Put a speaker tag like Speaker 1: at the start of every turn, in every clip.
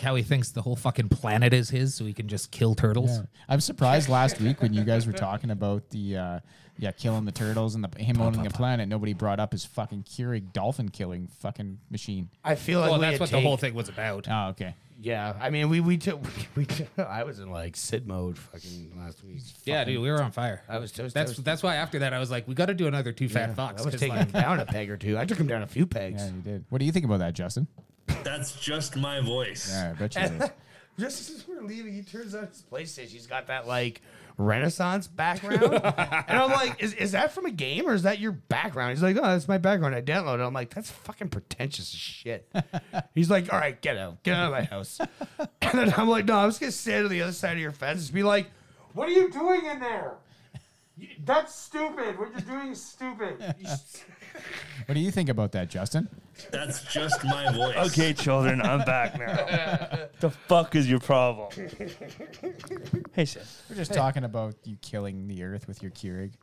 Speaker 1: how he thinks the whole fucking planet is his, so he can just kill turtles.
Speaker 2: Yeah. I'm surprised last week when you guys were talking about the uh, yeah killing the turtles and the, him owning the planet, nobody brought up his fucking Keurig dolphin killing fucking machine.
Speaker 3: I feel like
Speaker 1: Well,
Speaker 3: we
Speaker 1: that's
Speaker 3: had
Speaker 1: what the whole
Speaker 3: take-
Speaker 1: thing was about.
Speaker 2: Oh, okay.
Speaker 3: Yeah, I mean, we we took we. took- I was in like Sid mode fucking last week.
Speaker 1: yeah, dude, we were on fire.
Speaker 3: I was toast.
Speaker 1: that's
Speaker 3: I was,
Speaker 1: that's why after that I was like, we got to do another two fat fox.
Speaker 3: I was
Speaker 1: 'cause,
Speaker 3: taking
Speaker 1: like,
Speaker 3: him down a peg or two. I took him down a few pegs.
Speaker 2: Yeah, you did. What do you think about that, Justin?
Speaker 4: That's just my voice.
Speaker 2: Yeah, I bet you. it is.
Speaker 3: Just as we're leaving, he turns on his PlayStation. He's got that like Renaissance background, and I'm like, is, "Is that from a game or is that your background?" He's like, "Oh, that's my background. I downloaded." it." I'm like, "That's fucking pretentious as shit." He's like, "All right, get out, get out of my house." and then I'm like, "No, I was gonna stand on the other side of your fence and be like, what are you doing in there? You- That's stupid. What you're doing is stupid." You s-
Speaker 2: What do you think about that, Justin?
Speaker 4: That's just my voice.
Speaker 5: Okay, children, I'm back now. the fuck is your problem? hey, Sid.
Speaker 2: We're just talking about you killing the Earth with your Keurig.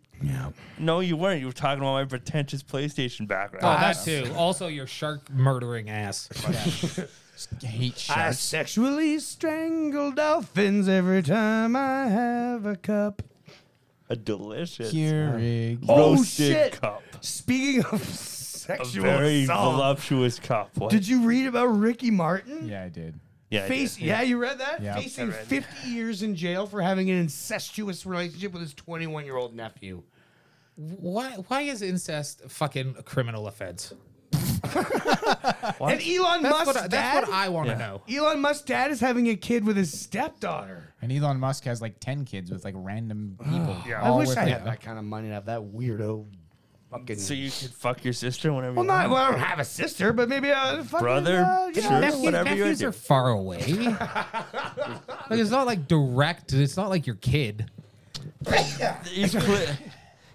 Speaker 5: No, you weren't. You were talking about my pretentious PlayStation background.
Speaker 1: oh,
Speaker 3: Uh,
Speaker 1: that too. Also, your shark murdering ass.
Speaker 2: I hate
Speaker 3: I
Speaker 2: sharks.
Speaker 3: sexually strangle dolphins every time I have a cup.
Speaker 5: A delicious
Speaker 2: Keurig.
Speaker 3: Oh,
Speaker 5: roasted
Speaker 3: shit.
Speaker 5: cup.
Speaker 3: Speaking of
Speaker 5: A
Speaker 3: sexual
Speaker 5: very
Speaker 3: assault,
Speaker 5: voluptuous cup. What?
Speaker 3: did you read about Ricky Martin?
Speaker 2: Yeah, I did.
Speaker 5: yeah, I
Speaker 3: Face,
Speaker 5: did.
Speaker 3: yeah. you read that?
Speaker 2: Yeah.
Speaker 3: Facing
Speaker 5: read
Speaker 3: 50 years in jail for having an incestuous relationship with his 21 year old nephew.
Speaker 1: why why is incest fucking a criminal offense?
Speaker 3: And
Speaker 1: That's what
Speaker 3: Elon Musk's
Speaker 1: I,
Speaker 3: dad,
Speaker 1: that's what I want to know.
Speaker 3: Elon Musk's dad is having a kid with his stepdaughter.
Speaker 2: And Elon Musk has like ten kids with like random people.
Speaker 5: Yeah.
Speaker 2: all
Speaker 5: I
Speaker 3: I wish
Speaker 2: with,
Speaker 3: I
Speaker 2: like,
Speaker 3: had that kind of money to have that weirdo fucking.
Speaker 5: So you could fuck your sister whenever
Speaker 3: well,
Speaker 5: you
Speaker 3: not,
Speaker 5: want.
Speaker 3: well, I don't have a sister, but maybe a fucking,
Speaker 5: Brother,
Speaker 3: uh, you know,
Speaker 5: sure.
Speaker 3: nephew.
Speaker 5: whatever you
Speaker 1: nephews
Speaker 5: do.
Speaker 1: are far away. like it's not like direct. It's not like your kid.
Speaker 5: He's cle-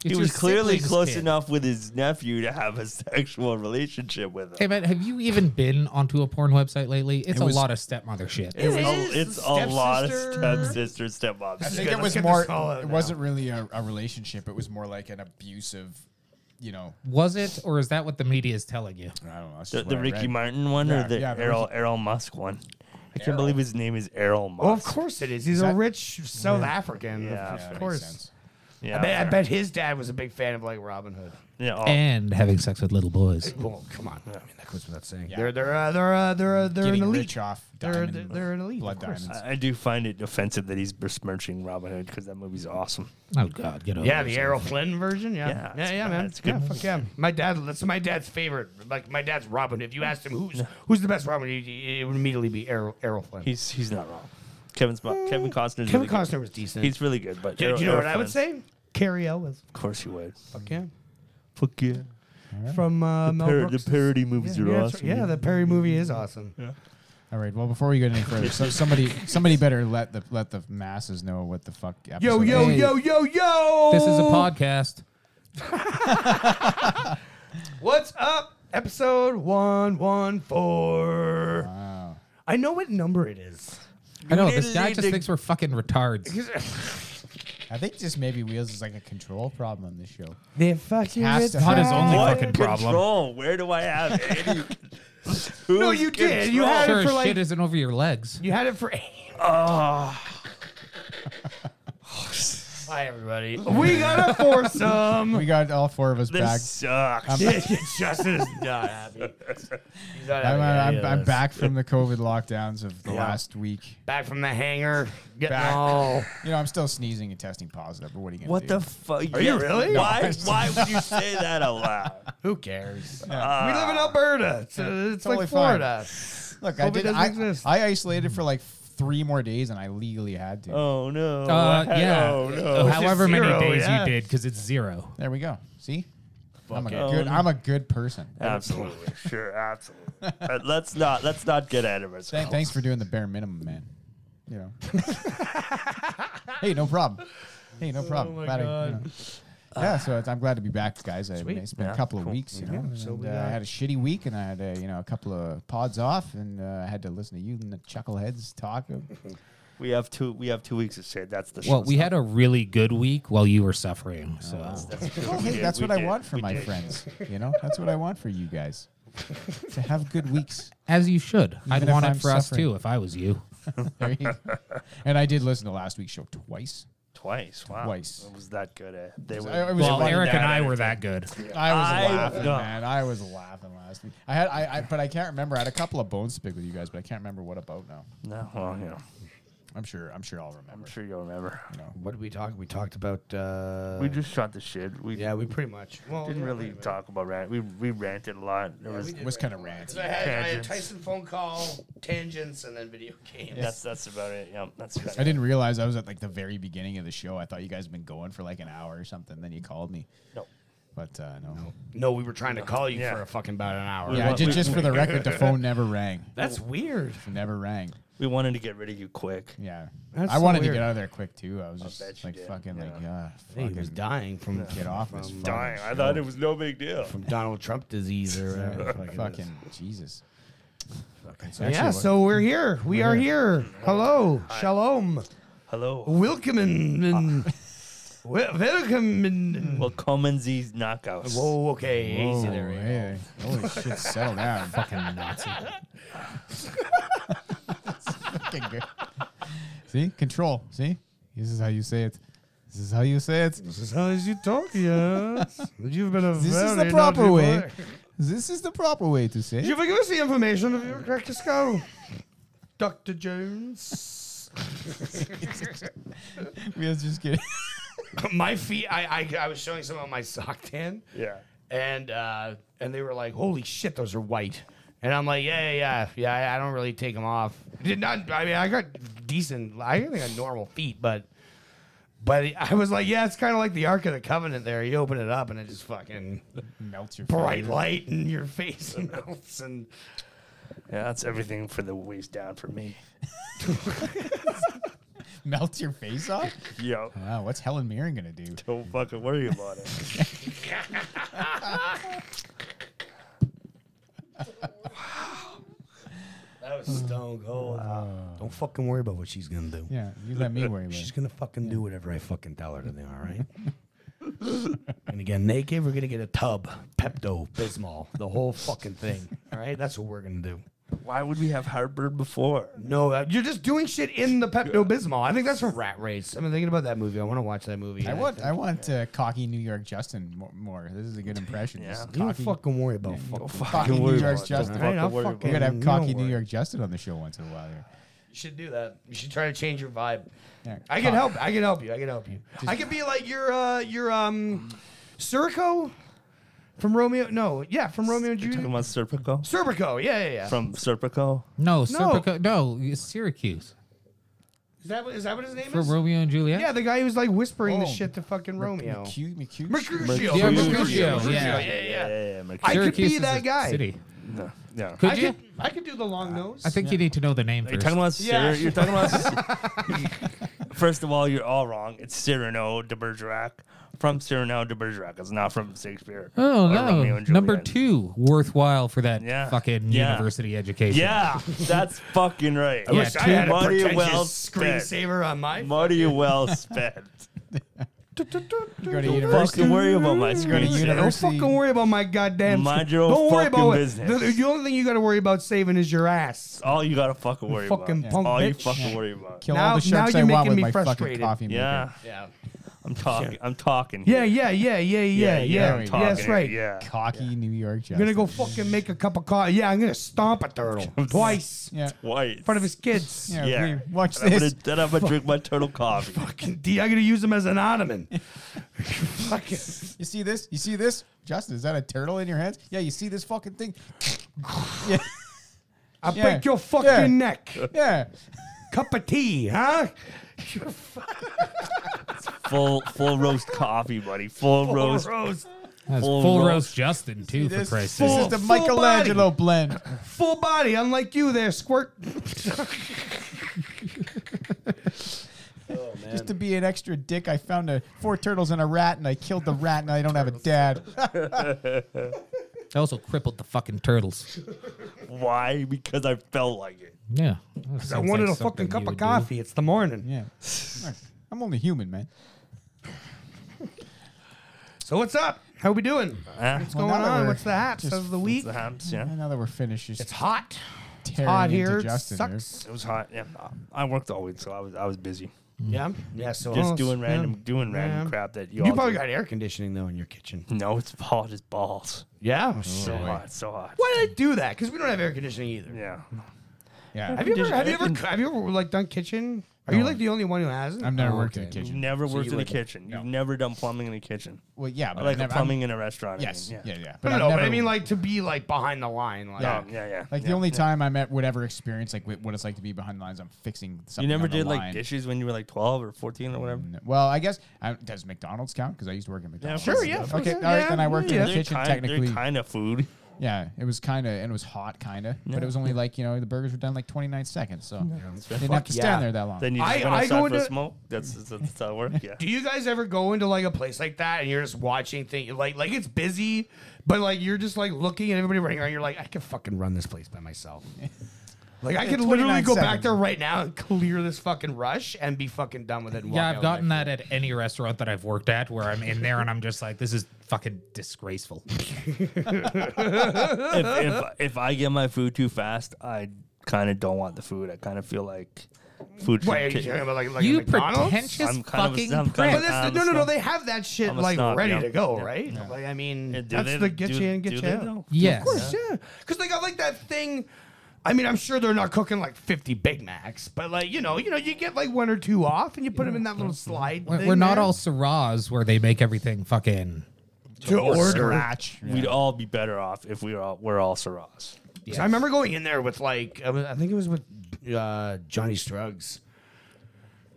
Speaker 1: It's
Speaker 5: he
Speaker 1: your
Speaker 5: was clearly
Speaker 1: sibling's
Speaker 5: close
Speaker 1: kid.
Speaker 5: enough with his nephew to have a sexual relationship with him.
Speaker 1: Hey man, have you even been onto a porn website lately? It's
Speaker 2: It
Speaker 1: a
Speaker 2: was-
Speaker 1: lot of stepmother shit.
Speaker 5: It was
Speaker 3: is.
Speaker 5: a, it's a lot of
Speaker 3: Stepsister.
Speaker 5: stepsister, stepmom.
Speaker 2: I think it was
Speaker 3: get
Speaker 2: more.
Speaker 3: this all out
Speaker 2: It
Speaker 3: now.
Speaker 2: wasn't really a, a relationship. It was more like an abusive. You know,
Speaker 1: Was it, or is that what the media is telling you?
Speaker 2: I don't know. that's
Speaker 5: the,
Speaker 2: just
Speaker 5: the
Speaker 2: what I
Speaker 5: Ricky
Speaker 2: read.
Speaker 5: Martin one
Speaker 2: Yeah,
Speaker 5: or the
Speaker 2: yeah, the
Speaker 5: Errol
Speaker 2: Ricky-
Speaker 5: Errol Musk one. I can't believe his name is Errol Musk.
Speaker 3: Well, of course it is. He's a
Speaker 2: that-
Speaker 3: rich South African.
Speaker 5: Yeah,
Speaker 2: Yeah,
Speaker 3: of
Speaker 5: that
Speaker 2: that makes
Speaker 3: course.
Speaker 2: sense.
Speaker 5: Yeah,
Speaker 3: I bet, I bet his dad was a big fan of like Robin Hood.
Speaker 5: Yeah, oh,
Speaker 1: And having sex with little boys.
Speaker 3: Well, come on. I mean, that goes without saying.
Speaker 2: Yeah.
Speaker 3: They're they're uh, they're uh, they're uh, they're an
Speaker 2: Getting
Speaker 3: elite.
Speaker 2: rich off
Speaker 3: They're,
Speaker 2: diamond,
Speaker 3: they're they're an elite.
Speaker 2: blood
Speaker 3: of course.
Speaker 2: diamonds.
Speaker 5: I, I do find it offensive that he's besmirching Robin Hood because that movie's awesome.
Speaker 1: Oh God, get over
Speaker 3: Yeah, the
Speaker 1: yourself.
Speaker 3: Errol Flynn version. Yeah,
Speaker 5: Yeah,
Speaker 3: yeah,
Speaker 5: it's
Speaker 3: yeah,
Speaker 5: good.
Speaker 3: man.
Speaker 5: It's a good
Speaker 3: yeah, fuck
Speaker 5: movie.
Speaker 3: yeah. My dad. That's my dad's favorite. Like my dad's Robin. If you asked him who's who's the best Robin, it, it would immediately be Errol, Errol Flynn.
Speaker 5: He's he's not wrong. Kevin Sp- Kevin
Speaker 3: Hmm.
Speaker 5: Costner.
Speaker 3: Kevin
Speaker 5: really
Speaker 3: Costner
Speaker 5: good.
Speaker 3: was decent.
Speaker 5: He's really good, but
Speaker 3: do,
Speaker 5: Errol-
Speaker 3: do you know what
Speaker 5: Errol
Speaker 3: I would
Speaker 5: Flynn,
Speaker 3: say? Carrie Elwes.
Speaker 5: Of course, he would.
Speaker 3: Fuck yeah.
Speaker 5: Fuck yeah.
Speaker 3: From uh, Mel
Speaker 5: Par- the
Speaker 3: Brooks.
Speaker 5: parody movies
Speaker 3: yeah,
Speaker 5: are
Speaker 3: that's
Speaker 5: awesome.
Speaker 3: right. yeah, the Perry movie is awesome.
Speaker 5: Uh,
Speaker 2: All right. Well, before we get any further, so somebody somebody better let the let the masses know what the fuck.
Speaker 3: Yo,
Speaker 2: episode
Speaker 3: yo,
Speaker 2: is.
Speaker 3: yo, yo, yo.
Speaker 1: This is a podcast.
Speaker 3: What's up? Episode 114.
Speaker 2: Wow.
Speaker 3: I know what number it is.
Speaker 1: I know this guy
Speaker 5: need
Speaker 1: just
Speaker 5: to-
Speaker 1: thinks we're fucking retards.
Speaker 2: I think just maybe wheels is like a control problem on this show.
Speaker 3: They fucking
Speaker 2: Has to- Hot is only
Speaker 5: What
Speaker 1: fucking
Speaker 5: control?
Speaker 1: problem.
Speaker 5: Where do I have any?
Speaker 3: No, you did. You had
Speaker 1: Sure
Speaker 3: it
Speaker 1: as
Speaker 3: for
Speaker 1: shit
Speaker 3: like
Speaker 1: isn't over your legs.
Speaker 3: you had it for
Speaker 5: Oh,
Speaker 3: Hi everybody. We got a foursome.
Speaker 2: We got all four of us
Speaker 5: this
Speaker 2: back.
Speaker 5: sucks.
Speaker 3: Justin is not happy. He's not
Speaker 2: I'm,
Speaker 3: happy
Speaker 2: I'm,
Speaker 3: about any of
Speaker 2: I'm
Speaker 3: this.
Speaker 2: back from the COVID lockdowns of the
Speaker 3: Yeah.
Speaker 2: last week.
Speaker 3: Back from the hangar. Getting
Speaker 2: Back.
Speaker 3: all
Speaker 2: You know, I'm still sneezing and testing positive, but what are you gonna
Speaker 5: What
Speaker 2: do?
Speaker 5: the fuck?
Speaker 3: Are you really?
Speaker 5: Why? why would you say that out loud?
Speaker 3: who cares?
Speaker 2: Yeah.
Speaker 3: we live in Alberta. It's, uh, it's
Speaker 2: Totally
Speaker 3: like
Speaker 2: fine.
Speaker 3: Florida.
Speaker 2: Look, I
Speaker 3: COVID
Speaker 2: did.
Speaker 3: doesn't
Speaker 2: I,
Speaker 3: exist.
Speaker 2: I isolated for like three more days, and I legally had to.
Speaker 5: Oh no!
Speaker 1: Uh,
Speaker 5: What?
Speaker 1: yeah.
Speaker 5: Oh
Speaker 1: Oh,
Speaker 5: no!
Speaker 3: Which is
Speaker 1: however many
Speaker 3: zero,
Speaker 1: days
Speaker 3: yeah.
Speaker 1: you did, because it's zero.
Speaker 2: There we go. See, I'm a
Speaker 3: Fuck it.
Speaker 2: good. I'm a good person.
Speaker 5: Absolutely, sure, absolutely. Uh, let's not let's not get ahead of ourselves.
Speaker 2: Th- thanks for doing the bare minimum, man. You know. hey, no problem. Hey, no problem.
Speaker 3: Oh my
Speaker 2: Glad I- you
Speaker 3: God.
Speaker 2: know. yeah, so it's, I'm glad to be back, guys. I, mean,
Speaker 3: Sweet.
Speaker 2: it's been
Speaker 5: Yeah,
Speaker 2: a couple of
Speaker 5: cool.
Speaker 2: weeks, you know.
Speaker 3: Yeah,
Speaker 2: and,
Speaker 3: so we
Speaker 2: uh, I
Speaker 3: got-
Speaker 2: had a shitty week, and I had uh, you know a couple of pods off, and uh, I had to listen to you and the chuckleheads talk.
Speaker 5: We have two we have two weeks of shit. That's the
Speaker 1: Well, we
Speaker 5: showstopper.
Speaker 1: had a really good week while you were suffering. So
Speaker 5: That's, true.
Speaker 2: Oh,
Speaker 5: We
Speaker 2: hey,
Speaker 5: did,
Speaker 2: that's
Speaker 5: we
Speaker 2: what I
Speaker 5: did,
Speaker 2: want for
Speaker 5: we
Speaker 2: my
Speaker 5: did.
Speaker 2: friends. You know, that's what I want for you guys. to have good weeks.
Speaker 1: As you should. I'd
Speaker 2: Even if
Speaker 1: want
Speaker 2: I'm
Speaker 1: it for us
Speaker 2: suffering.
Speaker 1: too if I was you.
Speaker 2: There you go. and I did listen to last week's show twice.
Speaker 5: Twice. Wow.
Speaker 2: Twice.
Speaker 5: It was that good. Eh? They were.
Speaker 2: I- I was
Speaker 1: Well,
Speaker 2: running
Speaker 1: Eric and
Speaker 5: down
Speaker 1: I were that good.
Speaker 2: I was
Speaker 5: I-
Speaker 2: laughing,
Speaker 5: no.
Speaker 2: man. I was laughing last week. I had, I, I, but I can't remember. I had a couple of bones to pick with you guys, but I can't remember what about now.
Speaker 5: no. Well, you know,
Speaker 2: I'm sure, I'm sure I'll remember.
Speaker 5: I'm sure you'll remember.
Speaker 3: What did we talk? We talked about. Uh,
Speaker 5: we just shot the shit. We
Speaker 3: yeah, we pretty much well,
Speaker 5: didn't
Speaker 3: yeah,
Speaker 5: really
Speaker 3: wait a minute.
Speaker 5: talk about rant. We we ranted a lot. There was.
Speaker 3: we did
Speaker 2: was
Speaker 3: rant
Speaker 2: kinda
Speaker 3: a lot.
Speaker 2: ranty.
Speaker 3: 'Cause I had, I had
Speaker 5: Tangents.
Speaker 3: Tyson phone call, tangents, and then video games.
Speaker 5: That's that's about it. Yeah, that's. About
Speaker 2: I
Speaker 5: it.
Speaker 2: didn't realize I was at like the very beginning of the show. I thought you guys had been going for like an hour or something. Then you called me,
Speaker 5: No.
Speaker 2: but uh, no.
Speaker 3: No, we were trying to call you
Speaker 5: Yeah.
Speaker 3: for a fucking about an hour.
Speaker 2: Yeah,
Speaker 5: want-
Speaker 2: just,
Speaker 5: we-
Speaker 2: just for the record, the phone never rang.
Speaker 3: That's weird.
Speaker 2: Never rang.
Speaker 5: We wanted to get rid of you quick.
Speaker 2: Yeah,
Speaker 3: That's
Speaker 2: I
Speaker 3: so
Speaker 2: wanted
Speaker 3: weird.
Speaker 2: to get out of there quick too. I was just
Speaker 5: bet you
Speaker 2: like
Speaker 5: did,
Speaker 2: fucking
Speaker 5: yeah.
Speaker 2: like yeah,
Speaker 3: Hey, he was
Speaker 2: fucking
Speaker 3: dying from
Speaker 2: get off this
Speaker 3: from,
Speaker 2: fucking
Speaker 5: Dying. I thought it was no big deal.
Speaker 3: from Donald Trump disease or whatever. the
Speaker 2: show.
Speaker 3: fuck it is.
Speaker 2: fucking Jesus. It's actually
Speaker 3: Yeah,
Speaker 2: what-
Speaker 3: so we're here. We are here. Hello, shalom,
Speaker 5: Hello.
Speaker 3: welcome and
Speaker 2: Ah.
Speaker 3: welcome and.
Speaker 5: Well, Common Z's knockouts.
Speaker 3: Whoa, okay, easy
Speaker 2: Oh,
Speaker 3: there.
Speaker 2: hey. Holy shit, settle down. Fucking Nazi. fucking good. See? Control. See? This is how you say it. This is how you say it.
Speaker 3: This is how you talk, yes. You've been a
Speaker 2: This is the
Speaker 3: very
Speaker 2: proper
Speaker 3: naughty
Speaker 2: way.
Speaker 3: boy.
Speaker 2: This is the proper way to say
Speaker 3: You've
Speaker 2: it.
Speaker 3: given us the information of your crack to skull, Doctor Jones.
Speaker 2: We was just kidding.
Speaker 3: my feet. I, I I was showing some of my sock tan.
Speaker 5: Yeah.
Speaker 3: and uh, and they were like, "Holy shit, those are white." And I'm like, "Yeah, yeah, yeah, yeah. I, I don't really take them off. Did not. I mean, I got decent. I think I got normal feet, but but I was like, yeah, it's kind of like the Ark of the Covenant. There, you open it up, and it just fucking
Speaker 2: Melt your
Speaker 3: bright light, and your face melts, and
Speaker 5: Yeah, that's everything for the waist down for me.
Speaker 2: Melt your face off?
Speaker 5: Yo.
Speaker 2: Wow, what's Helen Mirren gonna do?
Speaker 5: Don't fucking worry about it.
Speaker 3: that was stone cold. Don't fucking worry about what she's gonna do.
Speaker 2: Yeah, you let me worry about
Speaker 3: She's
Speaker 2: it.
Speaker 3: gonna fucking do whatever I fucking tell her to do. All right. and again, naked, we're gonna get a tub, Pepto Bismol, the whole fucking thing. All right, that's what we're gonna do.
Speaker 5: Why would we have heartburn before?
Speaker 3: No, uh, you're just doing shit in the Pepto Bismol. I think that's from Rat Race. I've been thinking about that movie. I want to watch that movie.
Speaker 2: I want, I want uh, cocky New York Justin mo- more. This is a good impression.
Speaker 5: Yeah.
Speaker 2: Just
Speaker 3: You don't
Speaker 2: cocky,
Speaker 3: fucking worry about fucking.
Speaker 2: cocky New York Justin.
Speaker 3: Right, I'll
Speaker 5: worry
Speaker 3: fucking-
Speaker 2: We're gonna have
Speaker 3: You
Speaker 2: cocky
Speaker 3: don't
Speaker 2: New
Speaker 3: worry.
Speaker 2: York Justin on the show once in a while. Here.
Speaker 3: You should do that. You should try to change your vibe.
Speaker 2: Yeah,
Speaker 3: I can
Speaker 2: cock.
Speaker 3: help. I can help you. I can help you. I could be like your uh your um Serco from Romeo. No, yeah, from Romeo and
Speaker 5: You're talking
Speaker 3: Juliet.
Speaker 5: about Serpico?
Speaker 3: Serpico. Yeah, yeah, yeah.
Speaker 5: From Serpico?
Speaker 1: No, Serpico, no. it's Syracuse.
Speaker 3: Is that what, is that what his name
Speaker 1: For
Speaker 3: is?
Speaker 1: Romeo and Juliet?
Speaker 3: yeah, the guy who's like whispering
Speaker 2: Oh.
Speaker 3: this shit to fucking Romeo.
Speaker 2: McCute, McCute.
Speaker 3: Mercutio.
Speaker 1: Yeah,
Speaker 5: Mercutio,
Speaker 3: Mercutio,
Speaker 1: yeah.
Speaker 3: yeah, yeah.
Speaker 5: yeah. Merc-
Speaker 3: I- could
Speaker 1: Syracuse
Speaker 3: be
Speaker 1: is
Speaker 3: that
Speaker 1: a
Speaker 3: guy.
Speaker 1: City.
Speaker 5: no, yeah.
Speaker 1: Could
Speaker 3: I
Speaker 1: you?
Speaker 3: could, I could do the long nose.
Speaker 1: I think you need to know the name
Speaker 5: You're
Speaker 1: first.
Speaker 5: talking about
Speaker 3: Yeah.
Speaker 5: Cyrano. You're talking about. First of all, you're all wrong. It's Cyrano de Bergerac from Cyrano de Bergerac. It's not from Shakespeare.
Speaker 1: Oh
Speaker 5: or
Speaker 1: no!
Speaker 5: Romeo and
Speaker 1: Number
Speaker 5: Juliet.
Speaker 1: two, worthwhile for that
Speaker 5: Yeah.
Speaker 1: fucking
Speaker 5: Yeah.
Speaker 1: university education.
Speaker 5: Yeah, that's fucking right.
Speaker 1: I wish I
Speaker 5: too
Speaker 1: had a
Speaker 5: money well spent.
Speaker 3: screensaver on my.
Speaker 5: Money well spent.
Speaker 2: Go to
Speaker 5: Don't
Speaker 2: university.
Speaker 5: fucking worry about my
Speaker 2: Go to
Speaker 5: screensaver.
Speaker 3: Don't
Speaker 2: university.
Speaker 3: fucking worry about my goddamn.
Speaker 5: Mind
Speaker 3: sc-
Speaker 5: your own
Speaker 3: Don't worry
Speaker 5: fucking
Speaker 3: about
Speaker 5: business.
Speaker 3: it. The, the only thing you got to worry about saving is your ass.
Speaker 5: All you gotta fucking worry
Speaker 3: fucking
Speaker 5: about.
Speaker 3: punk
Speaker 5: all you
Speaker 3: bitch.
Speaker 5: fucking worry about.
Speaker 2: Kill
Speaker 3: Now-
Speaker 2: all the sharks
Speaker 3: now
Speaker 2: I
Speaker 3: you're
Speaker 2: want
Speaker 3: making
Speaker 2: with
Speaker 3: me
Speaker 2: my fucking
Speaker 3: frustrated.
Speaker 2: coffee maker.
Speaker 5: Yeah,
Speaker 3: Yeah.
Speaker 5: I'm talking. I'm talking.
Speaker 3: Yeah,
Speaker 5: Here.
Speaker 3: yeah, yeah, yeah, yeah, yeah.
Speaker 5: yeah. I'm
Speaker 2: yeah,
Speaker 5: talking
Speaker 3: that's
Speaker 5: here,
Speaker 3: right.
Speaker 5: Yeah.
Speaker 2: Cocky New York Justin.
Speaker 3: I'm gonna go fucking make a cup of coffee. Yeah, I'm gonna stomp a turtle twice
Speaker 2: Yeah.
Speaker 5: White.
Speaker 3: in front of his kids.
Speaker 2: Yeah.
Speaker 5: Yeah.
Speaker 2: we- Watch
Speaker 5: And I'm gonna,
Speaker 2: this.
Speaker 5: then I'm gonna drink my turtle coffee.
Speaker 3: Fucking D, I'm gonna use him as an ottoman. Fucking.
Speaker 2: You see this? You see this? Justin, is that a turtle in your hands? Yeah. You see this fucking thing?
Speaker 3: I
Speaker 2: Yeah.
Speaker 3: break your fucking
Speaker 2: Yeah.
Speaker 3: neck.
Speaker 2: Yeah.
Speaker 3: Cup of tea, huh?
Speaker 5: Full full roast coffee, buddy. Full, roast.
Speaker 3: roast.
Speaker 1: That's
Speaker 5: Full
Speaker 1: full,
Speaker 5: roast.
Speaker 1: roast, Justin too, for
Speaker 2: This,
Speaker 1: Christ's
Speaker 2: this
Speaker 1: sake.
Speaker 2: is
Speaker 3: Full-
Speaker 2: the
Speaker 3: full
Speaker 2: Michelangelo blend.
Speaker 3: Full body, unlike you there, squirt.
Speaker 2: Just to be an extra dick, I found a, four turtles and a rat, and I killed the rat, and I don't have a dad.
Speaker 1: I also crippled the fucking turtles.
Speaker 5: Why? Because I felt like it.
Speaker 1: Yeah,
Speaker 3: I wanted a fucking cup of coffee. It's the morning.
Speaker 2: yeah. I'm only human, man.
Speaker 3: So what's up? How we doing?
Speaker 5: Huh?
Speaker 3: What's going
Speaker 2: now that
Speaker 3: on?
Speaker 2: we're
Speaker 3: What's the haps
Speaker 2: just-
Speaker 3: of the week?
Speaker 5: The Habs,
Speaker 2: Yeah,
Speaker 5: yeah.
Speaker 2: now that we're finished, just
Speaker 3: It's hot.
Speaker 2: tearing
Speaker 3: hot
Speaker 2: into
Speaker 3: here. It
Speaker 2: Justin here.
Speaker 3: sucks.
Speaker 5: It was hot. Yeah, I worked all week, so I was I was busy
Speaker 2: Mm.
Speaker 3: Yeah. Yeah. So
Speaker 5: just
Speaker 3: oh,
Speaker 5: doing
Speaker 3: yeah.
Speaker 5: random doing random
Speaker 3: Yeah.
Speaker 5: crap that you,
Speaker 3: You,
Speaker 5: all
Speaker 3: probably
Speaker 5: do.
Speaker 3: got air conditioning though in your kitchen.
Speaker 5: No, it's hot as balls.
Speaker 3: Oh, Yeah.
Speaker 5: So hot, so hot.
Speaker 3: Why did I do that? Because we don't have air conditioning either.
Speaker 5: Yeah.
Speaker 2: Yeah,
Speaker 3: Have you ever
Speaker 5: Condition-
Speaker 3: have you ever have you ever like done kitchen? Are you like the only one who hasn't?
Speaker 2: I've never
Speaker 3: Oh,
Speaker 2: worked in
Speaker 3: okay.
Speaker 2: a
Speaker 5: You've
Speaker 2: kitchen.
Speaker 5: never
Speaker 2: So
Speaker 5: worked
Speaker 2: you
Speaker 5: in a
Speaker 2: wouldn't-
Speaker 5: kitchen. You've never done plumbing in a kitchen.
Speaker 2: Well, yeah,
Speaker 3: Oh,
Speaker 2: but
Speaker 5: like
Speaker 2: I've never,
Speaker 5: a
Speaker 2: I'm-
Speaker 5: plumbing in a restaurant. I
Speaker 2: Yes,
Speaker 5: mean,
Speaker 2: yeah, yeah. I've
Speaker 3: No, no, but I
Speaker 2: never-
Speaker 3: mean like to be like behind the line, like
Speaker 5: Oh, Yeah, yeah, yeah.
Speaker 2: Like
Speaker 5: yeah.
Speaker 2: the only time I'm at would ever experience like wh- what it's like to be behind the lines, I'm fixing something.
Speaker 5: You never
Speaker 2: on the
Speaker 5: did like
Speaker 2: line.
Speaker 5: dishes when you were like 12 or 14 or whatever?
Speaker 3: Mm.
Speaker 2: No. Well, I guess I, does McDonald's count? Because I used to work at McDonald's.
Speaker 5: Sure,
Speaker 3: yeah, for
Speaker 2: Okay,
Speaker 3: sure,
Speaker 2: all right.
Speaker 3: yeah,
Speaker 2: Then I worked
Speaker 3: yeah.
Speaker 2: in the
Speaker 5: They're
Speaker 2: kitchen
Speaker 5: kind-
Speaker 2: technically.
Speaker 5: They're kind of food.
Speaker 2: Yeah, it was kind of and it was hot, kind of, but it was only like you know the burgers were done like 29 seconds, so they didn't have to stand
Speaker 3: yeah.
Speaker 2: there that long.
Speaker 5: Then you just
Speaker 3: I-
Speaker 5: went
Speaker 3: I
Speaker 5: outside
Speaker 3: go
Speaker 5: for a
Speaker 3: into-
Speaker 5: smoke. That's, that's, that's how it works. Yeah.
Speaker 3: Do you guys ever go into like a place like that and you're just watching things like like it's busy, but like you're just like looking at everybody running around, you're like, I could fucking run this place by myself. Like I could literally
Speaker 2: 29
Speaker 3: go back
Speaker 2: seconds.
Speaker 3: there right now and clear this fucking rush and be fucking done with it. And walk
Speaker 1: Yeah, I've
Speaker 3: out with my
Speaker 1: gotten
Speaker 3: food.
Speaker 1: that at any restaurant that I've worked at where I'm in there and I'm just like, this is fucking disgraceful.
Speaker 5: if, if, if I get my food too fast, I kind of don't want the food. I kind of feel like food should
Speaker 3: Wait, are you
Speaker 5: ki-
Speaker 3: talking about like, like
Speaker 1: you
Speaker 3: a McDonald's?
Speaker 1: pretentious
Speaker 5: I'm kind of a-
Speaker 1: fucking
Speaker 5: I'm kind
Speaker 1: prick.
Speaker 5: of
Speaker 3: But that's
Speaker 5: I'm
Speaker 3: the, no,
Speaker 5: a
Speaker 3: no, no.
Speaker 5: snob.
Speaker 3: They have that shit
Speaker 5: I'm a
Speaker 3: like
Speaker 5: snob,
Speaker 3: ready
Speaker 5: yeah.
Speaker 3: to go,
Speaker 5: Yeah.
Speaker 3: right? Like I mean,
Speaker 5: Yeah, do
Speaker 3: that's
Speaker 5: they-
Speaker 3: the get
Speaker 5: do-
Speaker 3: you in, get
Speaker 5: do
Speaker 3: you
Speaker 5: they
Speaker 3: out.
Speaker 5: though?
Speaker 1: Yes.
Speaker 3: Of course, yeah. Because they got like that thing. I mean, I'm sure they're not cooking like 50 Big Macs, but like you know, you know, you get like one or two off, and you put them in that little slide.
Speaker 1: We're,
Speaker 3: thing
Speaker 1: we're not
Speaker 3: there
Speaker 1: all Syrahs where they make everything fucking.
Speaker 3: to order.
Speaker 2: Sriracha.
Speaker 5: We'd all be better off if we were all, we're all Syrahs.
Speaker 3: 'Cause I remember going in there with like I, was- I think it was with uh, Johnny Struggs,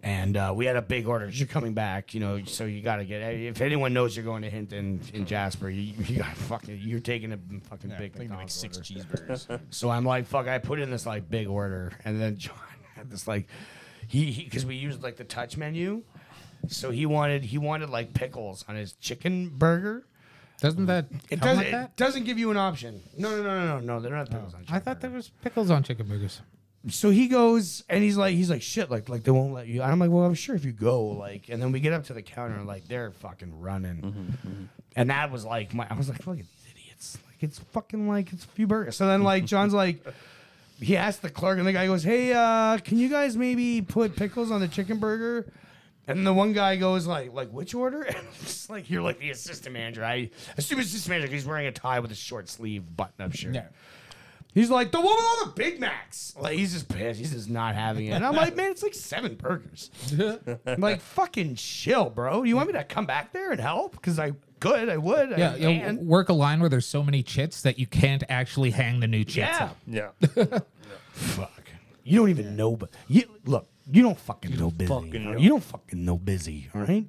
Speaker 3: and uh, we had a big order. 'cause You're coming back, you know, so you got to get. If anyone knows you're going to Hinton in Jasper, you, you got fucking. You're taking a fucking big
Speaker 2: Like, like
Speaker 3: McDonald's
Speaker 2: six
Speaker 3: order.
Speaker 2: cheeseburgers.
Speaker 3: So I'm like, fuck. I put in this like big order, and then John had this like, he because we used like the touch menu, so he wanted he wanted like pickles on his chicken burger.
Speaker 1: Doesn't that
Speaker 3: It
Speaker 1: come
Speaker 3: doesn't
Speaker 1: like
Speaker 3: it
Speaker 1: that? Oh,
Speaker 3: doesn't give you an option. No no no no no no. They're not pickles on chicken.
Speaker 1: I thought
Speaker 3: burger.
Speaker 1: there was pickles on chicken burgers.
Speaker 3: so he goes and he's like he's like shit like like they won't let you and i'm like well i'm sure if you go like and then we get up to the counter and like they're fucking running and that was like my i was like look at these idiots like it's fucking like it's a few burgers so then like john's like he asked the clerk and the guy goes hey uh can you guys maybe put pickles on the chicken burger and the one guy goes like, like which order? And I'm just like you're like the assistant manager. I assume it's assistant manager. 'cause He's wearing a tie with a short sleeve button up shirt.
Speaker 2: yeah.
Speaker 3: He's like, the one with all the Big Macs. Like, he's just pissed. He's just not having it. And I'm like, man, it's like seven burgers. I'm like, fucking chill, bro. You want me to come back there and help? Because I could. I would.
Speaker 1: Yeah,
Speaker 3: I
Speaker 1: you know,
Speaker 3: can.
Speaker 1: work a line where there's so many chits that you can't actually hang the new chits
Speaker 3: Yeah.
Speaker 1: up.
Speaker 5: Yeah.
Speaker 3: Fuck. You don't even know. But you, look, you don't fucking know busy.
Speaker 5: fucking know.
Speaker 3: You don't fucking know busy, all right?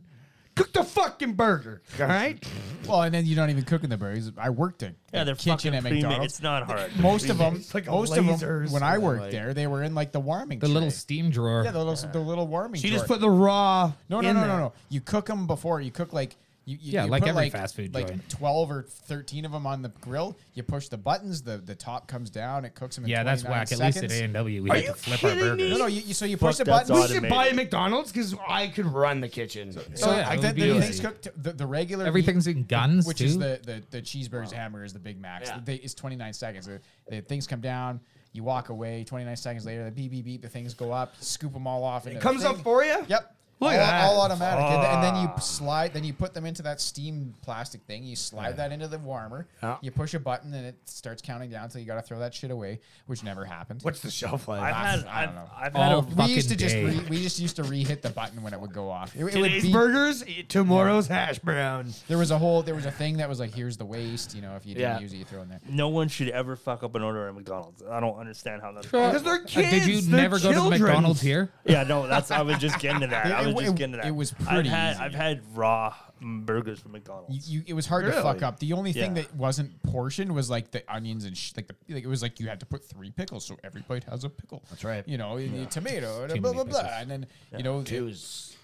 Speaker 3: Cook the fucking burger, all right?
Speaker 2: Well, and then you don't even cook in the burgers. I worked at
Speaker 5: yeah,
Speaker 2: a
Speaker 5: they're
Speaker 2: kitchen
Speaker 5: fucking
Speaker 2: at
Speaker 5: pre-made.
Speaker 2: McDonald's.
Speaker 5: It's not hard.
Speaker 2: Most of them,
Speaker 3: It's like a
Speaker 2: most of
Speaker 3: laser
Speaker 2: them, when I
Speaker 3: something
Speaker 2: worked
Speaker 3: like-
Speaker 2: there, they were in like the warming.
Speaker 1: The little
Speaker 2: tray.
Speaker 1: steam drawer.
Speaker 2: yeah, the little, the little warming.
Speaker 3: You just
Speaker 2: drawer.
Speaker 3: put the raw.
Speaker 2: No, no,
Speaker 3: in
Speaker 2: no,
Speaker 3: there.
Speaker 2: no, no. You cook them before. You cook like you, you
Speaker 1: Yeah,
Speaker 2: you
Speaker 1: like
Speaker 2: put
Speaker 1: every
Speaker 2: like,
Speaker 1: fast food
Speaker 2: like
Speaker 1: joint.
Speaker 2: twelve or thirteen of them on the grill. You push the buttons. The the top comes down. It cooks them. In
Speaker 1: Yeah, that's
Speaker 2: 29
Speaker 1: whack.
Speaker 2: Seconds.
Speaker 1: At least at A and W, we
Speaker 3: Are
Speaker 1: had
Speaker 3: you
Speaker 1: to flip our
Speaker 3: kidding me?
Speaker 1: burgers.
Speaker 2: No, no. You, you- so you push the
Speaker 5: that's
Speaker 2: button.
Speaker 3: We
Speaker 5: odd.
Speaker 3: should
Speaker 5: Automated.
Speaker 3: buy a McDonald's because I could run the kitchen.
Speaker 2: So
Speaker 1: yeah,
Speaker 2: I,
Speaker 1: it
Speaker 2: that,
Speaker 1: would be
Speaker 2: the,
Speaker 1: easy.
Speaker 2: things cooked the, the regular.
Speaker 1: Everything's in guns
Speaker 2: which
Speaker 1: too.
Speaker 2: is the the, the cheeseburgers, hamburgers, the Big Macs.
Speaker 3: Yeah.
Speaker 2: They, it's twenty nine seconds. The, the things come down. You walk away. Twenty nine seconds later, the beep beep beep. The things go up. Scoop them all off. It
Speaker 3: Comes up for you?
Speaker 2: Yep.
Speaker 3: Look
Speaker 2: all,
Speaker 3: at that.
Speaker 2: all automatic, and, th- and then you p- slide. Then you put them into that steam plastic thing. You slide that into the warmer.
Speaker 3: Yeah.
Speaker 2: You push a button, and it starts counting down until you got to throw that shit away, which never happened.
Speaker 3: What's the shelf life?
Speaker 5: I've had,
Speaker 2: I don't
Speaker 5: I've,
Speaker 2: know.
Speaker 5: I've had
Speaker 1: All
Speaker 5: a
Speaker 1: fucking
Speaker 2: we used to just
Speaker 1: day.
Speaker 2: re, we just used to re-hit the button when it would go off. It, it would
Speaker 3: Today's
Speaker 2: be,
Speaker 3: burgers, tomorrow's hash brown.
Speaker 2: there was a whole there was a thing that was like here's the waste. You know, if you didn't
Speaker 3: Yeah.
Speaker 2: use it, you throw in there.
Speaker 5: No one should ever fuck up an order at McDonald's. I don't understand how that's.
Speaker 1: Uh,
Speaker 3: Because they're
Speaker 1: uh,
Speaker 3: kids.
Speaker 1: did you
Speaker 3: they're
Speaker 1: never go to
Speaker 3: children.
Speaker 1: the McDonald's here?
Speaker 5: Yeah, no, that's. I was just getting to that. I
Speaker 2: It-
Speaker 5: was
Speaker 2: it-
Speaker 5: just getting to that.
Speaker 2: it was
Speaker 5: I've
Speaker 2: pretty
Speaker 5: had,
Speaker 2: easy.
Speaker 5: I've had raw burgers from McDonald's.
Speaker 2: You, you, it was hard to fuck
Speaker 3: Really?
Speaker 2: up. The only thing
Speaker 5: Yeah.
Speaker 2: that wasn't portioned was like the onions and sh- like the like it was like you had to put three pickles, so every bite has a pickle. That's
Speaker 3: right.
Speaker 2: You know, and a tomato and a
Speaker 1: Too
Speaker 2: blah blah
Speaker 1: many
Speaker 2: blah,
Speaker 1: pickles.
Speaker 2: and then you know it-
Speaker 3: Dudes.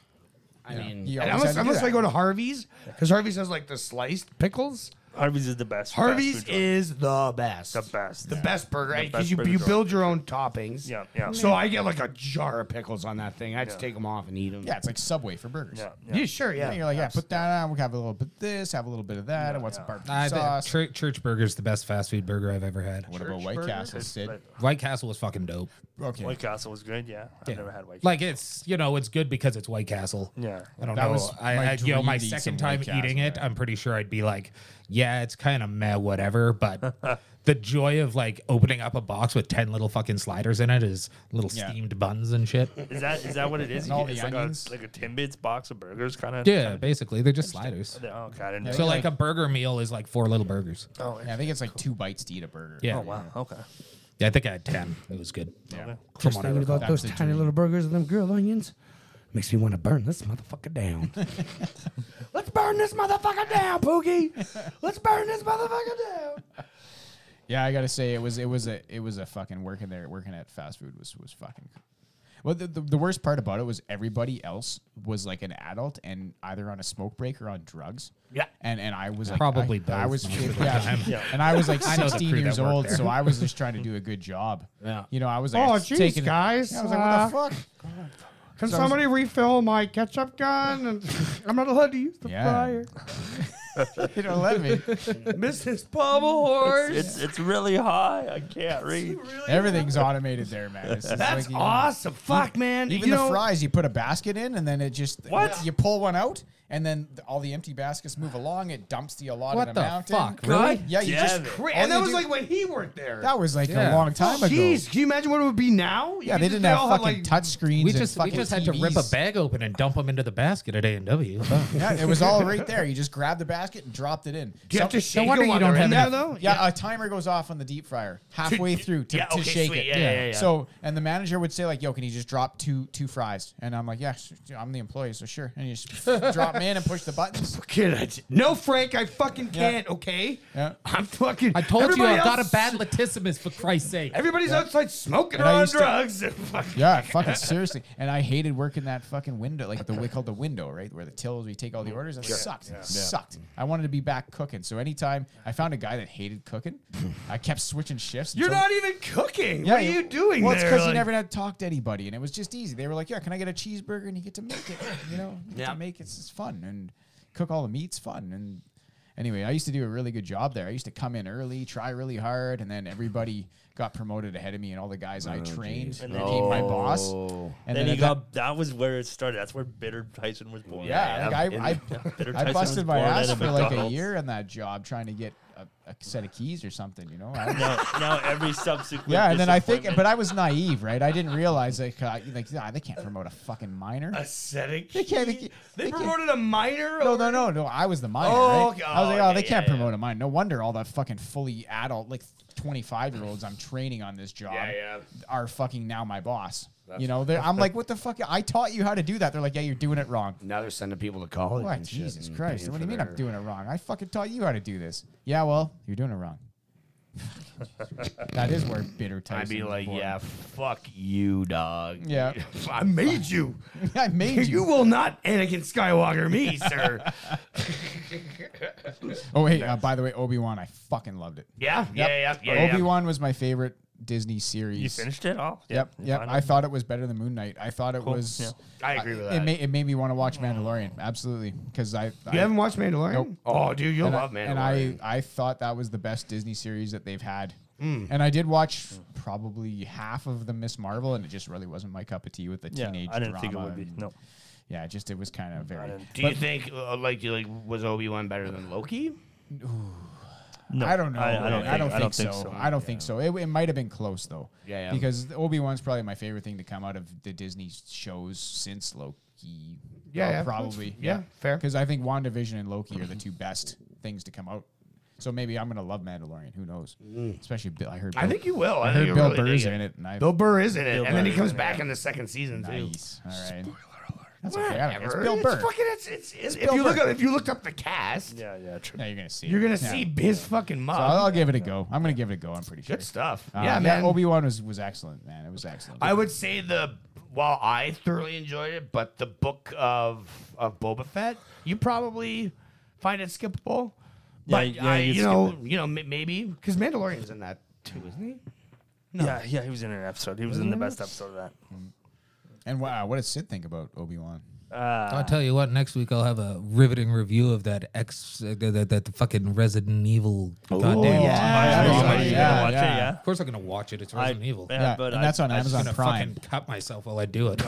Speaker 3: I mean,
Speaker 2: You always
Speaker 3: and
Speaker 2: had
Speaker 3: unless,
Speaker 2: to do
Speaker 3: unless
Speaker 2: that.
Speaker 3: I go to Harvey's, because Harvey's has like the sliced pickles.
Speaker 5: Harvey's is the best. fast
Speaker 3: Harvey's
Speaker 5: food joint.
Speaker 3: is the best.
Speaker 5: the best.
Speaker 3: The best burger.
Speaker 5: best
Speaker 3: Because you,
Speaker 5: burger
Speaker 3: you
Speaker 5: joint.
Speaker 3: build your own toppings.
Speaker 5: Yeah, yeah.
Speaker 3: So I get like a jar of pickles on that thing. I just
Speaker 5: Yeah.
Speaker 3: take them off and eat them.
Speaker 2: Yeah, it's like Subway for burgers.
Speaker 5: Yeah,
Speaker 3: Yeah,
Speaker 5: yeah.
Speaker 3: sure.
Speaker 2: Yeah,
Speaker 3: Yeah.
Speaker 2: you're like, yeah, put that on. We'll have a little bit of this, have a little bit of that. I want some barbecue
Speaker 1: I bet
Speaker 2: sauce.
Speaker 1: church, church burger's the best fast food burger I've ever had.
Speaker 2: what about
Speaker 5: Church
Speaker 2: White
Speaker 5: burger?
Speaker 2: Castle,
Speaker 5: It's
Speaker 2: Sid?
Speaker 5: like-
Speaker 1: White Castle was fucking dope.
Speaker 2: okay.
Speaker 5: White Castle was good. Yeah, I've never had White. Castle.
Speaker 1: Like it's you know it's good because it's White Castle.
Speaker 5: Yeah.
Speaker 1: I don't
Speaker 2: That
Speaker 1: know.
Speaker 2: was
Speaker 1: I,
Speaker 2: my
Speaker 1: I you know
Speaker 2: dream
Speaker 1: my
Speaker 2: to eat
Speaker 1: second
Speaker 2: some
Speaker 1: time
Speaker 2: White
Speaker 1: eating
Speaker 2: Castle,
Speaker 1: it, I'm pretty sure I'd be like, yeah, it's kind of meh, whatever. But the joy of like opening up a box with ten little fucking sliders in it is little
Speaker 2: Yeah.
Speaker 1: steamed buns and shit.
Speaker 5: Is that is that what it is?
Speaker 2: And all
Speaker 5: it's
Speaker 2: the
Speaker 5: like
Speaker 2: onions.
Speaker 5: a like a Timbits box of burgers, kind of.
Speaker 1: Yeah, basically they're just sliders.
Speaker 5: Oh, okay, I didn't know.
Speaker 1: So like a burger meal is like four little burgers.
Speaker 5: oh,
Speaker 2: Yeah, I think it's like two bites to eat a burger.
Speaker 1: Yeah.
Speaker 5: oh, wow. Okay.
Speaker 1: Yeah, I think I had ten. It was good.
Speaker 2: Yeah.
Speaker 1: From what I recall.
Speaker 2: about those That's the tiny dream.
Speaker 3: little burgers and them grilled onions. Makes me want to burn this motherfucker down. Let's burn this motherfucker down, Pookie. Let's burn this motherfucker down.
Speaker 2: Yeah, I gotta say it was it was a it was a fucking working there working at fast food was was fucking. Well, the, the, the worst part about it was everybody else was like an adult and either on a smoke break or on drugs.
Speaker 3: Yeah.
Speaker 2: and and I was like
Speaker 1: Probably
Speaker 2: I, I
Speaker 1: both
Speaker 2: was
Speaker 1: most of the
Speaker 2: yeah,
Speaker 1: time.
Speaker 5: Yeah.
Speaker 2: and I was like
Speaker 1: I know the
Speaker 2: sixteen
Speaker 1: crew that
Speaker 2: years
Speaker 1: worked
Speaker 2: old,
Speaker 1: there.
Speaker 2: so I was just trying to do a good job.
Speaker 3: Yeah.
Speaker 2: you know, I was like,
Speaker 3: Oh,
Speaker 2: just
Speaker 3: jeez,
Speaker 2: taking it-
Speaker 3: guys.
Speaker 2: Yeah, I was like,
Speaker 3: Uh,
Speaker 2: what the fuck?
Speaker 3: Can somebody refill my ketchup gun? And I'm not allowed to use the
Speaker 2: Yeah.
Speaker 3: fryer.
Speaker 2: You don't let me.
Speaker 3: Mrs. Bubble Horse.
Speaker 5: It's it's really high. I can't read.
Speaker 2: Everything's automated there, man. It's just
Speaker 3: That's
Speaker 2: like, you-
Speaker 3: awesome. Fuck, man.
Speaker 2: Even
Speaker 3: You
Speaker 2: the
Speaker 3: know-
Speaker 2: fries, you put a basket in, and then it just
Speaker 5: What?
Speaker 2: you pull one out, and then th- all the empty baskets move along. It dumps the allotted
Speaker 1: What the
Speaker 2: amount. in.
Speaker 1: fuck,
Speaker 3: God
Speaker 1: really?
Speaker 2: Yeah, you
Speaker 5: damn
Speaker 2: just
Speaker 5: it.
Speaker 3: Cra-
Speaker 2: all
Speaker 3: and that
Speaker 2: you
Speaker 3: was
Speaker 2: do-
Speaker 3: like when he worked there.
Speaker 2: that was like
Speaker 1: Yeah.
Speaker 2: a long time ago.
Speaker 3: Jeez, can you imagine what it would be now? You
Speaker 2: Yeah, they
Speaker 3: just-
Speaker 2: didn't have
Speaker 3: all
Speaker 2: fucking touch screens.
Speaker 1: We
Speaker 2: and
Speaker 1: just we
Speaker 2: fucking
Speaker 1: just had to rip a
Speaker 2: TVs.
Speaker 1: bag open and dump them into the basket at A and W.
Speaker 2: Yeah, it was all right there. You just grabbed the basket and dropped it in.
Speaker 3: Do you have
Speaker 2: Some-
Speaker 3: to shake
Speaker 1: wonder
Speaker 3: it
Speaker 1: you
Speaker 3: while
Speaker 1: don't
Speaker 3: they're in
Speaker 1: have
Speaker 3: there, though?
Speaker 2: yeah, a timer goes off on the deep fryer halfway through to,
Speaker 5: yeah,
Speaker 2: to
Speaker 5: okay,
Speaker 2: shake
Speaker 5: sweet.
Speaker 2: it.
Speaker 5: Yeah, yeah, yeah, yeah.
Speaker 2: So, and the manager would say like, "Yo, can you just drop two two fries?" And I'm like, "Yeah, sure, I'm the employee, so sure." And you just drop 'em in and push the buttons.
Speaker 3: Kid, I j- no, Frank, I fucking
Speaker 2: Yeah.
Speaker 3: can't. Okay,
Speaker 2: Yeah.
Speaker 3: I'm fucking.
Speaker 1: I told
Speaker 3: everybody
Speaker 1: you I've got a
Speaker 3: else-
Speaker 1: bad latissimus for Christ's sake.
Speaker 3: Everybody's outside smoking
Speaker 2: And
Speaker 3: or
Speaker 2: I
Speaker 3: on
Speaker 2: used to-
Speaker 3: drugs. and fucking-
Speaker 2: Yeah, fucking seriously. And I hated working that fucking window, like the we called the window, right, where the tills we take all the orders. That sucked. Sucked. I wanted to be back cooking. So anytime I found a guy that hated cooking, I kept switching shifts.
Speaker 3: You're
Speaker 2: until-
Speaker 3: not even cooking. what are you doing
Speaker 2: Well,
Speaker 3: there?
Speaker 2: it's because you
Speaker 3: Like,
Speaker 2: never had talked to anybody, and it was just easy. They were like, "Yeah, can I get a cheeseburger?" And you get to make it. You know, you get
Speaker 3: Yeah.
Speaker 2: to make it. it's just fun and cook all the meats. Fun and anyway, I used to do a really good job there. I used to come in early, try really hard, and then everybody got promoted ahead of me, and all the guys I trained
Speaker 5: And then-
Speaker 2: became my boss.
Speaker 3: Oh.
Speaker 2: And
Speaker 5: then he
Speaker 2: at that-
Speaker 5: got. That, was where it started. That's where Bitter Tyson was born.
Speaker 2: yeah, like I, I,
Speaker 5: Bitter
Speaker 2: I
Speaker 5: Tyson
Speaker 2: busted
Speaker 5: was
Speaker 2: my
Speaker 5: born out
Speaker 2: ass
Speaker 5: of
Speaker 2: for like a
Speaker 5: McDonald's.
Speaker 2: year in that job trying to get a, a set of keys or something, you know. I-
Speaker 5: now, now every subsequent.
Speaker 2: yeah, and then I think,
Speaker 5: disappointment-
Speaker 2: but I was naive, right? I didn't realize like, uh, like nah, they can't promote a fucking minor.
Speaker 3: Ascetic.
Speaker 2: They can't- they
Speaker 3: key?
Speaker 2: can't-
Speaker 3: They,
Speaker 2: they can't-
Speaker 3: promoted a minor.
Speaker 2: No,
Speaker 3: over-
Speaker 2: no, no, no. I was the minor.
Speaker 3: Oh,
Speaker 2: right?
Speaker 3: okay.
Speaker 2: I was like,
Speaker 3: Oh,
Speaker 2: oh,
Speaker 3: yeah,
Speaker 2: they
Speaker 3: yeah,
Speaker 2: can't
Speaker 3: yeah.
Speaker 2: promote a minor. No wonder all the fucking fully adult, like twenty-five year olds I'm training on this job
Speaker 3: Yeah, yeah.
Speaker 2: are fucking now my boss. you know, they're- I'm like, what the fuck? I taught you how to do that. They're like, yeah, you're doing it wrong.
Speaker 3: Now they're sending people to college.
Speaker 2: What?
Speaker 3: and shit
Speaker 2: Jesus
Speaker 3: and
Speaker 2: Christ.
Speaker 3: paying
Speaker 2: What do you
Speaker 3: for
Speaker 2: mean
Speaker 3: their-
Speaker 2: I'm doing it wrong? I fucking taught you how to do this. Yeah, well, you're doing it wrong. that is where bitter Tyson
Speaker 3: I'd be
Speaker 2: was
Speaker 3: like,
Speaker 2: born.
Speaker 3: yeah, fuck you, dog.
Speaker 2: Yeah.
Speaker 3: I made you.
Speaker 2: I made you.
Speaker 3: You will not Anakin Skywalker me, sir.
Speaker 2: Oh, hey, uh, by the way, Obi-Wan, I fucking loved it.
Speaker 3: Yeah, yeah, yeah, yeah. yeah.
Speaker 2: Obi-Wan was my favorite Disney series.
Speaker 5: you finished it Oh, all.
Speaker 2: Yep,
Speaker 5: you
Speaker 2: yep.
Speaker 5: find
Speaker 2: I
Speaker 5: it?
Speaker 2: thought it was better than Moon Knight. I thought it
Speaker 5: Cool,
Speaker 2: was.
Speaker 5: yeah.
Speaker 3: I agree with
Speaker 2: It,
Speaker 3: that.
Speaker 2: ma- it made me want to watch Mandalorian, absolutely, because I, I
Speaker 3: you haven't watched Mandalorian?
Speaker 2: Nope.
Speaker 3: Oh, dude, you'll
Speaker 2: and I-
Speaker 3: love Mandalorian.
Speaker 2: and I I thought that was the best Disney series that they've had.
Speaker 3: Mm.
Speaker 2: And I did watch probably half of the Miss Marvel, and it just really wasn't my cup of tea with the
Speaker 5: Yeah,
Speaker 2: teenage
Speaker 5: I didn't
Speaker 2: drama.
Speaker 5: think it would be.
Speaker 2: and-
Speaker 5: No,
Speaker 2: Yeah, it just it was kind of very.
Speaker 5: didn't-
Speaker 3: Do you think uh, like you like was Obi Wan better than Loki?
Speaker 5: no.
Speaker 2: I don't know.
Speaker 5: I, don't.
Speaker 2: man. I don't,
Speaker 5: think, I don't think
Speaker 2: so.
Speaker 5: so.
Speaker 2: I don't think so. It, it might have been close though.
Speaker 3: Yeah, yeah.
Speaker 2: Because Obi Wan's probably my favorite thing to come out of the Disney shows since Loki.
Speaker 3: Yeah,
Speaker 2: Well,
Speaker 3: yeah.
Speaker 2: probably.
Speaker 3: That's- yeah, fair.
Speaker 2: Because I think WandaVision and Loki are the two best things to come out. So maybe I'm gonna love Mandalorian. Who knows? Especially Bill. I heard. Bill,
Speaker 3: I think you will.
Speaker 2: I
Speaker 3: I, think
Speaker 2: heard
Speaker 3: you'll
Speaker 2: Bill
Speaker 3: really dig
Speaker 2: Burr's in it, and I.
Speaker 3: Bill Burr is in it,
Speaker 5: Mm. Bill
Speaker 3: and then he
Speaker 5: Burr's
Speaker 3: comes
Speaker 5: in it,
Speaker 3: back
Speaker 5: yeah.
Speaker 3: in the second season too.
Speaker 2: nice. All right. That's okay. I don't, it's
Speaker 3: Whatever.
Speaker 2: Bill Burr.
Speaker 3: fucking, it's, it's, it's- if
Speaker 2: Bill
Speaker 3: you look
Speaker 2: Burr.
Speaker 3: up, if you looked up the cast,
Speaker 5: Yeah, yeah, true.
Speaker 2: yeah, you're gonna see.
Speaker 3: you're
Speaker 2: it.
Speaker 3: gonna
Speaker 2: Yeah.
Speaker 3: see his fucking mug.
Speaker 2: So I'll, I'll give it a go. I'm gonna give it a go. I'm pretty sure.
Speaker 3: Good stuff.
Speaker 2: Uh,
Speaker 3: yeah, man.
Speaker 2: Obi Wan was was excellent, man. It was excellent.
Speaker 3: I would say the while I thoroughly enjoyed it, but the book of of Boba Fett, you probably find it skippable. But
Speaker 5: yeah,
Speaker 3: I,
Speaker 5: you
Speaker 3: you
Speaker 5: skip
Speaker 3: know, you know, m- maybe because Mandalorian's in that too, isn't he?
Speaker 5: Yeah, yeah, he was in an episode. He was in the best episode of
Speaker 2: And wow, what does Sid think about Obi Wan?
Speaker 5: that. Uh,
Speaker 1: I'll tell you what. Next week, I'll have a riveting review of that ex, uh, that, that the fucking Resident Evil. goddamn.
Speaker 5: Oh, yeah,
Speaker 2: Oh, yeah,
Speaker 5: drama,
Speaker 2: yeah,
Speaker 5: you
Speaker 2: yeah,
Speaker 5: gotta watch
Speaker 2: yeah.
Speaker 5: it, yeah.
Speaker 1: Of course, I'm gonna watch it. It's
Speaker 5: I-
Speaker 1: Resident Evil.
Speaker 5: yeah,
Speaker 2: Yeah,
Speaker 5: but
Speaker 2: and
Speaker 5: I-
Speaker 2: that's on
Speaker 1: I'm just
Speaker 2: Amazon
Speaker 1: gonna
Speaker 2: Prime.
Speaker 1: fucking cut myself while I do it.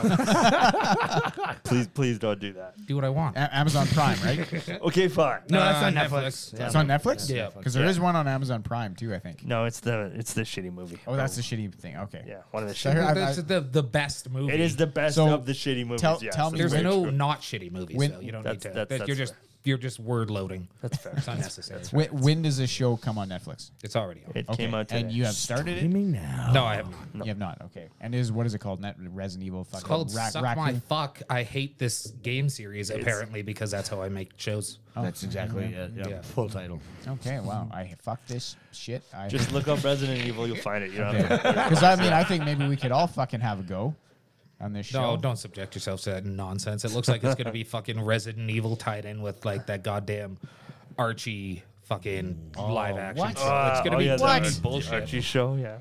Speaker 5: Please, please don't do that.
Speaker 1: do what I want.
Speaker 2: A- Amazon Prime, right?
Speaker 5: Okay, fine.
Speaker 3: No,
Speaker 1: Uh,
Speaker 3: that's on Netflix.
Speaker 1: Netflix.
Speaker 3: Yeah.
Speaker 2: It's on Netflix.
Speaker 1: Yeah.
Speaker 2: because there is one on Amazon Prime too. I think.
Speaker 5: No, it's the it's the shitty movie.
Speaker 2: Oh, that's the shitty thing. Okay.
Speaker 5: yeah, one of the
Speaker 2: I
Speaker 5: shitty.
Speaker 2: heard- I-
Speaker 1: That's the the best movie.
Speaker 5: It is the best
Speaker 2: So,
Speaker 5: of the shitty movies.
Speaker 2: tell-
Speaker 5: yes,
Speaker 2: tell me
Speaker 5: that's
Speaker 1: There's
Speaker 2: Which-
Speaker 5: very
Speaker 1: no
Speaker 5: true.
Speaker 1: not shitty movies.
Speaker 2: When-
Speaker 1: though. You don't
Speaker 5: That's-
Speaker 1: need to.
Speaker 5: that's-
Speaker 1: you're
Speaker 5: that's
Speaker 1: just
Speaker 5: fair.
Speaker 1: you're just word loading.
Speaker 5: That's fair.
Speaker 1: It's unnecessary.
Speaker 2: When, when does this show come on Netflix?
Speaker 1: It's already on.
Speaker 5: It
Speaker 2: Okay.
Speaker 5: came out today.
Speaker 2: and you have started it.
Speaker 3: Streaming now.
Speaker 1: no, I have not.
Speaker 2: You have not. Okay. And is what is it called? Net Resident Evil.
Speaker 1: It's called Suck My Fuck. I hate this game series apparently because that's how I make shows.
Speaker 3: That's exactly it. Yeah.
Speaker 1: Yeah.
Speaker 3: Full title.
Speaker 2: Oh. Okay. Wow. I fuck this shit. I
Speaker 5: Just look up Resident Evil, you'll find it. You don't have to-
Speaker 2: because I mean I think maybe we could all fucking have a go on this show.
Speaker 1: No, don't subject yourself to that nonsense. It looks like it's going to be fucking Resident Evil tied in with like that goddamn Archie fucking live action.
Speaker 2: what?
Speaker 1: So it's
Speaker 5: Uh,
Speaker 1: going to
Speaker 5: oh,
Speaker 1: be
Speaker 5: yeah, the
Speaker 1: fucking
Speaker 5: Archie-
Speaker 1: bullshit.
Speaker 5: Archie show, yeah.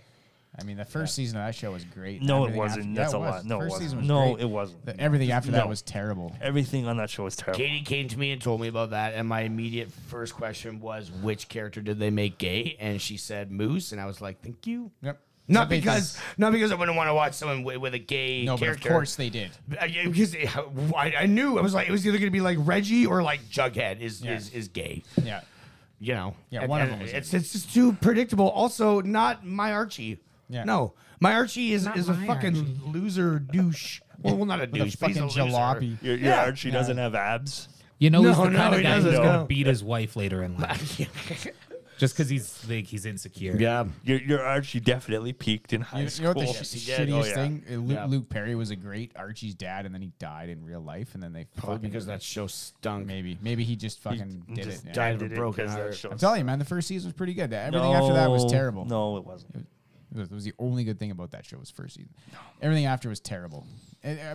Speaker 2: I mean the first season of that show was great.
Speaker 5: No, it
Speaker 2: Everything after-
Speaker 5: wasn't.
Speaker 2: Yeah,
Speaker 5: That's
Speaker 2: it
Speaker 5: a
Speaker 2: was.
Speaker 5: lot. No, it
Speaker 2: First
Speaker 5: wasn't.
Speaker 2: season was
Speaker 5: No,
Speaker 2: great.
Speaker 5: it wasn't.
Speaker 2: The- everything after that
Speaker 5: No.
Speaker 2: was terrible.
Speaker 5: Everything on that show was terrible.
Speaker 3: Katie came to me and told me about that, and my immediate first question was, "Which character did they make gay?" And she said Moose, and I was like, "Thank you."
Speaker 2: Yep.
Speaker 3: Not
Speaker 2: They-
Speaker 3: because, not because I wouldn't want to watch someone with, with a gay
Speaker 2: No, but of
Speaker 3: character.
Speaker 2: course they did.
Speaker 3: Uh, yeah, because it- I, I knew I was like it was either going to be like Reggie or like Jughead is
Speaker 2: Yeah.
Speaker 3: is, is gay,
Speaker 2: Yeah.
Speaker 3: you know.
Speaker 2: Yeah,
Speaker 3: And-
Speaker 2: one of
Speaker 3: and
Speaker 2: them was
Speaker 3: It's it's just too predictable. Also, not my Archie.
Speaker 2: Yeah.
Speaker 3: No, my Archie is is a
Speaker 1: my
Speaker 3: fucking
Speaker 1: Archie.
Speaker 3: loser douche. Well, well, not a
Speaker 2: The
Speaker 3: douche, but he's a
Speaker 2: fucking jalopy.
Speaker 5: Your, your
Speaker 3: Yeah.
Speaker 5: Archie doesn't have abs.
Speaker 1: You know, he's
Speaker 3: No,
Speaker 1: the
Speaker 3: no,
Speaker 1: kind of
Speaker 3: he
Speaker 1: guy who's
Speaker 3: doesn't.
Speaker 1: going
Speaker 3: No.
Speaker 1: to beat his wife later in life
Speaker 3: loser.
Speaker 1: just because he's like he's insecure.
Speaker 3: yeah.
Speaker 5: Your, your Archie definitely peaked in high
Speaker 2: You, you know
Speaker 5: school.
Speaker 2: what the
Speaker 5: Yes,
Speaker 2: sh-
Speaker 5: he did.
Speaker 2: shittiest
Speaker 5: Oh, yeah.
Speaker 2: thing? Uh, Luke,
Speaker 3: Yeah.
Speaker 2: Luke Perry was a great Archie's dad, and then he died in real life, and then they
Speaker 3: Probably
Speaker 2: fucking-
Speaker 3: because that show stunk.
Speaker 2: maybe maybe he just fucking did
Speaker 5: Just
Speaker 2: it. yeah.
Speaker 3: died of a
Speaker 5: did it
Speaker 3: broken
Speaker 5: 'cause that
Speaker 3: heart.
Speaker 5: show
Speaker 2: I'm telling you, man, the first season was pretty good. Everything after that was
Speaker 5: No,
Speaker 2: terrible.
Speaker 5: No, it wasn't.
Speaker 2: It was, it was the only good thing about that show was first season. Everything after was terrible, It, uh,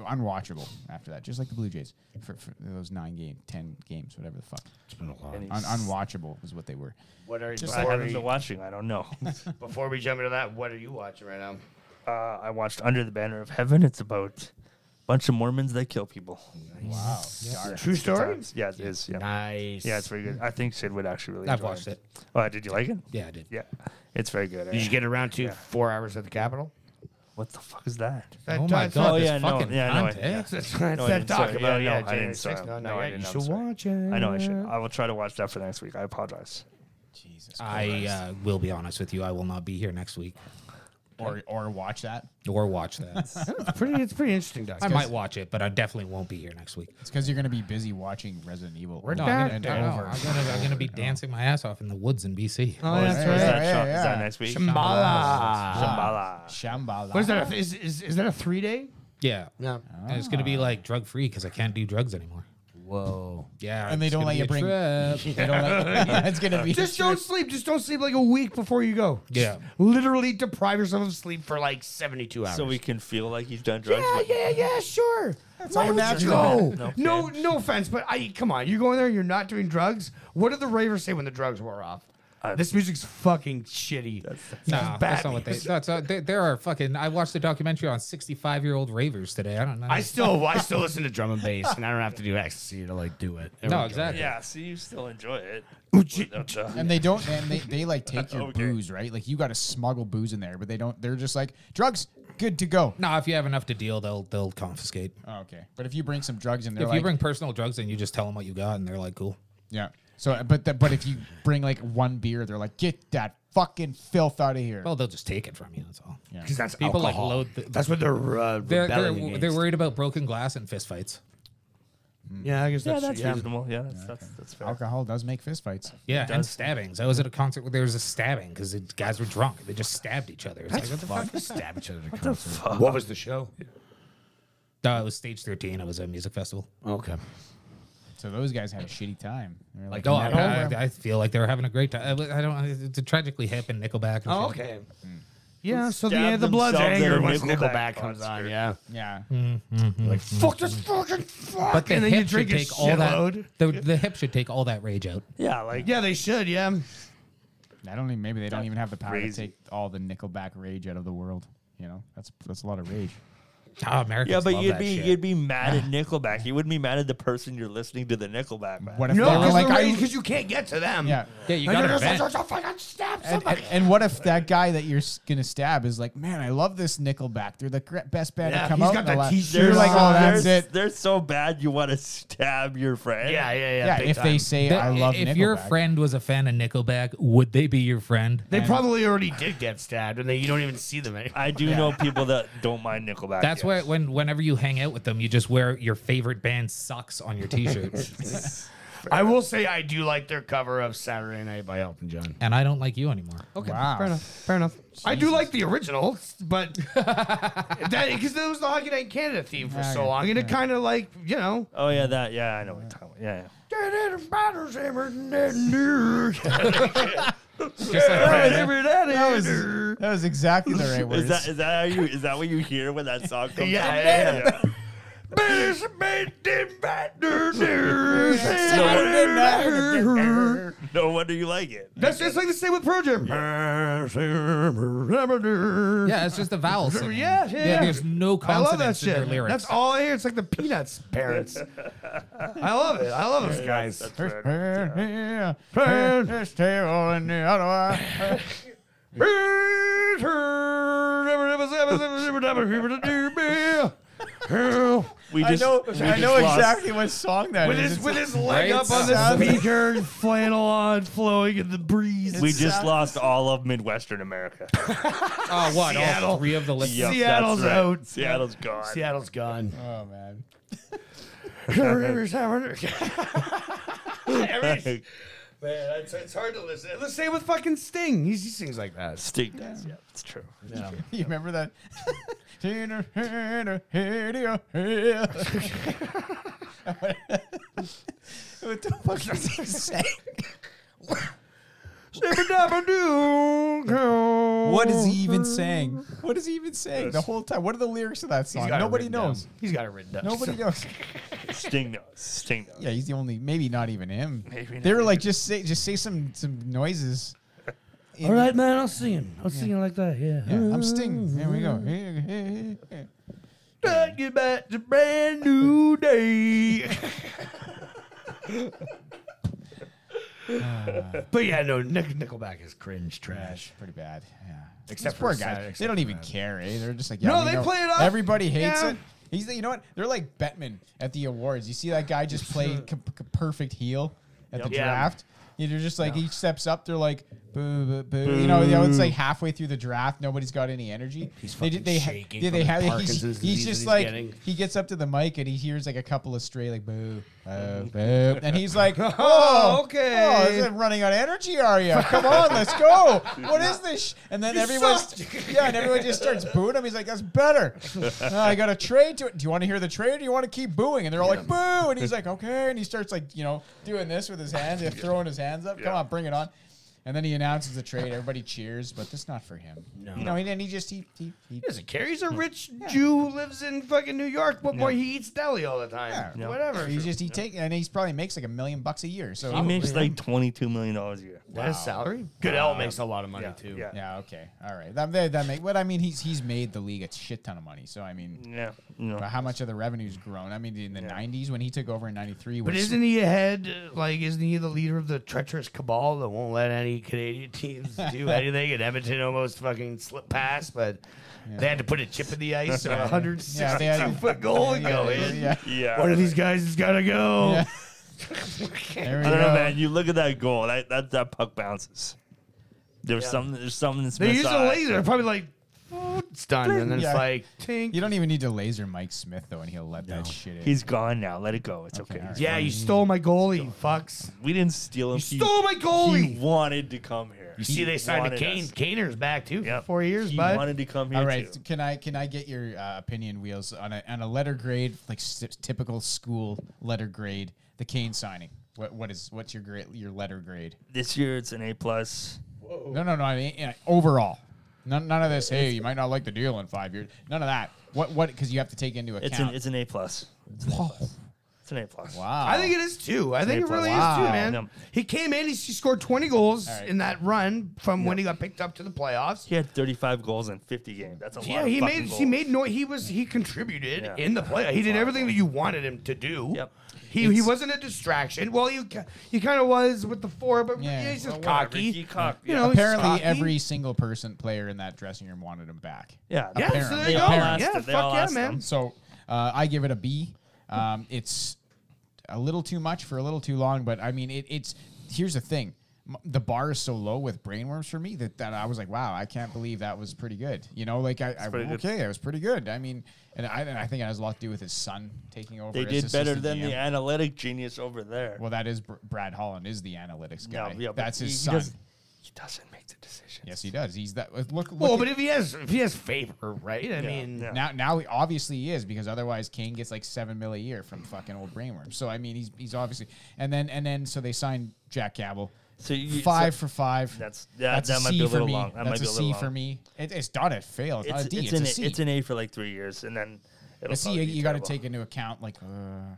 Speaker 2: unwatchable after that. Just like the Blue Jays for, for those nine game, ten games, whatever the fuck. Un- unwatchable was what they were.
Speaker 3: What are
Speaker 5: I
Speaker 3: before,
Speaker 5: haven't been
Speaker 3: we,
Speaker 5: watching. I don't know.
Speaker 3: before we jump into that? What are you watching right now?
Speaker 5: uh, I watched Under the Banner of Heaven. It's about a bunch of Mormons that kill people.
Speaker 2: Wow, dark.
Speaker 3: True story.
Speaker 5: Times. Yeah, it is. Yeah.
Speaker 3: Nice.
Speaker 5: yeah, it's very good. I think Sid would actually really
Speaker 1: I've
Speaker 5: enjoy
Speaker 1: watched it.
Speaker 5: Oh, did you like it?
Speaker 1: Yeah, I did.
Speaker 5: Yeah. It's very good.
Speaker 3: Did
Speaker 5: eh?
Speaker 3: you get around to four hours at the Capitol?
Speaker 5: what the fuck is that?
Speaker 1: Oh my
Speaker 3: That's-
Speaker 1: god!
Speaker 5: Oh,
Speaker 1: this
Speaker 5: yeah, no,
Speaker 1: fucking
Speaker 5: yeah, no, I-
Speaker 1: content.
Speaker 5: yeah.
Speaker 3: That's that's
Speaker 5: No, I
Speaker 3: that
Speaker 5: didn't
Speaker 3: talk
Speaker 5: see it. Yeah,
Speaker 3: about
Speaker 5: no, I
Speaker 3: yeah,
Speaker 5: didn't
Speaker 3: January
Speaker 5: see it.
Speaker 3: 6th. No,
Speaker 5: No,
Speaker 3: no,
Speaker 5: I
Speaker 3: yeah,
Speaker 5: didn't.
Speaker 3: you
Speaker 5: I'm
Speaker 3: should
Speaker 5: sorry.
Speaker 3: watch it.
Speaker 5: I know I should. I will try to watch that for next week. I apologize.
Speaker 2: Jesus,
Speaker 1: I uh, will be honest with you. I will not be here next week
Speaker 2: or or watch that.
Speaker 1: or watch that.
Speaker 3: It's pretty. It's pretty interesting. Doc.
Speaker 1: I might watch it, but I definitely won't be here next week.
Speaker 2: It's because you're gonna be busy watching Resident Evil.
Speaker 3: We're
Speaker 2: over
Speaker 1: No,
Speaker 3: Back
Speaker 1: I'm
Speaker 2: and
Speaker 1: gonna,
Speaker 2: and
Speaker 1: no, no,
Speaker 2: over.
Speaker 1: I'm gonna, I'm gonna be dancing my ass off in the woods in BC.
Speaker 3: Oh,
Speaker 5: is,
Speaker 3: that's
Speaker 5: is
Speaker 3: right.
Speaker 5: that
Speaker 2: Yeah,
Speaker 5: shot-
Speaker 2: yeah,
Speaker 5: is that
Speaker 2: yeah.
Speaker 5: next week?
Speaker 3: Shambhala.
Speaker 5: Shambhala.
Speaker 2: Shambhala.
Speaker 3: What is that? a- Is, is, is that a three day?
Speaker 1: Yeah,
Speaker 3: No.
Speaker 1: and it's gonna be like drug free because I can't do drugs anymore.
Speaker 3: Ah. Whoa.
Speaker 1: Yeah,
Speaker 2: And they
Speaker 1: it's
Speaker 2: don't
Speaker 1: gonna
Speaker 2: let
Speaker 1: be
Speaker 2: you
Speaker 1: a
Speaker 2: bring.
Speaker 1: trip.
Speaker 2: They don't let. That's gonna be.
Speaker 3: Just don't sleep. Just don't sleep like a week before you go.
Speaker 1: Yeah.
Speaker 3: Just literally deprive yourself of sleep for like seventy two hours.
Speaker 5: So we can feel like he's done drugs.
Speaker 3: Yeah,
Speaker 5: but-
Speaker 3: yeah, yeah. Sure. That's
Speaker 2: all
Speaker 3: go?
Speaker 2: natural.
Speaker 5: No
Speaker 3: No,
Speaker 5: offense.
Speaker 3: no offense, but I come on. You're going there. You're not doing drugs. What did the ravers say when the drugs wore off?
Speaker 5: I-
Speaker 3: this music's fucking shitty.
Speaker 1: No, that's not what they.
Speaker 3: Batman.
Speaker 1: That's uh, they, there are fucking. I watched a documentary on 65 year old ravers today. I don't know.
Speaker 3: I still, I still listen to drum and bass, and I don't have to do ecstasy to like do it. There we
Speaker 1: no,
Speaker 3: go.
Speaker 1: exactly.
Speaker 5: Yeah, so you still enjoy it.
Speaker 3: Would you-
Speaker 5: Without the-
Speaker 2: And they don't, and they, they like take your
Speaker 5: Okay.
Speaker 2: booze, right? Like you got to smuggle booze in there, but they don't. They're just like drugs, good to go.
Speaker 1: No, if you have enough to deal, they'll they'll confiscate.
Speaker 2: Oh, okay, but if you bring some drugs in, they're
Speaker 1: if
Speaker 2: like,
Speaker 1: you bring personal drugs, then you just tell them what you got, and they're like, "Cool."
Speaker 2: yeah. So, but the, but if you bring like one beer, they're like, get that fucking filth out of here.
Speaker 1: Well, they'll just take it from you. That's all. Yeah.
Speaker 3: because that's
Speaker 1: People, like,
Speaker 3: alcohol.
Speaker 1: load the-
Speaker 3: that's what they're uh,
Speaker 1: They're they're,
Speaker 3: rebelling against.
Speaker 1: they're worried about broken glass and fistfights.
Speaker 3: yeah, I guess
Speaker 5: yeah,
Speaker 3: that's,
Speaker 5: that's
Speaker 3: yeah.
Speaker 5: reasonable. Yeah, that's, that's, that's fair.
Speaker 2: Alcohol does make fistfights.
Speaker 1: Yeah, and stabbings. I was at a concert where there was a stabbing because the guys were drunk. They just stabbed each other. It's like, what the fuck?
Speaker 3: Stab each other. What, the fuck? what was the show?
Speaker 1: No, it was stage 13. It was a music festival.
Speaker 3: Okay.
Speaker 2: So those guys had a shitty time. They were
Speaker 1: Like,
Speaker 2: Like,
Speaker 1: oh, I,
Speaker 2: "Never."
Speaker 1: I, I feel like they were having a great time. I, I don't. It's a tragically hip and Nickelback. And
Speaker 3: Oh,
Speaker 1: shit.
Speaker 3: okay. yeah, so the,
Speaker 5: stab
Speaker 3: yeah, the Blood's
Speaker 5: themselves in
Speaker 3: anger
Speaker 5: a
Speaker 3: once
Speaker 5: Nickelback
Speaker 3: Nickelback comes on,
Speaker 5: concert.
Speaker 3: yeah.
Speaker 2: Yeah.
Speaker 3: Like, fuck this fucking fuck.
Speaker 1: But the
Speaker 3: and then you
Speaker 1: hip should
Speaker 3: drink a
Speaker 1: take all that.
Speaker 3: shitload.
Speaker 1: The, the hip should take all that rage out.
Speaker 5: Yeah, like
Speaker 3: Yeah, they should, yeah.
Speaker 2: I don't even, maybe they don't even have the power
Speaker 5: crazy.
Speaker 2: to take all the Nickelback rage out of the world. You know, that's that's a lot of rage.
Speaker 1: Oh, Americans
Speaker 5: Yeah, but
Speaker 1: love
Speaker 5: you'd
Speaker 1: that
Speaker 5: be
Speaker 1: shit.
Speaker 5: you'd be mad at Nickelback. You wouldn't be mad at the person you're listening to the Nickelback. Man.
Speaker 2: What if
Speaker 3: No,
Speaker 2: they were
Speaker 3: because
Speaker 2: like, I,
Speaker 3: you can't get to them.
Speaker 2: yeah.
Speaker 1: yeah, you
Speaker 3: And
Speaker 1: got
Speaker 3: you're
Speaker 1: to
Speaker 3: just like,
Speaker 1: vent.
Speaker 3: "Just don't fucking stab
Speaker 2: And,
Speaker 3: somebody.
Speaker 2: and, and what if that guy that you're s- gonna stab is like, man, I love this Nickelback. They're the gr- best band
Speaker 3: Yeah,
Speaker 2: to come
Speaker 3: he's
Speaker 2: out.
Speaker 3: got
Speaker 2: in a
Speaker 3: that
Speaker 2: lot."
Speaker 3: t-shirt
Speaker 2: You're like,
Speaker 3: on.
Speaker 2: oh, that's
Speaker 5: they're,
Speaker 2: it.
Speaker 5: They're so bad you want to stab your friend.
Speaker 3: yeah, yeah, yeah.
Speaker 2: Yeah,
Speaker 3: big
Speaker 2: if they
Speaker 3: time.
Speaker 2: say
Speaker 1: That-
Speaker 2: I love
Speaker 1: if
Speaker 2: Nickelback,
Speaker 1: your friend was a fan of Nickelback, would they be your friend?
Speaker 3: They probably already did get stabbed, and they, you don't even see them anymore.
Speaker 5: I do know people that don't mind Nickelback.
Speaker 1: That's
Speaker 5: yes.
Speaker 1: why when whenever you hang out with them, you just wear your favorite band socks on your t-shirt.
Speaker 3: I will say I do like their cover of Saturday Night by Elton John.
Speaker 1: and I don't like you anymore.
Speaker 3: Okay,
Speaker 2: Wow.
Speaker 3: fair enough. Fair enough. I do like the original, but that because it was the Hockey Night in Canada theme for so long, and it kind of like you know.
Speaker 5: Oh yeah, that yeah, I know what you're talking about. Yeah. yeah.
Speaker 1: Just like
Speaker 2: that was that was exactly the right words.
Speaker 5: Is that is that how you is that what you hear when that song comes
Speaker 3: Yeah,
Speaker 5: on?
Speaker 3: yeah,
Speaker 5: yeah. No wonder you like it.
Speaker 3: That's just like the same with Pro Jam. Yeah,
Speaker 1: yeah, it's just the vowel singing.
Speaker 3: Yeah, yeah, yeah.
Speaker 1: There's no
Speaker 3: I
Speaker 1: consonants
Speaker 3: love that
Speaker 1: in their
Speaker 3: shit.
Speaker 1: lyrics.
Speaker 3: That's all I hear. It's like the Peanuts parents. I love it. I love those guys.
Speaker 5: That's
Speaker 2: First
Speaker 5: right.
Speaker 2: prayer here, first table in the Ottawa.
Speaker 5: We
Speaker 2: I
Speaker 5: just
Speaker 2: know,
Speaker 5: we
Speaker 2: I
Speaker 5: just
Speaker 2: know
Speaker 5: lost-
Speaker 2: exactly what song that is.
Speaker 3: With his,
Speaker 2: It's
Speaker 3: with his leg
Speaker 1: Right?
Speaker 3: up on the
Speaker 2: Sounds-
Speaker 3: speaker, flannel on, flowing in the breeze.
Speaker 5: We just lost all of Midwestern America.
Speaker 1: oh, what?
Speaker 3: Seattle.
Speaker 1: All three of the lists.
Speaker 5: Yep, that's
Speaker 3: Seattle's
Speaker 5: right.
Speaker 3: out.
Speaker 5: Seattle's gone.
Speaker 3: Seattle's gone.
Speaker 2: oh man,
Speaker 3: Everybody's having- Everybody's- Man, it's, it's hard to listen. The same with fucking Sting. He's, he sings like that.
Speaker 5: Sting does. Yeah, it's true.
Speaker 2: you remember that? what the fuck was he saying? What is he even saying? What is he even saying the whole time? What are the lyrics of that song?
Speaker 3: got it
Speaker 2: Nobody
Speaker 3: written down.
Speaker 2: knows.
Speaker 3: He's got it written up.
Speaker 2: Nobody knows.
Speaker 5: Sting knows. Sting knows.
Speaker 2: Yeah, he's the only. Maybe not even him.
Speaker 5: Maybe not
Speaker 2: they were like, just say, just say some some noises.
Speaker 3: All right, man, I'll sing. I'll sing like that, yeah.
Speaker 2: Yeah, I'm Sting. Here we go.
Speaker 3: Thank you, but it's a brand new day. but yeah, no, Nick, Nickelback is cringe trash.
Speaker 2: Pretty bad. Yeah.
Speaker 3: Except
Speaker 2: These poor
Speaker 3: for
Speaker 2: guys.
Speaker 3: Saturday,
Speaker 2: they
Speaker 3: except
Speaker 2: don't
Speaker 3: for
Speaker 2: even
Speaker 3: that.
Speaker 2: care. Eh? They're just like,
Speaker 3: No,
Speaker 2: yeah, we
Speaker 3: they
Speaker 2: know-
Speaker 3: play it off.
Speaker 2: Everybody hates
Speaker 3: Yeah.
Speaker 2: it. He's the, you know what? They're like Bettman at the awards. You see that guy just play c- c- perfect heel at the
Speaker 3: Yeah.
Speaker 2: draft. Yeah, They're just like each steps up. They're like, boo, boo, boo. You know, you know, it's like halfway through the draft. Nobody's got any energy. He's
Speaker 3: fucking shaking
Speaker 2: Yeah, they
Speaker 3: from the
Speaker 2: have. He's,
Speaker 3: Parkinson's
Speaker 2: he's
Speaker 3: disease that
Speaker 2: just
Speaker 3: he's
Speaker 2: like
Speaker 3: getting.
Speaker 2: he gets up to the mic and he hears like a couple of stray like boo, boo, boo, and he's like, oh,
Speaker 3: okay.
Speaker 2: oh, is it running on energy? Are you? Come on, let's go. What is this? sh-" And then
Speaker 3: You
Speaker 2: everyone's
Speaker 3: sucked.
Speaker 2: yeah, and everyone just starts booing him. He's like, that's better. "No, I got a trade to it. Do you want to hear the trade? Or do you want to keep booing? And they're all like, boo. And he's like, okay. And he starts like you know doing this with his hands, and throwing his hands up. Come
Speaker 5: Yeah.
Speaker 2: on, bring it on. And then he announces the trade. Everybody cheers, but that's not for him. No, you know, and then he just he he, he
Speaker 3: He doesn't care. He's a rich Jew who lives in fucking New York, but boy, he eats deli all the time.
Speaker 2: Yeah.
Speaker 3: Whatever.
Speaker 2: He's just he take and he's probably makes like a million bucks a year. So
Speaker 5: He makes like $22 million a year.
Speaker 3: that is salary. Goodell makes a lot of money
Speaker 5: Yeah,
Speaker 3: too.
Speaker 5: yeah.
Speaker 2: yeah, okay, all right. That that, that make. But I mean, he's he's made the league a shit ton of money. So I mean,
Speaker 5: Yeah. No.
Speaker 2: but how much of the revenue's grown? I mean, in the '90s when he took over in '93,
Speaker 3: But isn't he ahead? Like, isn't he the leader of the treacherous cabal that won't let any Canadian teams do anything? And Edmonton almost fucking slipped past, but they had to put a chip in the ice or a 162
Speaker 2: Yeah, they had-
Speaker 3: foot goal and go in.
Speaker 2: Yeah,
Speaker 5: Yeah.
Speaker 3: One of these guys has got to go.
Speaker 2: Yeah. there we
Speaker 5: I don't
Speaker 2: go.
Speaker 5: know, man. You look at that goal. That that, that puck bounces. There's something. There's something that's
Speaker 3: They use a
Speaker 5: misaligned.
Speaker 3: laser. Probably like, "Oh, it's done. And then
Speaker 2: Yeah.
Speaker 3: it's like, tink.
Speaker 2: You don't even need to laser Mike Smith though, and he'll let that shit in.
Speaker 5: He's gone now. Let it go. It's okay.
Speaker 2: all right.
Speaker 3: Yeah, you stole my goalie, you fucks.
Speaker 5: We didn't steal him.
Speaker 3: You
Speaker 5: He-
Speaker 3: stole my
Speaker 5: He
Speaker 3: goalie.
Speaker 5: wanted to come here.
Speaker 3: You see, they signed a Kane.
Speaker 5: Us.
Speaker 3: Kaner's back too. for
Speaker 5: Yep.
Speaker 3: Four years,
Speaker 5: He
Speaker 3: bud.
Speaker 5: wanted to come here.
Speaker 2: All right,
Speaker 5: too.
Speaker 2: can I can I get your uh, opinion, Wheels, on a on a letter grade like s- typical school letter grade, the Kane signing? What what is what's your grade your letter grade?
Speaker 5: This year it's an A plus.
Speaker 2: No, no, no. I mean, yeah, overall, None, none of this. Hey, you might not like the deal in five years. None of that. What? What? Because you have to take into account.
Speaker 5: It's an it's an A plus. It's an A plus. It's an A plus.
Speaker 2: wow.
Speaker 3: I think it is too. I think it
Speaker 5: April.
Speaker 3: really is too,
Speaker 2: Wow.
Speaker 3: man.
Speaker 5: Yeah.
Speaker 3: He came in, he, he scored 20 goals
Speaker 2: All right.
Speaker 3: in that run from when he got picked up to the playoffs.
Speaker 5: He had 35 goals in 50 games. That's a lot.
Speaker 3: Yeah,
Speaker 5: of
Speaker 3: he
Speaker 5: fucking
Speaker 3: made he
Speaker 5: goals.
Speaker 3: made no he was he contributed
Speaker 5: Yeah.
Speaker 3: in the play. He did everything that you wanted him to do.
Speaker 5: Yep.
Speaker 3: He, he wasn't a distraction. Well, you ki- he kind of was with the four, but
Speaker 2: Yeah.
Speaker 3: yeah, he's just
Speaker 5: Well, whatever.
Speaker 3: cocky.
Speaker 5: He cock-
Speaker 3: You
Speaker 5: yeah.
Speaker 3: know, he's
Speaker 2: apparently
Speaker 3: cocky.
Speaker 2: every single person player in that dressing room wanted him back.
Speaker 5: Yeah.
Speaker 3: yeah. So there
Speaker 2: apparently-
Speaker 3: you go.
Speaker 5: apparently-
Speaker 3: Yeah,
Speaker 5: They all
Speaker 3: fuck yeah,
Speaker 5: asked
Speaker 3: man.
Speaker 5: him.
Speaker 2: So uh, I give it a B. Um, it's a little too much for a little too long, but I mean, it, it's here's the thing. M- The bar is so low with brainworms for me that, that I was like, wow, I can't believe that was pretty good. You know, like I, I
Speaker 5: pretty good.
Speaker 2: okay, that was pretty good. I mean, and I, and I think it has a lot to do with his son taking over. as
Speaker 5: They did better
Speaker 2: assistant
Speaker 5: than the
Speaker 2: GM.
Speaker 5: analytic genius over there.
Speaker 2: well, that is Br- Brad Holland is the analytics
Speaker 5: No,
Speaker 2: guy.
Speaker 5: yeah, but
Speaker 2: That's
Speaker 5: he-
Speaker 2: his
Speaker 5: he
Speaker 2: son.
Speaker 5: does- He doesn't make the decisions.
Speaker 2: yes, he does. He's that. Look, look
Speaker 3: Well,
Speaker 2: at-
Speaker 3: but if he has if he has favor, right? I mean,
Speaker 5: yeah.
Speaker 2: Now, now he obviously he is because otherwise Kane gets like seven mil a year from fucking old brainworm. So I mean, he's he's obviously and then and then so they signed Jack Campbell.
Speaker 5: So you-
Speaker 2: five
Speaker 5: so-
Speaker 2: for five.
Speaker 5: That's- that- that might be a
Speaker 2: for
Speaker 5: little
Speaker 2: me.
Speaker 5: long. That
Speaker 2: that's
Speaker 5: might
Speaker 2: a
Speaker 5: be a
Speaker 2: C
Speaker 5: little
Speaker 2: for
Speaker 5: long.
Speaker 2: me. It, it's not a fail. It's,
Speaker 5: It's,
Speaker 2: not a D. It's,
Speaker 5: it's, an,
Speaker 2: a
Speaker 5: A-
Speaker 2: C.
Speaker 5: it's an A for like three years, and then it'll
Speaker 2: But see,
Speaker 5: probably
Speaker 2: you,
Speaker 5: be
Speaker 2: got to
Speaker 5: terrible.
Speaker 2: take into account like. Uh,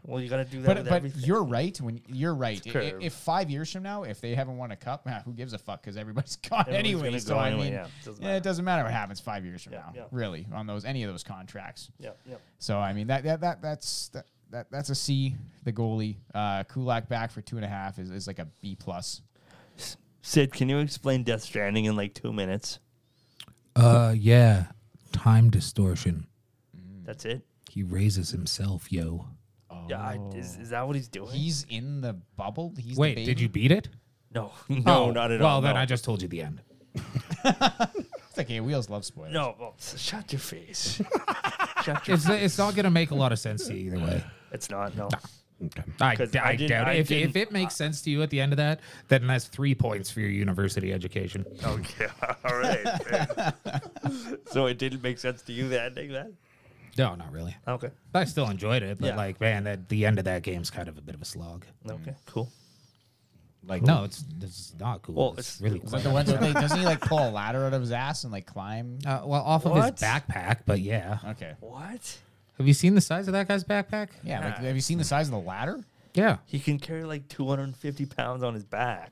Speaker 5: Well, you got to do that
Speaker 2: but
Speaker 5: with
Speaker 2: but
Speaker 5: everything.
Speaker 2: you're right when you're right. I- i-
Speaker 5: curved.
Speaker 2: If five years from now, if they haven't won a cup, ah, who gives a fuck? Because everybody's gone
Speaker 5: Everyone's
Speaker 2: anyway.
Speaker 5: gonna
Speaker 2: So
Speaker 5: go
Speaker 2: I
Speaker 5: anyway,
Speaker 2: mean,
Speaker 5: yeah.
Speaker 2: yeah,
Speaker 5: Doesn't
Speaker 2: it doesn't matter what happens five years from now,
Speaker 5: yeah.
Speaker 2: really, on those any of those contracts.
Speaker 5: Yep, yep.
Speaker 2: So I mean that that, that that's that, that that's a C. The goalie uh, Kulak back for two and a half is, is like a B plus.
Speaker 5: Sid, can you explain Death Stranding in like two minutes?
Speaker 1: Uh, yeah. Time distortion.
Speaker 2: Hmm.
Speaker 5: That's it.
Speaker 1: He raises himself, yo.
Speaker 5: Yeah, I, is, is that what he's doing?
Speaker 2: He's in the bubble. He's the
Speaker 1: Wait,
Speaker 2: baby.
Speaker 1: did you beat it?
Speaker 5: no, no,
Speaker 1: Oh,
Speaker 5: not at
Speaker 1: well,
Speaker 5: all.
Speaker 1: then
Speaker 5: no.
Speaker 1: I just told you the end.
Speaker 2: It's okay. Wheels love spoilers.
Speaker 5: no. Well, s- shut your face. shut your.
Speaker 1: It's, it's not going to make a lot of sense to you either way.
Speaker 5: It's not. No.
Speaker 1: I,
Speaker 5: 'Cause
Speaker 1: d- I
Speaker 5: I didn't-
Speaker 1: doubt
Speaker 5: I
Speaker 1: it. If, if
Speaker 5: didn't-
Speaker 1: it makes sense to you at the end of that, then that's three points for your university education.
Speaker 5: Okay. All right. fair. so it didn't make sense to you the ending then?
Speaker 1: No, not really.
Speaker 5: Okay.
Speaker 1: I still enjoyed it, but
Speaker 5: Yeah.
Speaker 1: like, man, that the end of that game's kind of a bit of a slog.
Speaker 5: Okay. Cool.
Speaker 2: Like
Speaker 1: No, it's it's not cool.
Speaker 5: Well,
Speaker 1: it's,
Speaker 5: it's-
Speaker 1: really
Speaker 2: Is
Speaker 1: cool.
Speaker 2: that the one where they, doesn't he like pull a ladder out of his ass and like climb?
Speaker 1: Uh, well, off of
Speaker 5: What?
Speaker 1: his backpack, but yeah.
Speaker 2: Okay.
Speaker 5: What?
Speaker 1: Have you seen the size of that guy's backpack?
Speaker 2: Yeah. Like, have you seen the size of the ladder?
Speaker 1: Yeah.
Speaker 5: He can carry like 250 pounds on his back.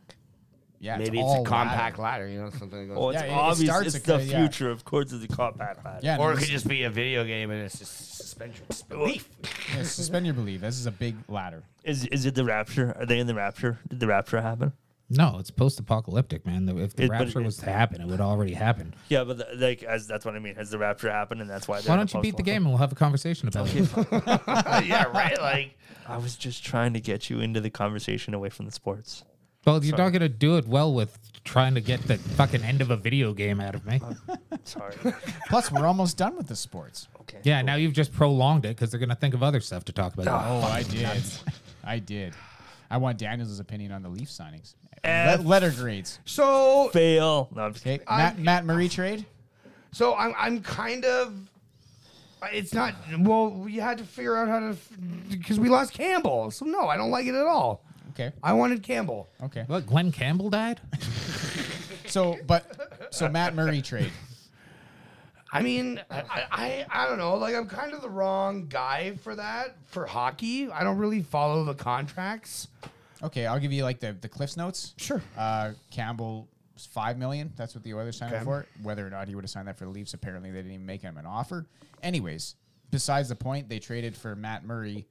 Speaker 2: Yeah.
Speaker 3: maybe it's,
Speaker 2: all
Speaker 3: a compact ladder. you know, something. that goes-
Speaker 5: Oh, it's
Speaker 2: Yeah, it- it
Speaker 5: obvious.
Speaker 2: starts
Speaker 5: it's
Speaker 2: a-
Speaker 5: the
Speaker 2: yeah.
Speaker 5: future. Of course, it's a compact ladder.
Speaker 2: Yeah,
Speaker 3: or
Speaker 2: no,
Speaker 3: it could
Speaker 2: this-
Speaker 3: just be a video game and it's just suspension disbelief.
Speaker 2: yeah, suspend your belief. This is a big ladder.
Speaker 5: Is is it the rapture? Are they in the rapture? Did the rapture happen?
Speaker 1: No, it's post-apocalyptic, man. The- If the
Speaker 5: It- but
Speaker 1: rapture
Speaker 5: it-
Speaker 1: was to happen, it would already happen.
Speaker 5: Yeah, but the, like as that's what I mean. Has the rapture happened? And that's why. they're
Speaker 1: Why
Speaker 5: in
Speaker 1: don't you beat the
Speaker 5: post-apocalypse?
Speaker 1: game and we'll have a conversation about it?
Speaker 3: yeah, right. Like
Speaker 5: I was just trying to get you into the conversation away from the sports.
Speaker 1: Well, you're not going to do it well with trying to get the fucking end of a video game out of me.
Speaker 5: Sorry.
Speaker 2: Plus, we're almost done with the sports.
Speaker 5: Okay.
Speaker 1: Yeah, now you've just prolonged it because they're going to think of other stuff to talk
Speaker 5: Ah.
Speaker 1: about.
Speaker 2: Oh, I did. I did. I want Daniels' opinion on the Leaf signings.
Speaker 5: F-
Speaker 2: Le- letter grades.
Speaker 3: so.
Speaker 5: Fail. No, I'm just
Speaker 2: Okay.
Speaker 5: kidding.
Speaker 2: Matt, Matt Murray trade.
Speaker 3: So I'm I'm kind of. It's not well. We had to figure out how to because we lost Campbell. So no, I don't like it at all.
Speaker 2: Okay.
Speaker 3: I wanted Campbell.
Speaker 2: Okay.
Speaker 1: What, Glenn Campbell died?
Speaker 2: So, but so Matt Murray trade.
Speaker 3: I mean, I, I I don't know. Like I'm kind of the wrong guy for that for hockey. I don't really follow the contracts.
Speaker 2: Okay, I'll give you like the the Cliff's notes.
Speaker 3: Sure.
Speaker 2: Uh, Campbell was five million. That's what the Oilers signed him for. Whether or not he would have signed that for the Leafs, apparently they didn't even make him an offer. Anyways, besides the point, they traded for Matt Murray.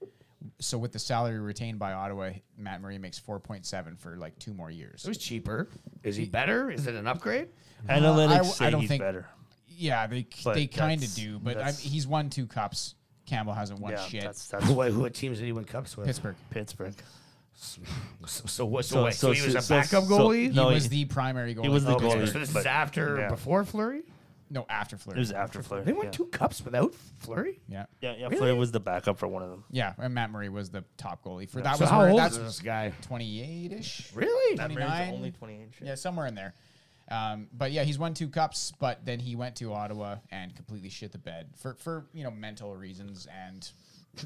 Speaker 2: So with the salary retained by Ottawa, Matt Murray makes four point seven for like two more years. Uh,
Speaker 3: It was cheaper. Is he better? Is it an upgrade?
Speaker 5: Analytics
Speaker 2: I w-
Speaker 5: say
Speaker 2: I don't
Speaker 5: he's
Speaker 2: think-
Speaker 5: better.
Speaker 2: Yeah, they
Speaker 5: But
Speaker 2: they kind
Speaker 5: that's-
Speaker 2: of do, but I,
Speaker 5: that's-
Speaker 2: he's won two cups. Campbell hasn't won
Speaker 5: Yeah,
Speaker 2: shit.
Speaker 5: that's that's
Speaker 3: What, what teams did he win cups with?
Speaker 2: Pittsburgh.
Speaker 5: Pittsburgh.
Speaker 3: So, so what? So, what? So, he was
Speaker 5: so-
Speaker 3: a
Speaker 5: so-
Speaker 3: backup
Speaker 5: so-
Speaker 3: goalie.
Speaker 2: He
Speaker 5: No,
Speaker 2: was
Speaker 5: he-
Speaker 2: the primary goalie.
Speaker 5: was the
Speaker 2: for
Speaker 5: goalie.
Speaker 3: okay,
Speaker 2: Pittsburgh.
Speaker 3: so this is after
Speaker 5: Yeah.
Speaker 3: before Flurry.
Speaker 2: No, after Fleury.
Speaker 5: It was after Flurry.
Speaker 3: They won
Speaker 5: yeah.
Speaker 3: two cups without Flurry.
Speaker 2: yeah.
Speaker 5: Yeah, yeah.
Speaker 3: Really?
Speaker 5: Flurry was the backup for one of them.
Speaker 2: Yeah, and Matt Murray was the top goalie for that.
Speaker 3: So
Speaker 2: was
Speaker 3: how
Speaker 2: where-
Speaker 3: old
Speaker 2: that's
Speaker 3: is this guy?
Speaker 2: 28 ish.
Speaker 3: Really?
Speaker 5: Matt Murray's
Speaker 2: 29?
Speaker 5: only 28.
Speaker 2: Yeah, somewhere in there. Um, but yeah, he's won two cups, but then he went to Ottawa and completely shit the bed for for you know mental reasons and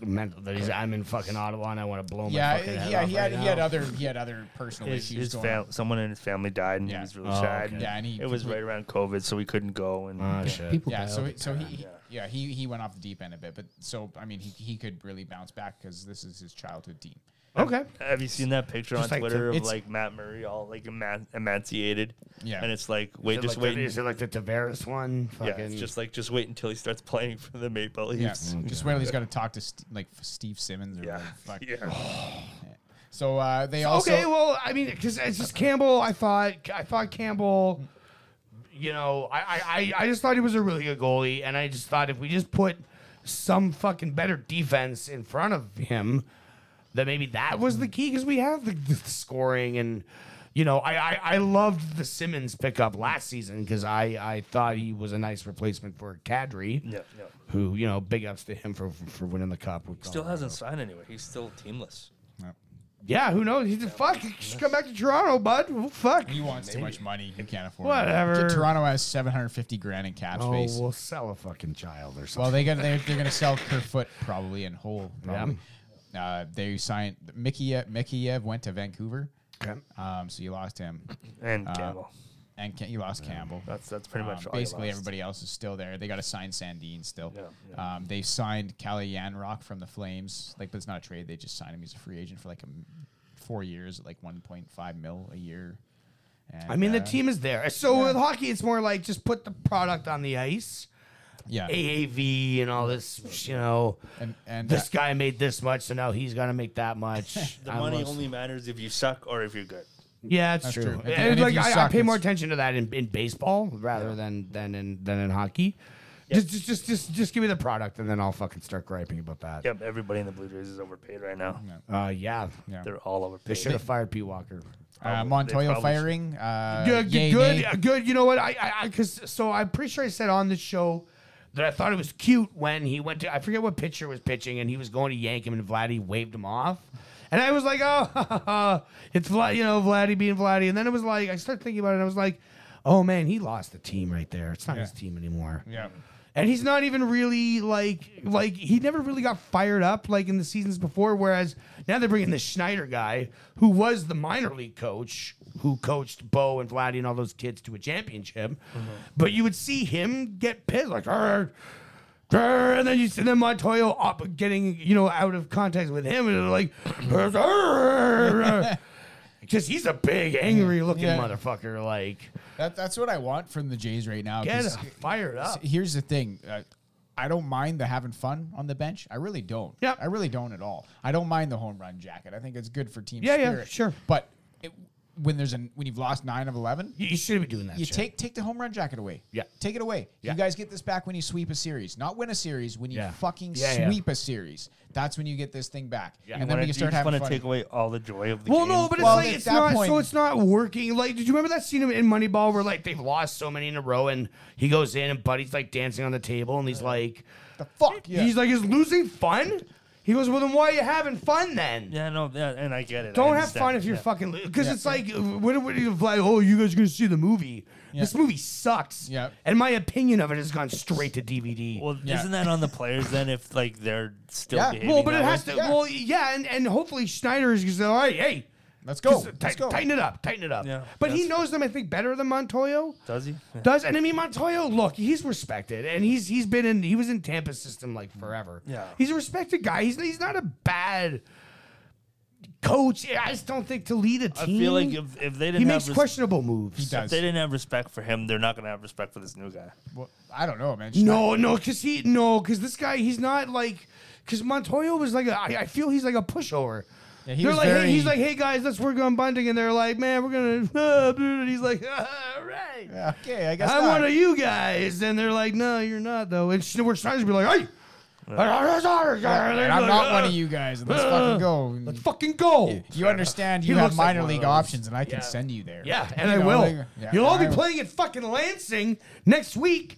Speaker 3: mental that he's. I'm in fucking Ottawa and I want to blow my
Speaker 2: Yeah,
Speaker 3: fucking head
Speaker 2: yeah,
Speaker 3: off
Speaker 2: he
Speaker 3: right
Speaker 2: had he had
Speaker 3: now.
Speaker 2: other he had other personal
Speaker 5: His,
Speaker 2: issues
Speaker 5: his
Speaker 2: going
Speaker 5: fam- someone in his family died, and
Speaker 2: Yeah.
Speaker 5: he was really
Speaker 3: Oh,
Speaker 5: sad.
Speaker 3: okay.
Speaker 2: Yeah, and he
Speaker 5: it was right
Speaker 2: complete-
Speaker 5: around COVID, so we couldn't go. And
Speaker 3: Oh, shit.
Speaker 1: People
Speaker 2: Yeah,
Speaker 1: die
Speaker 2: so
Speaker 1: all
Speaker 2: he,
Speaker 1: the
Speaker 2: so
Speaker 1: time.
Speaker 2: he he- yeah he he went off the deep end a bit, but so I mean he he could really bounce back because this is his childhood team.
Speaker 3: Okay.
Speaker 5: Have you seen that picture
Speaker 3: Just
Speaker 5: on
Speaker 3: like
Speaker 5: Twitter
Speaker 3: to-
Speaker 5: of
Speaker 2: it's-
Speaker 5: like Matt Murray all like eman- emaciated?
Speaker 2: Yeah.
Speaker 5: and it's like
Speaker 3: Is
Speaker 5: wait,
Speaker 3: it
Speaker 5: just
Speaker 3: like the-
Speaker 5: wait.
Speaker 3: Is it like the Tavares one?
Speaker 5: yeah,
Speaker 3: Fucking,
Speaker 5: it's just like just wait until he starts playing for the Maple
Speaker 2: Yeah,
Speaker 5: Leafs.
Speaker 3: Mm,
Speaker 2: just wait till he's got to talk to St- like Steve Simmons or
Speaker 5: Yeah,
Speaker 2: whatever the fuck.
Speaker 5: yeah.
Speaker 2: So uh, they also
Speaker 3: okay. Well, I mean, because it's just Campbell. I thought I thought Campbell. You know, I, I I- I just thought he was a really good goalie, and I just thought if we just put some fucking better defense in front of him, that maybe that was the key because we have the, the scoring and. You know, I, I, I loved the Simmons pickup last season because I, I thought he was a nice replacement for Kadri,
Speaker 5: Yeah, yeah.
Speaker 3: who, you know, big ups to him for for, for winning the cup. with
Speaker 5: Still
Speaker 3: Colorado.
Speaker 5: hasn't signed anywhere. He's still teamless.
Speaker 3: Yeah, who knows? He's fuck. Just come back to Toronto, bud. Well, fuck.
Speaker 2: he wants too much money. He can't afford
Speaker 3: Whatever.
Speaker 2: it. Toronto has 750 grand in cap
Speaker 3: Oh,
Speaker 2: space.
Speaker 3: we'll sell a fucking child or something.
Speaker 2: Well, they got they they're gonna sell Kerfoot probably and Hole probably. Uh, they signed Mickey Mikiev went to Vancouver,
Speaker 3: Okay.
Speaker 2: um, so you lost him, Um,
Speaker 5: And Campbell.
Speaker 2: and Ca- you lost Campbell.
Speaker 5: That's that's pretty much
Speaker 2: Um,
Speaker 5: all he
Speaker 2: basically,
Speaker 5: lost.
Speaker 2: everybody else is still there. They got to sign Sandine still.
Speaker 5: Yeah,
Speaker 2: Um, they signed Cali Yanrock from the Flames. Like, but it's not a trade. They just signed him. He's a free agent for like a m- four years at like 1.5 mil a year. And,
Speaker 3: I mean, the
Speaker 2: uh,
Speaker 3: team is there. So with hockey, it's more like just put the product on the ice.
Speaker 2: Yeah,
Speaker 3: AAV and all this, you know.
Speaker 2: and and
Speaker 3: This
Speaker 2: uh,
Speaker 3: guy made this much, so now he's gonna make that much.
Speaker 5: The
Speaker 3: I
Speaker 5: money
Speaker 3: must-
Speaker 5: only matters if you suck or if you're good.
Speaker 3: yeah, it's
Speaker 2: That's
Speaker 3: true.
Speaker 2: true.
Speaker 3: And
Speaker 2: And- and if
Speaker 3: like
Speaker 2: you
Speaker 3: I, I
Speaker 2: suck,
Speaker 3: pay more
Speaker 2: it's-
Speaker 3: attention to that in, in baseball rather than than in than in hockey. Just, just just just just give me the product, and then I'll fucking start griping about that.
Speaker 5: Yep, everybody in the Blue Jays is overpaid right now.
Speaker 3: Uh, yeah.
Speaker 2: Yeah.
Speaker 5: They're all
Speaker 3: They
Speaker 5: overpaid.
Speaker 3: should have fired P. Walker.
Speaker 2: uh,
Speaker 5: they
Speaker 2: Montoya
Speaker 5: probably should-
Speaker 2: firing. Uh,
Speaker 3: good,
Speaker 2: yay,
Speaker 3: good,
Speaker 2: nay.
Speaker 3: uh, good. You know what? I, I, I, cause so I'm pretty sure I said on the show that I thought it was cute when he went to. I forget what pitcher was pitching, and he was going to yank him, and Vladdy waved him off, and I was like, oh, it's Vlad, you know, Vladdy being Vladdy, and then it was like I started thinking about it, and I was like, oh man, he lost the team right there. It's not his team anymore.
Speaker 2: Yeah.
Speaker 3: And he's not even really like like he never really got fired up like in the seasons before. Whereas now they bring in this Schneider guy who was the minor league coach who coached Bo and Vladdy and all those kids to a championship.
Speaker 2: Mm-hmm.
Speaker 3: But you would see him get pissed like, "Arr, arr," and then you see them Montoya up getting you know out of contact with him and they're like, "Arr, arr, arr." just he's a big angry looking
Speaker 2: Yeah.
Speaker 3: motherfucker. Like
Speaker 2: That, that's what I want from the Jays right now.
Speaker 3: get
Speaker 2: 'cause-
Speaker 3: fired up.
Speaker 2: S- here's the thing. Uh, I don't mind the having fun on the bench. I really don't.
Speaker 3: Yep.
Speaker 2: I really don't at all. I don't mind the home run jacket. I think it's good for team
Speaker 3: Yeah, yeah,
Speaker 2: spirit.
Speaker 3: sure.
Speaker 2: But it, when there's an when you've lost nine of eleven,
Speaker 3: You, you shouldn't be doing that.
Speaker 2: you
Speaker 3: shit.
Speaker 2: take take the home run jacket away.
Speaker 3: Yeah.
Speaker 2: Take it away.
Speaker 3: Yeah.
Speaker 2: You guys get this back when you sweep a series, not win a series. When you
Speaker 3: Yeah.
Speaker 2: fucking
Speaker 3: Yeah, yeah.
Speaker 2: sweep a series, that's when you get this thing back. And then
Speaker 5: Wanna-
Speaker 2: we can
Speaker 5: you
Speaker 2: start
Speaker 5: just
Speaker 2: having
Speaker 5: wanna
Speaker 2: fun.
Speaker 5: take away all the joy of the
Speaker 3: Well,
Speaker 5: game.
Speaker 3: no, but it's
Speaker 2: Well,
Speaker 3: like
Speaker 2: at
Speaker 3: it's
Speaker 2: that
Speaker 3: not.
Speaker 2: point-
Speaker 3: so it's not working. Like, did you remember that scene in Moneyball where like they've lost so many in a row, and he goes in and Buddy's like dancing on the table, and he's like,
Speaker 2: the fuck. Yeah.
Speaker 3: he's like, is losing fun? He goes, well, then why are you having fun then?
Speaker 5: yeah, no, yeah, and I get it. I
Speaker 3: Don't have
Speaker 5: understand.
Speaker 3: fun if you're
Speaker 5: Yeah.
Speaker 3: fucking because it's like what what you like? Oh, you guys are gonna see the movie? This movie sucks.
Speaker 2: Yeah.
Speaker 3: and my opinion of it has gone straight to DVD.
Speaker 5: Well,
Speaker 2: Yeah.
Speaker 5: isn't that on the players then? If like they're still
Speaker 2: Yeah.
Speaker 5: behaving
Speaker 3: Well, but it
Speaker 5: that
Speaker 3: has
Speaker 5: way?
Speaker 3: to.
Speaker 2: Yeah.
Speaker 3: Well, yeah, and, and hopefully Schneider is going to say, all right, hey,
Speaker 2: Let's go.
Speaker 3: just
Speaker 2: Let's
Speaker 3: tight-
Speaker 2: go.
Speaker 3: Tighten it up. Tighten it up.
Speaker 5: Yeah,
Speaker 3: but he
Speaker 5: that's-
Speaker 3: knows them, I think, better than Montoyo.
Speaker 5: Does he? Yeah.
Speaker 3: Does and I mean Montoyo? Look, he's respected, and he's he's been in he was in Tampa's system like forever.
Speaker 5: Yeah.
Speaker 3: he's a respected guy. He's he's not a bad coach. I just don't think to lead a
Speaker 5: I
Speaker 3: team.
Speaker 5: feel like if, if they didn't
Speaker 3: he
Speaker 5: have
Speaker 3: makes
Speaker 5: res-
Speaker 3: questionable moves.
Speaker 2: He
Speaker 5: if
Speaker 2: does.
Speaker 5: they didn't have respect for him, they're not gonna have respect for this new guy.
Speaker 2: Well, I don't know, man.
Speaker 3: No, no, because he no, because this guy he's not like because Montoyo was like a, I, I feel he's like a pushover.
Speaker 2: Yeah, he
Speaker 3: they're
Speaker 2: was
Speaker 3: like hey,
Speaker 2: very-
Speaker 3: he's like hey guys let's work on bunting and they're like man we're gonna uh, and he's like all right
Speaker 2: Okay, I guess
Speaker 3: I'm
Speaker 2: not.
Speaker 3: one of you guys and they're like no you're not though and we're trying to be like hey
Speaker 2: And
Speaker 3: I'm
Speaker 2: I'm not one of you guys. and Let's fucking go.
Speaker 3: Let's fucking go.
Speaker 2: You understand you
Speaker 3: He
Speaker 2: have
Speaker 3: looks like
Speaker 2: minor
Speaker 3: one of
Speaker 2: league
Speaker 3: those.
Speaker 2: options, and I can
Speaker 3: Yeah.
Speaker 2: send you there.
Speaker 3: Yeah, and
Speaker 2: You
Speaker 3: I
Speaker 2: know,
Speaker 3: will.
Speaker 2: like- yeah,
Speaker 3: You'll all
Speaker 2: I
Speaker 3: be
Speaker 2: will.
Speaker 3: playing at fucking Lansing next week.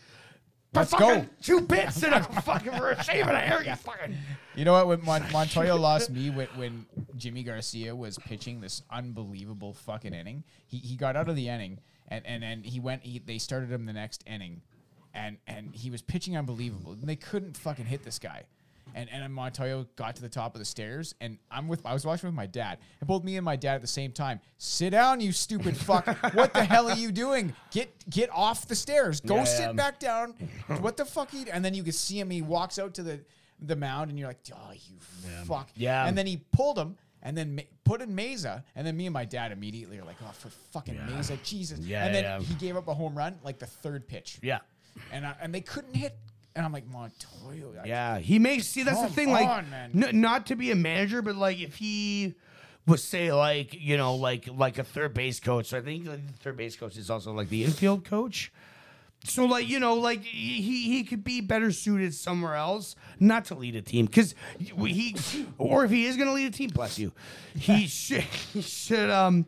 Speaker 3: for
Speaker 2: Let's
Speaker 3: fucking
Speaker 2: go.
Speaker 3: Two bits and a fucking for a shave and a hair. You fucking.
Speaker 2: You know what? When Mon- Montoya lost me when, when Jimmy Garcia was pitching this unbelievable fucking inning, he, he got out of the inning, and and, and he went. He, they started him the next inning, and and he was pitching unbelievable, and they couldn't fucking hit this guy. And and Montoya got to the top of the stairs, and I'm with I was watching with my dad, and both me and my dad at the same time. Sit down, you stupid fuck! what the hell are you doing? Get get off the stairs. Go
Speaker 3: Yeah.
Speaker 2: sit back down. what the fuck? He, and then you can see him. He walks out to the the mound, and you're like, oh, you fuck.
Speaker 3: Yeah.
Speaker 2: And then he pulled him. And then ma- put in Mesa, and then me and my dad immediately are like, "Oh, for fucking Mesa, Jesus!"
Speaker 3: Yeah,
Speaker 2: and then
Speaker 3: yeah.
Speaker 2: he gave up a home run like the third pitch.
Speaker 3: Yeah.
Speaker 2: and I, and they couldn't hit. And I'm like Montoya. I-
Speaker 3: Yeah, he makes see that's
Speaker 2: Come
Speaker 3: the thing.
Speaker 2: on,
Speaker 3: Like,
Speaker 2: man.
Speaker 3: n- not to be a manager, but like if he was say like you know like like a third base coach. So I think like, the third base coach is also like the infield coach. So like you know like he he could be better suited somewhere else, not to lead a team because he or if he is going to lead a team, bless you, he should he should um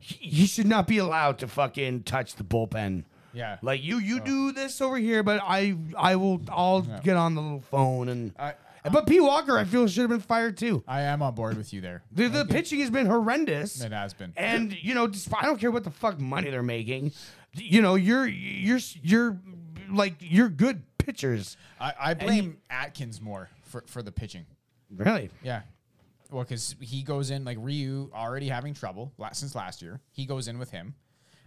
Speaker 3: he he should not be allowed to fucking touch the bullpen.
Speaker 2: Yeah.
Speaker 3: Like you,
Speaker 2: Oh.
Speaker 3: you do this over here, but I, I will, I'll get on the little phone and.
Speaker 2: I-
Speaker 3: but P. Walker, I feel should have been fired too.
Speaker 2: I am on board with you there.
Speaker 3: The, the pitching has been horrendous.
Speaker 2: It has been.
Speaker 3: And you know, despite, I don't care what the fuck money they're making. You know, you're you're you're like you're good pitchers.
Speaker 2: I, I blame Atkins more for, for the pitching.
Speaker 3: Really?
Speaker 2: Yeah. Well, because he goes in like Ryu already having trouble la- since last year. He goes in with him,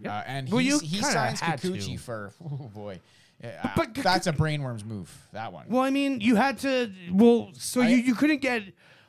Speaker 2: uh, and
Speaker 3: Well,
Speaker 2: he's,
Speaker 3: you
Speaker 2: he
Speaker 3: kinda
Speaker 2: signs
Speaker 3: had to.
Speaker 2: Kikuchi for oh boy, Yeah,
Speaker 3: But-
Speaker 2: I- that's a brainworms move. That one.
Speaker 3: Well, I mean, you had to. Well, so
Speaker 2: I-
Speaker 3: you you couldn't get.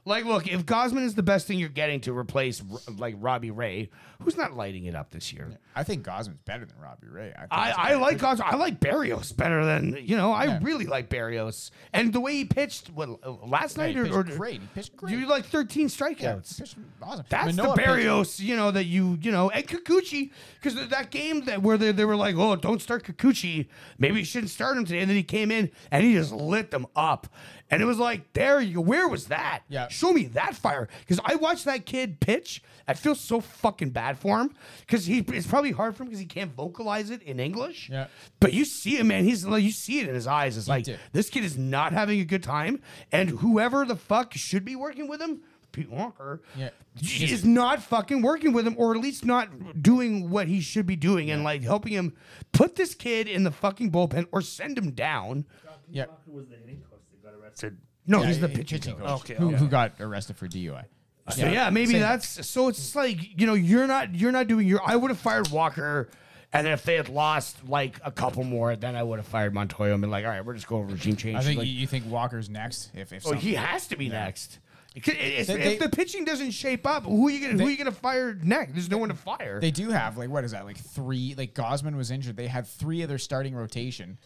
Speaker 3: Like, look, if Gosman is the best thing you're getting to replace, like Robbie Ray, who's not lighting it up this year,
Speaker 2: I think Gosman's better than Robbie Ray. think
Speaker 3: I,
Speaker 2: that's a
Speaker 3: I
Speaker 2: better
Speaker 3: like
Speaker 2: pitcher.
Speaker 3: Gonzo. I like Barrios better than you know. I
Speaker 2: Yeah.
Speaker 3: really like Barrios, and the way he pitched what, uh, last
Speaker 2: Yeah,
Speaker 3: night
Speaker 2: he
Speaker 3: or,
Speaker 2: pitched
Speaker 3: or
Speaker 2: great. He pitched great.
Speaker 3: You like
Speaker 2: Yeah,
Speaker 3: thirteen strikeouts.
Speaker 2: pitched awesome.
Speaker 3: That's
Speaker 2: Manoa
Speaker 3: the
Speaker 2: pitched-
Speaker 3: Barrios, you know that you you know, and Kikuchi because that game that where they, they were like, oh, don't start Kikuchi, maybe you shouldn't start him today, and then he came in and he just lit them up, and it was like, there you go, where was that?
Speaker 2: Yeah.
Speaker 3: show me that fire because I watched that kid pitch, I feel so fucking bad for him because he it's probably hard for him because he can't vocalize it in English,
Speaker 2: Yeah.
Speaker 3: but you see him, man, he's like you see it in his eyes, it's like
Speaker 2: did.
Speaker 3: this kid is not having a good time, and whoever the fuck should be working with him. Pete Walker,
Speaker 2: Yeah.
Speaker 3: He's is not fucking working with him, or at least not doing what he should be doing, and like helping him put this kid in the fucking bullpen or send him down.
Speaker 2: Yeah.
Speaker 4: Who was the hitting coach that got arrested?
Speaker 3: No,
Speaker 2: Yeah,
Speaker 3: he's the
Speaker 2: he-
Speaker 3: pitching
Speaker 2: pitching
Speaker 3: coach.
Speaker 2: coach
Speaker 5: Okay,
Speaker 2: who,
Speaker 5: okay.
Speaker 2: who got arrested for DUI.
Speaker 3: So yeah, maybe
Speaker 2: Same.
Speaker 3: that's so. It's like you know, you're not you're not doing your. I would have fired Walker, and then if they had lost like a couple more, then I would have fired Montoya and been like, all right, we're just going regime change.
Speaker 2: I think
Speaker 3: Like,
Speaker 2: you, you think Walker's next. If if
Speaker 3: oh,
Speaker 2: something-
Speaker 3: he has to be next. If, if-
Speaker 2: They-
Speaker 3: if the pitching doesn't shape up, who are you gonna who
Speaker 2: They-
Speaker 3: are you gonna fire next? There's no one to fire.
Speaker 2: they do have like what is that like three like Gosman was injured. They had three of their starting rotation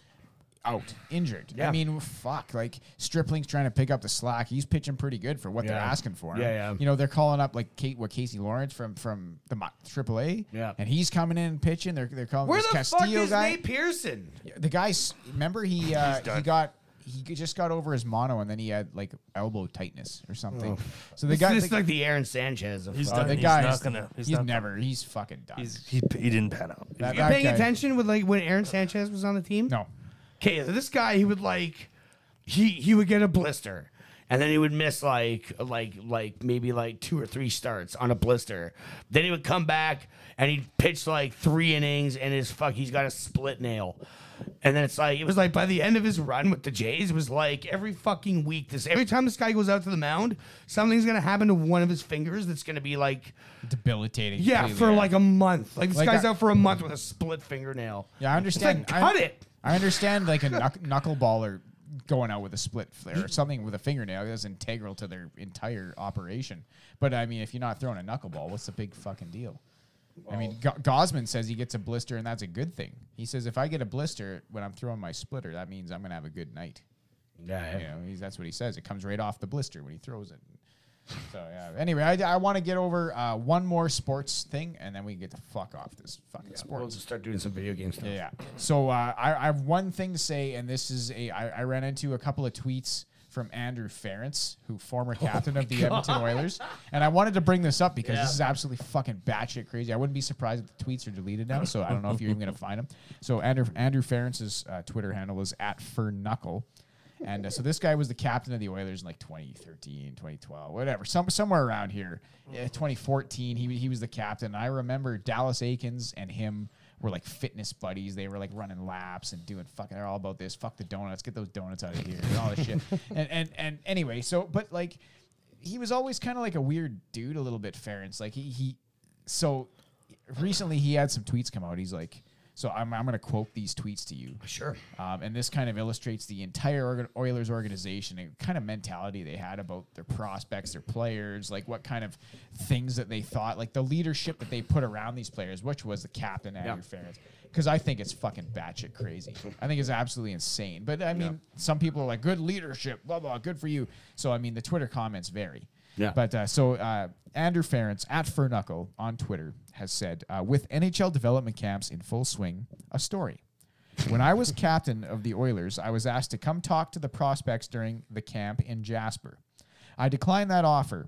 Speaker 2: out injured.
Speaker 3: Yeah.
Speaker 2: I mean, fuck. Like Stripling's trying to pick up the slack. He's pitching pretty good for what they're
Speaker 3: Yeah.
Speaker 2: asking for. him.
Speaker 3: Yeah, yeah.
Speaker 2: You know, they're calling up like Kate what Casey Lawrence from from the Mo- AAA.
Speaker 3: Yeah.
Speaker 2: and he's coming in and pitching. They're they're calling
Speaker 3: Where
Speaker 2: this
Speaker 3: the
Speaker 2: Castillo
Speaker 3: fuck is
Speaker 2: guy.
Speaker 3: Nate Pearson?
Speaker 2: The guy's remember he uh, he got. He just got over his mono, and then he had like elbow tightness or something. So the
Speaker 3: Oh. This
Speaker 2: guy,
Speaker 3: is
Speaker 2: the,
Speaker 3: like the Aaron Sanchez. Of
Speaker 5: He's
Speaker 3: fuck.
Speaker 2: uh,
Speaker 5: done.
Speaker 2: the
Speaker 5: he's
Speaker 2: guy,
Speaker 5: not
Speaker 2: is-
Speaker 5: gonna. He's,
Speaker 2: he's,
Speaker 5: not.
Speaker 2: never, he's fucking done.
Speaker 5: He's, he, he didn't pan out.
Speaker 2: That-
Speaker 3: you
Speaker 2: that
Speaker 3: paying
Speaker 2: guy-
Speaker 3: attention with like when Aaron Sanchez was on the team?
Speaker 2: No,
Speaker 3: Okay, so this guy he would like he he would get a blister. And then he would miss like like like maybe like two or three starts on a blister. Then he would come back and he'd pitch like three innings and his fuck he's got a split nail. And then it's like it was like by the end of his run with the Jays it was like every fucking week this every time this guy goes out to the mound, something's gonna happen to one of his fingers that's gonna be like
Speaker 2: debilitating.
Speaker 3: Yeah,
Speaker 2: completely.
Speaker 3: for like a month. Like this
Speaker 2: Like
Speaker 3: guy's
Speaker 2: I-
Speaker 3: out for a month with a split fingernail.
Speaker 2: Yeah, I understand.
Speaker 3: It's like, cut
Speaker 2: I,
Speaker 3: it.
Speaker 2: I understand like a knuck- knuckleballer going out with a split flare or something with a fingernail that's integral to their entire operation. But I mean, if you're not throwing a knuckleball, what's the big fucking deal? I mean, Go- Gosman says he gets a blister, and that's a good thing. He says if I get a blister when I'm throwing my splitter, that means I'm gonna have a good night.
Speaker 3: Yeah,
Speaker 2: You know, he's, that's what he says. It comes right off the blister when he throws it. So yeah. Anyway, I, I want to get over uh, one more sports thing, and then we can get the fuck off this fucking sports.
Speaker 3: We'll just start doing some video game stuff.
Speaker 2: Yeah. yeah. So uh, I, I have one thing to say, and this is a I, I ran into a couple of tweets from Andrew Ference, who former captain of the Edmonton Oilers, and I wanted to bring this up because this is absolutely fucking batshit crazy. I wouldn't be surprised if the tweets are deleted now, so I don't know if you're even gonna find them. So Andrew Andrew Ference's uh, Twitter handle is at Fernuckle. And uh, so this guy was the captain of the Oilers in like 2013, 2012, whatever, some, somewhere around here. Yeah, 2014, he, he was the captain. I remember Dallas Aikens and him were like fitness buddies. They were like running laps and doing fucking. They're all about this. Fuck the donuts. Get those donuts out of here and all this shit. And and and anyway, so but like he was always kind of like a weird dude, a little bit Ference. Like he he. So recently he had some tweets come out. He's like, so I'm I'm gonna quote these tweets to you.
Speaker 3: Sure.
Speaker 2: Um, and this kind of illustrates the entire organ- Oilers organization and kind of mentality they had about their prospects, their players, like what kind of things that they thought, like the leadership that they put around these players, which was the captain, Andrew Ferentz. Because I think it's fucking batshit crazy. I think it's absolutely insane. But I mean, some people are like, good leadership, blah, blah, good for you. So, I mean, the Twitter comments vary.
Speaker 3: Yeah.
Speaker 2: But uh, so uh, Andrew Ference at Furnuckle on Twitter has said, uh, with NHL development camps in full swing, a story. When I was captain of the Oilers, I was asked to come talk to the prospects during the camp in Jasper. I declined that offer.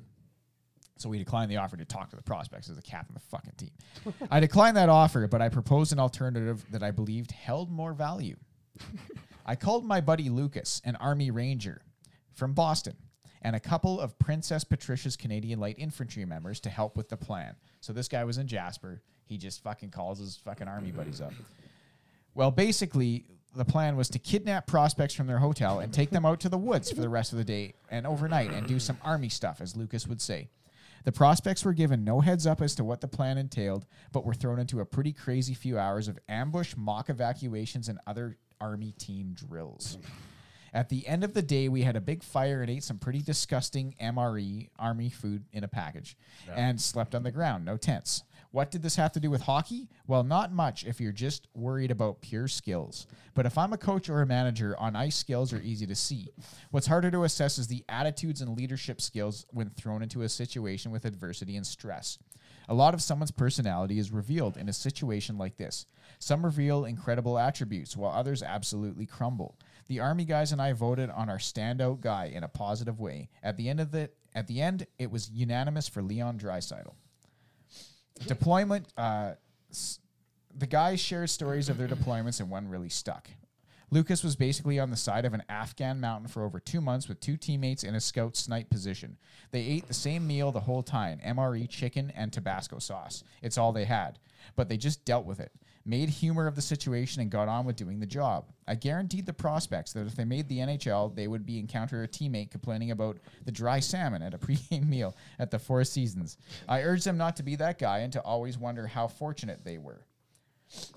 Speaker 2: So we declined the offer to talk to the prospects as a captain of the fucking team. I declined that offer, but I proposed an alternative that I believed held more value. I called my buddy Lucas, an Army Ranger from Boston, and a couple of Princess Patricia's Canadian Light Infantry members to help with the plan. So this guy was in Jasper. He just fucking calls his fucking Army buddies up. Well, basically, the plan was to kidnap prospects from their hotel and take them out to the woods for the rest of the day and overnight and do some army stuff, as Lucas would say. The prospects were given no heads up as to what the plan entailed, but were thrown into a pretty crazy few hours of ambush, mock evacuations, and other army team drills. At the end of the day, we had a big fire and ate some pretty disgusting MRE army food in a package and slept on the ground, no tents. What did this have to do with hockey? Well, not much if you're just worried about pure skills. But if I'm a coach or a manager, on ice skills are easy to see. What's harder to assess is the attitudes and leadership skills when thrown into a situation with adversity and stress. A lot of someone's personality is revealed in a situation like this. Some reveal incredible attributes, while others absolutely crumble. The army guys and I voted on our standout guy in a positive way. At the end of the at the end, it was unanimous for Leon Dreisidel. Deployment. Uh, s- the guys shared stories of their deployments, and one really stuck. Lucas was basically on the side of an Afghan mountain for over two months with two teammates in a scout snipe position. They ate the same meal the whole time MRE chicken and Tabasco sauce. It's all they had. But they just dealt with it, made humor of the situation, and got on with doing the job. I guaranteed the prospects that if they made the NHL, they would be encounter a teammate complaining about the dry salmon at a pregame meal at the Four Seasons. I urged them not to be that guy and to always wonder how fortunate they were.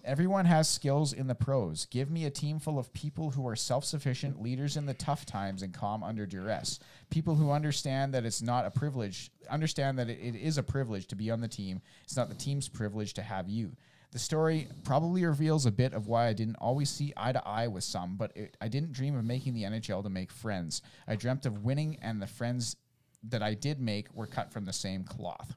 Speaker 2: Everyone has skills in the pros. Give me a team full of people who are self sufficient, leaders in the tough times, and calm under duress. People who understand that it's not a privilege, understand that it- it is a privilege to be on the team. It's not the team's privilege to have you. The story probably reveals a bit of why I didn't always see eye to eye with some, but it, I didn't dream of making the NHL to make friends. I dreamt of winning, and the friends that I did make were cut from the same cloth.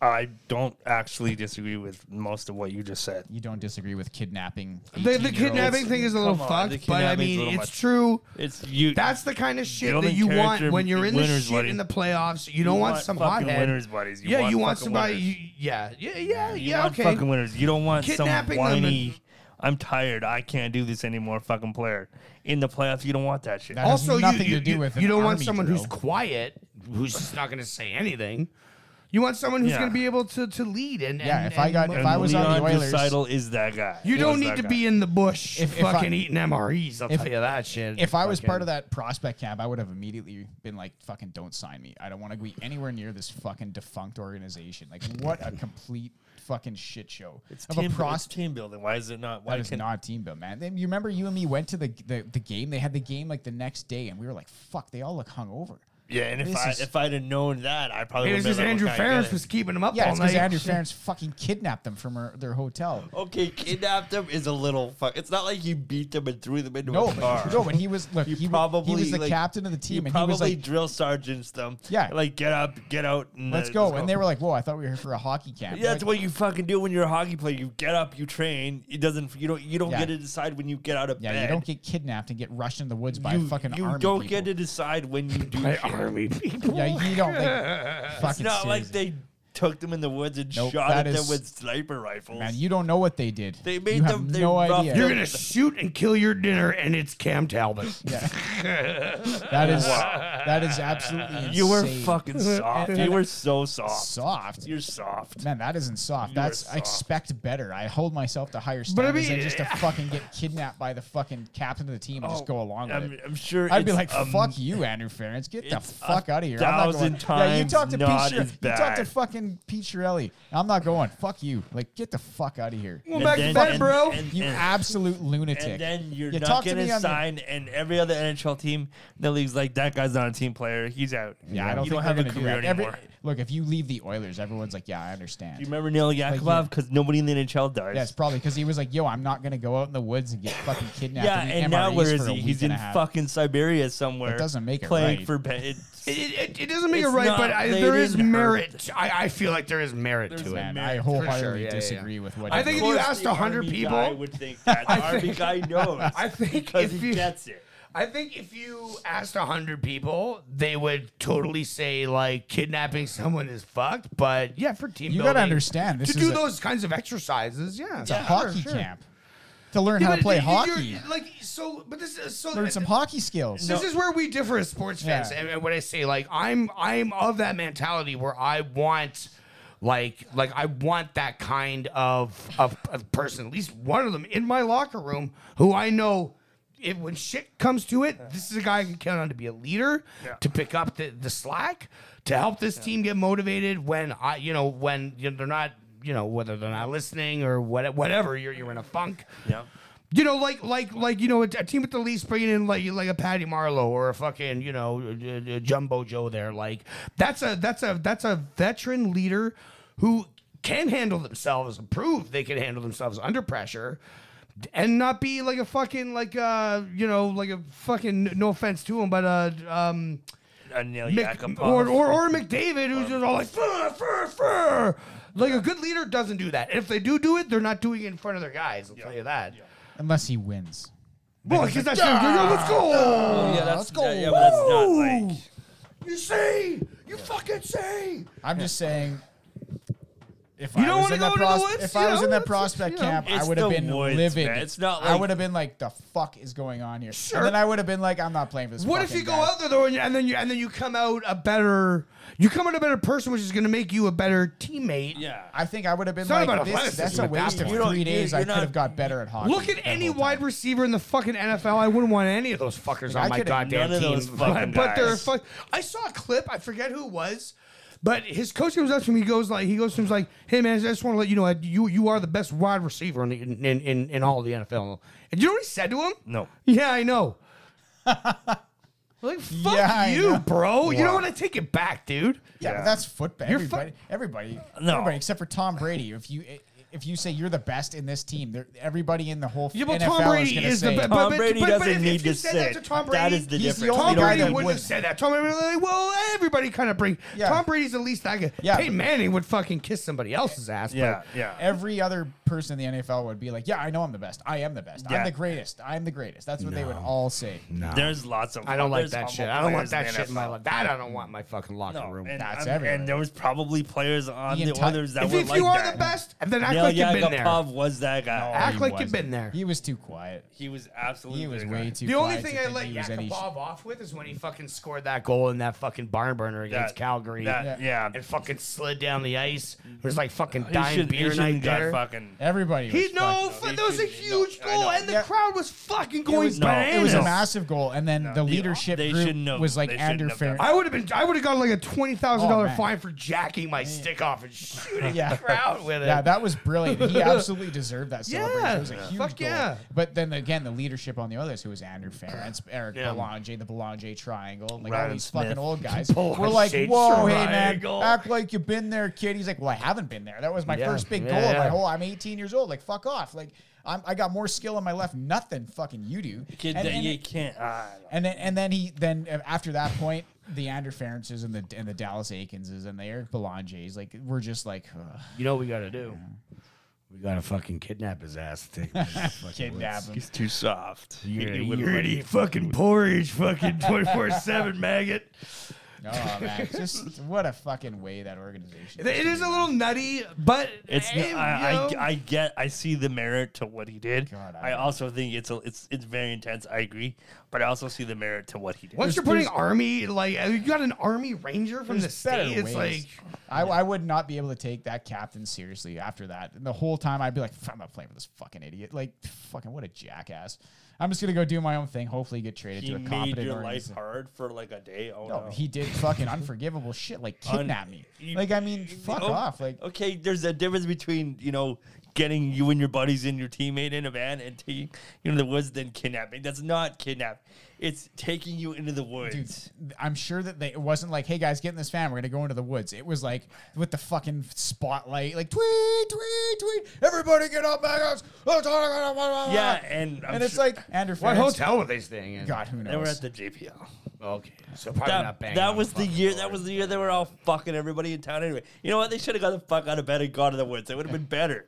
Speaker 5: I don't actually disagree with most of what you just said.
Speaker 2: You don't disagree with kidnapping.
Speaker 3: The, the
Speaker 2: 18-year-olds?
Speaker 3: kidnapping thing is a little
Speaker 5: Come on, the
Speaker 3: fucked, but I
Speaker 5: kidnapping's a
Speaker 3: mean, it's
Speaker 5: little much.
Speaker 3: true.
Speaker 5: It's you.
Speaker 3: That's the kind of shit that
Speaker 5: Building
Speaker 3: you want
Speaker 5: character
Speaker 3: when you're in the
Speaker 5: winners,
Speaker 3: shit
Speaker 5: buddy.
Speaker 3: in the playoffs. You don't
Speaker 5: You
Speaker 3: want,
Speaker 5: want
Speaker 3: some
Speaker 5: fucking
Speaker 3: hothead.
Speaker 5: winners, buddies. You
Speaker 3: yeah,
Speaker 5: want
Speaker 3: you want
Speaker 5: fucking
Speaker 3: somebody.
Speaker 5: winners.
Speaker 3: You, yeah, yeah, yeah,
Speaker 5: You
Speaker 3: yeah.
Speaker 5: want
Speaker 3: Okay.
Speaker 5: fucking winners. You don't want some
Speaker 3: Kidnapping them and-
Speaker 5: whiny. I'm tired. I can't do this anymore. Fucking player in the playoffs. You don't want that shit.
Speaker 2: That has
Speaker 3: also, you,
Speaker 2: nothing to
Speaker 3: you,
Speaker 2: do
Speaker 3: you-
Speaker 2: with
Speaker 3: you
Speaker 2: an
Speaker 3: don't want
Speaker 2: army
Speaker 3: someone
Speaker 2: drill.
Speaker 3: who's quiet, who's just not going to say anything. You want someone who's
Speaker 5: Yeah.
Speaker 3: going to be able to to lead. And
Speaker 2: Yeah,
Speaker 3: and-
Speaker 2: if I got-
Speaker 3: and-
Speaker 2: if I was on the
Speaker 5: Leon
Speaker 2: Oilers-
Speaker 5: Draisaitl is that guy.
Speaker 3: you
Speaker 5: He
Speaker 3: don't
Speaker 5: was
Speaker 3: need
Speaker 5: that
Speaker 3: to
Speaker 5: guy.
Speaker 3: be in the bush,
Speaker 2: If- if I-
Speaker 3: fucking eating MREs. I'll tell you that shit.
Speaker 2: If I was
Speaker 3: Fucking-
Speaker 2: part of that prospect camp, I would have immediately been like, fucking don't sign me. I don't want to be anywhere near this fucking defunct organization. Like, what a complete fucking shit show
Speaker 5: It's
Speaker 2: of
Speaker 5: team,
Speaker 2: a
Speaker 5: it's
Speaker 2: prospect.
Speaker 5: team building. Why is it not? Why
Speaker 2: That is
Speaker 5: can
Speaker 2: not team build, man. Then you remember you and me went to the, the the game. They had the game like the next day, and we were like, "Fuck!" They all look hungover.
Speaker 5: Yeah, and if
Speaker 2: This
Speaker 5: I
Speaker 2: is-
Speaker 5: if I'd have known that, I probably
Speaker 3: It
Speaker 5: would
Speaker 3: was
Speaker 5: have
Speaker 3: just
Speaker 5: been like,
Speaker 3: Andrew
Speaker 5: okay, I get
Speaker 3: Ferris
Speaker 5: it.
Speaker 3: was keeping him up
Speaker 2: Yeah,
Speaker 3: all
Speaker 2: it's
Speaker 3: night.
Speaker 2: because Andrew Ferentz fucking kidnapped them from her, their hotel.
Speaker 5: Oh,
Speaker 6: Okay, kidnapped them is a little fuck. It's not like you beat them and threw them into
Speaker 2: No,
Speaker 6: a car.
Speaker 2: but, no, but he was look.
Speaker 6: You
Speaker 2: he, probably, he
Speaker 6: probably
Speaker 2: was the
Speaker 6: like-
Speaker 2: captain of the
Speaker 5: You
Speaker 2: team, and he
Speaker 5: probably
Speaker 2: was like,
Speaker 5: drill sergeants them.
Speaker 2: Yeah.
Speaker 5: like get up, get out, and
Speaker 2: "Let's
Speaker 5: uh,
Speaker 2: go!" And they were like, "Whoa, I thought we were here for a hockey camp."
Speaker 5: Yeah,
Speaker 2: Like,
Speaker 5: that's what you fucking do when you're a hockey player. You get up, you train. It doesn't. You don't. You don't
Speaker 2: Yeah.
Speaker 5: get to decide when you get out of
Speaker 2: Yeah,
Speaker 5: bed.
Speaker 2: you don't get kidnapped and get rushed in the woods by
Speaker 5: You,
Speaker 2: fucking
Speaker 5: you
Speaker 2: army
Speaker 5: don't
Speaker 2: people.
Speaker 5: get to decide when you do. shit.
Speaker 3: army people.
Speaker 2: Yeah, you don't like fucking
Speaker 5: It's not like
Speaker 2: seriously.
Speaker 5: they took them in the woods and
Speaker 2: Nope,
Speaker 5: shot
Speaker 2: that
Speaker 5: at them
Speaker 2: is-
Speaker 5: with sniper rifles.
Speaker 2: Man, you don't know what they did.
Speaker 6: They made
Speaker 2: you have
Speaker 6: them- they
Speaker 2: no
Speaker 6: roughed
Speaker 2: idea.
Speaker 6: them.
Speaker 3: You're gonna shoot and kill your dinner, and it's Cam Talbot.
Speaker 2: That is that is absolutely insane.
Speaker 5: You were fucking soft.
Speaker 2: And-
Speaker 5: you were so soft.
Speaker 2: soft.
Speaker 5: You're soft.
Speaker 2: Man, that isn't soft.
Speaker 5: You
Speaker 2: That's
Speaker 5: are
Speaker 2: I
Speaker 5: soft.
Speaker 2: expect better. I hold myself to higher
Speaker 3: But I
Speaker 2: standards than
Speaker 3: mean-
Speaker 2: just to
Speaker 5: eh.
Speaker 2: fucking get kidnapped by the fucking captain of the team
Speaker 5: Oh,
Speaker 2: and just go along with
Speaker 5: I'm,
Speaker 2: it.
Speaker 5: I'm sure.
Speaker 2: I'd be
Speaker 5: it's
Speaker 2: like,
Speaker 5: a
Speaker 2: "Fuck you, Andrew Ference. Get the
Speaker 5: it's
Speaker 2: fuck
Speaker 5: a
Speaker 2: out of here."
Speaker 5: thousand
Speaker 2: yeah, you
Speaker 5: times
Speaker 2: talked to Pete
Speaker 5: not
Speaker 2: Shire-
Speaker 5: as
Speaker 2: You talked to
Speaker 5: bad.
Speaker 2: fucking Pete Shirelli. I'm not going. Fuck you. Like, get the fuck out of here.
Speaker 3: Well,
Speaker 5: And
Speaker 3: back
Speaker 5: then-
Speaker 3: to bed,
Speaker 5: and-
Speaker 3: bro.
Speaker 5: and-
Speaker 2: You
Speaker 5: and-
Speaker 2: absolute lunatic.
Speaker 5: And then you're
Speaker 2: You
Speaker 5: not
Speaker 2: talk to
Speaker 5: going
Speaker 2: me
Speaker 5: to
Speaker 2: on the-
Speaker 5: sign, and every other NHL team in the league's like, that guy's not a team player. He's out.
Speaker 2: Yeah, I don't
Speaker 5: you
Speaker 2: think
Speaker 5: don't have
Speaker 2: they're
Speaker 5: a
Speaker 2: gonna do
Speaker 5: career
Speaker 2: that. Every-
Speaker 5: anymore.
Speaker 2: look, if you leave the Oilers, everyone's like, "Yeah, I understand."
Speaker 5: Do you remember Neil
Speaker 2: yeah.
Speaker 5: Yakubov? Because nobody in the NHL does.
Speaker 2: Yes, probably because he was like, "Yo, I'm not gonna go out in the woods and get fucking kidnapped."
Speaker 5: yeah,
Speaker 2: and, eat
Speaker 5: and now
Speaker 2: MREs
Speaker 5: where is
Speaker 2: for a
Speaker 5: he?
Speaker 2: week
Speaker 5: He's
Speaker 2: and
Speaker 5: in
Speaker 2: a half.
Speaker 5: fucking Siberia somewhere.
Speaker 2: It doesn't make it
Speaker 5: playing
Speaker 2: right.
Speaker 5: for bed.
Speaker 3: It, it, it doesn't make
Speaker 5: It's
Speaker 3: it right,
Speaker 5: not-
Speaker 3: but I,
Speaker 5: they
Speaker 3: there is
Speaker 5: didn't hurt.
Speaker 3: merit. I, I feel like there is merit to it.
Speaker 2: Man,
Speaker 5: America,
Speaker 2: I
Speaker 5: for
Speaker 2: wholeheartedly
Speaker 3: sure. Yeah, yeah, yeah.
Speaker 2: disagree with what.
Speaker 3: I
Speaker 2: he
Speaker 3: think
Speaker 2: did.
Speaker 3: if you asked
Speaker 5: a
Speaker 3: 100 people-
Speaker 5: I would think that the army guy knows.
Speaker 3: I think
Speaker 5: because
Speaker 3: if
Speaker 5: he
Speaker 3: you-
Speaker 5: gets it.
Speaker 3: I think if you asked 100 people, they would totally say, like, kidnapping someone is fucked. But yeah, for team
Speaker 2: You gotta
Speaker 3: building,
Speaker 2: understand, this
Speaker 3: to
Speaker 2: is
Speaker 3: do
Speaker 2: a-
Speaker 3: those kinds of exercises, yeah.
Speaker 2: it's a hockey camp to learn how to play hockey,
Speaker 3: Like, so, but this is so.
Speaker 2: learn some hockey skills.
Speaker 3: This is where we differ as sports fans.
Speaker 2: Yeah.
Speaker 3: And, and when I say like I'm I'm of that mentality where I want like like I want that kind of of, of person, at least one of them in my locker room who I know if when shit comes to it, this is a guy I can count on to be a leader, to pick up the, the slack, to help this team get motivated when I you know when you know, they're not you know whether they're not listening or what, whatever you're you're in a funk.
Speaker 5: Yeah.
Speaker 3: You know, like like like you know, a, a team at the least bringing in like like a Patty Marlowe or a fucking you know uh, uh, Jumbo Joe there. Like that's a that's a that's a veteran leader who can handle themselves, prove they can handle themselves under pressure, and not be like a fucking like uh you know like a fucking no offense to him, but uh um
Speaker 5: A Neil
Speaker 3: Mc,
Speaker 5: Yakupov.
Speaker 3: or, or or McDavid who's just all like fur fur fur. Like a good leader doesn't do that. If they do do it, they're not doing it in front of their guys. I'll tell you that.
Speaker 2: unless he wins.
Speaker 3: Well, because that's yeah, let's go.
Speaker 5: yeah, that's,
Speaker 2: let's go.
Speaker 5: Yeah, yeah, but that's not
Speaker 3: Woo!
Speaker 5: like.
Speaker 3: You see, you fucking see.
Speaker 2: I'm just saying. If
Speaker 3: You
Speaker 2: I
Speaker 3: don't
Speaker 2: was
Speaker 3: wanna
Speaker 2: in the
Speaker 3: go into the
Speaker 2: pros-
Speaker 3: woods,
Speaker 2: if
Speaker 3: you
Speaker 2: I was
Speaker 3: know,
Speaker 2: in the
Speaker 3: that's-
Speaker 2: prospect
Speaker 3: you know.
Speaker 2: camp, I
Speaker 5: It's
Speaker 2: would have
Speaker 5: the
Speaker 2: been
Speaker 5: woods,
Speaker 2: livid.
Speaker 5: man. It's not
Speaker 2: I
Speaker 5: like-
Speaker 2: would have been like, "The fuck is going on here?"
Speaker 3: Sure.
Speaker 2: And then I would have been like, "I'm not playing for this."
Speaker 3: What if
Speaker 2: fucking
Speaker 3: you go
Speaker 2: guy."
Speaker 3: out there though, and, you- and then you and then you come out a better, you come out a better person, which is going to make you a better teammate.
Speaker 5: Yeah.
Speaker 2: I think I would have been like,
Speaker 3: not about
Speaker 2: this,
Speaker 3: athleticism,
Speaker 2: that's a
Speaker 3: but
Speaker 2: waste
Speaker 3: that
Speaker 2: of
Speaker 5: one. You don't-
Speaker 2: three
Speaker 5: you-
Speaker 2: days. I
Speaker 5: you're
Speaker 2: could
Speaker 5: not-
Speaker 2: have got better at hockey.
Speaker 3: Look at
Speaker 2: that
Speaker 3: any
Speaker 2: whole time.
Speaker 3: wide receiver in the fucking NFL. I wouldn't want any of those fuckers
Speaker 2: I
Speaker 3: on my
Speaker 2: could've-
Speaker 3: goddamn
Speaker 5: none of
Speaker 3: team.
Speaker 5: those fucking
Speaker 3: but they're
Speaker 5: guys.
Speaker 3: fuck. I saw a clip. I forget who it was, but his coach comes up to me. He goes like, he goes to him he's like, "Hey man, I just want to let you know that you you are the best wide receiver in the- in in, in, in all of the NFL." And you know what he said to him?
Speaker 5: No.
Speaker 3: Yeah, I know. like fuck
Speaker 2: Yeah, I
Speaker 3: you,
Speaker 2: know.
Speaker 3: bro. You don't want to take it back, dude.
Speaker 2: Yeah, but
Speaker 5: Yeah.
Speaker 2: that's football.
Speaker 3: You're fu-
Speaker 2: everybody, everybody,
Speaker 5: No.
Speaker 2: everybody except for Tom Brady. If you if you say you're the best in this team, they're- everybody in the whole
Speaker 3: Yeah, but
Speaker 2: NFL
Speaker 3: Tom Brady
Speaker 2: is,
Speaker 3: is the
Speaker 2: going to say,
Speaker 3: be-
Speaker 5: Tom
Speaker 3: but- but-
Speaker 5: Brady
Speaker 3: but
Speaker 5: doesn't
Speaker 3: if- if
Speaker 5: need
Speaker 3: you
Speaker 5: to
Speaker 3: said
Speaker 5: sit.
Speaker 3: that to Tom
Speaker 5: that
Speaker 3: Brady,
Speaker 5: is the
Speaker 2: he's the
Speaker 5: difference.
Speaker 2: only
Speaker 5: You
Speaker 2: guy
Speaker 3: Tom
Speaker 5: don't
Speaker 3: Brady
Speaker 5: need
Speaker 2: that
Speaker 3: wouldn't
Speaker 2: would.
Speaker 3: have said that. Tom Brady, would be like, well, everybody kind of bring.
Speaker 2: Yeah.
Speaker 3: Tom Brady's the least I could.
Speaker 2: Yeah.
Speaker 3: Peyton Manning would fucking kiss somebody else's ass.
Speaker 5: Yeah,
Speaker 3: but
Speaker 5: yeah.
Speaker 2: Every other person in the NFL would be like, "Yeah, I know I'm the best. I am the best. I'm
Speaker 5: Yeah.
Speaker 2: the greatest. I'm the greatest." That's what they would all say.
Speaker 5: There's lots of.
Speaker 3: I don't like
Speaker 5: there's
Speaker 3: that
Speaker 5: humble
Speaker 3: shit. I don't want
Speaker 5: players
Speaker 3: that shit in
Speaker 5: NFL.
Speaker 3: my life. That I don't want in my fucking locker
Speaker 5: No,
Speaker 3: room.
Speaker 5: and,
Speaker 2: That's
Speaker 5: I'm-
Speaker 2: everywhere.
Speaker 5: and there was probably players on
Speaker 2: The
Speaker 5: the,
Speaker 2: entire-
Speaker 5: others that
Speaker 3: if
Speaker 5: were
Speaker 3: if
Speaker 5: like
Speaker 3: you are
Speaker 5: that.
Speaker 3: the best, then act
Speaker 5: Neil
Speaker 3: like you've been there.
Speaker 5: Yakupov was that guy.
Speaker 3: Act
Speaker 2: He
Speaker 3: like you've
Speaker 2: wasn't.
Speaker 3: been there.
Speaker 2: He was too quiet.
Speaker 5: He was absolutely.
Speaker 2: He was
Speaker 5: the
Speaker 2: way
Speaker 5: guy.
Speaker 2: too.
Speaker 3: The
Speaker 2: quiet
Speaker 3: only
Speaker 2: to
Speaker 3: thing I
Speaker 2: think
Speaker 3: let
Speaker 2: he was any
Speaker 3: Yakupov
Speaker 2: sh-
Speaker 3: off with is when he fucking scored that goal in that fucking barn burner against
Speaker 5: That-
Speaker 3: Calgary.
Speaker 5: that- yeah.
Speaker 3: And fucking slid down the ice. It was like fucking
Speaker 5: He
Speaker 3: dime
Speaker 5: shouldn't- he
Speaker 3: beer
Speaker 5: shouldn't
Speaker 3: night
Speaker 5: got
Speaker 3: there.
Speaker 5: Fucking.
Speaker 2: Everybody.
Speaker 3: He
Speaker 2: was
Speaker 3: no,
Speaker 2: fucking-
Speaker 3: fu-
Speaker 5: he
Speaker 3: that was a
Speaker 5: shouldn't- no,
Speaker 3: huge
Speaker 5: I
Speaker 3: goal,
Speaker 5: know.
Speaker 3: and the
Speaker 2: Yeah.
Speaker 3: crowd was fucking going
Speaker 2: was-
Speaker 5: no,
Speaker 3: bananas.
Speaker 2: It was a
Speaker 5: Yes.
Speaker 2: massive goal, and then the leadership
Speaker 5: they
Speaker 2: group
Speaker 5: shouldn't have-
Speaker 2: was like
Speaker 5: they
Speaker 2: Andrew
Speaker 5: shouldn't have done
Speaker 2: Ferris.
Speaker 3: I would have been. I would have gotten like a twenty thousand thousand
Speaker 2: Oh,
Speaker 3: dollar
Speaker 2: man.
Speaker 3: fine for jacking my stick off and shooting
Speaker 2: Yeah.
Speaker 3: the crowd with it.
Speaker 2: Yeah, that was brilliant. He absolutely deserved that celebration.
Speaker 3: Yeah.
Speaker 2: It was a huge
Speaker 3: Fuck
Speaker 2: goal.
Speaker 3: yeah.
Speaker 2: But then again, the leadership on the others, who was Andrew Ferentz, Eric
Speaker 3: Yeah.
Speaker 2: Belanger, the Belanger Triangle, like all
Speaker 5: Ryan
Speaker 2: these fucking
Speaker 5: Smith.
Speaker 2: old guys,
Speaker 3: Belanger
Speaker 2: were like, "Whoa, hey man,
Speaker 3: Triangle."
Speaker 2: act like you've been there, kid." He's like, "Well, I haven't been there. That was my
Speaker 3: Yeah.
Speaker 2: first big
Speaker 3: Yeah,
Speaker 2: goal. of My
Speaker 3: yeah.
Speaker 2: whole I'm 18 years old. Like, fuck off. Like, I'm, I got more skill on my left. Nothing fucking you do."
Speaker 5: Kid,
Speaker 2: And-
Speaker 5: that
Speaker 2: and-
Speaker 5: you can't. ah,
Speaker 2: and then and then he then after that point, the Andrew Ferences and the and the Dallas Aikenses and the Eric Belangers, like we're just like ugh,
Speaker 3: you know what we gotta do? We gotta fucking kidnap his ass. Take him to the fucking
Speaker 2: kidnap him.
Speaker 5: he's too soft.
Speaker 3: woods.
Speaker 5: He
Speaker 3: You're,
Speaker 5: would've
Speaker 3: you're
Speaker 5: liked-
Speaker 3: eating fucking porridge, fucking twenty four seven maggot.
Speaker 2: Oh man, just what a fucking way that organization.
Speaker 3: It is a little nutty, but
Speaker 5: It's
Speaker 3: eh,
Speaker 5: I,
Speaker 3: you know.
Speaker 5: I, I get I see the merit to what he did.
Speaker 2: God, I
Speaker 5: I,
Speaker 2: know.
Speaker 5: also think it's a, it's it's very intense. I agree, but I also see the merit to what he did.
Speaker 3: Once you're putting army, like you got an army ranger from the
Speaker 2: There's better
Speaker 3: state, it's
Speaker 2: ways.
Speaker 3: like
Speaker 2: I, I would not be able to take that captain seriously after that. And the whole time I'd be like, "Fuck, I'm not playing with this fucking idiot. Like, fucking what a jackass. I'm just gonna go do my own thing. Hopefully, get traded
Speaker 5: He
Speaker 2: to a
Speaker 5: made
Speaker 2: competent
Speaker 5: your life
Speaker 2: organization.
Speaker 5: hard for like a day. Oh no,
Speaker 2: No, he did fucking unforgivable shit, like kidnap me. Like, I mean, fuck
Speaker 5: Oh,
Speaker 2: off. Like,
Speaker 5: okay, there's a difference between you know getting you and your buddies and your teammate in a van and taking you know the woods than kidnapping. That's not kidnapping. It's taking you into the
Speaker 2: dude,
Speaker 5: woods.
Speaker 2: I'm sure that they, it wasn't like, hey guys, get in this van. We're gonna go into the woods. It was like with the fucking spotlight, like tweet, tweet, tweet. Everybody get up, my house.
Speaker 5: Yeah,
Speaker 2: Yeah,
Speaker 5: and I'm
Speaker 2: and it's
Speaker 5: sure-
Speaker 2: like Andrew.
Speaker 3: what
Speaker 2: Ferentz-
Speaker 3: hotel were they staying in?
Speaker 2: God, who knows?
Speaker 5: they were at the JPL.
Speaker 3: Okay, so probably
Speaker 5: That,
Speaker 3: not banging.
Speaker 5: that
Speaker 3: on
Speaker 5: was the
Speaker 3: fucking
Speaker 5: year.
Speaker 3: door.
Speaker 5: That was the year they were all fucking everybody in town anyway. You know what? They should have got the fuck out of bed and gone to the woods. It would have been better.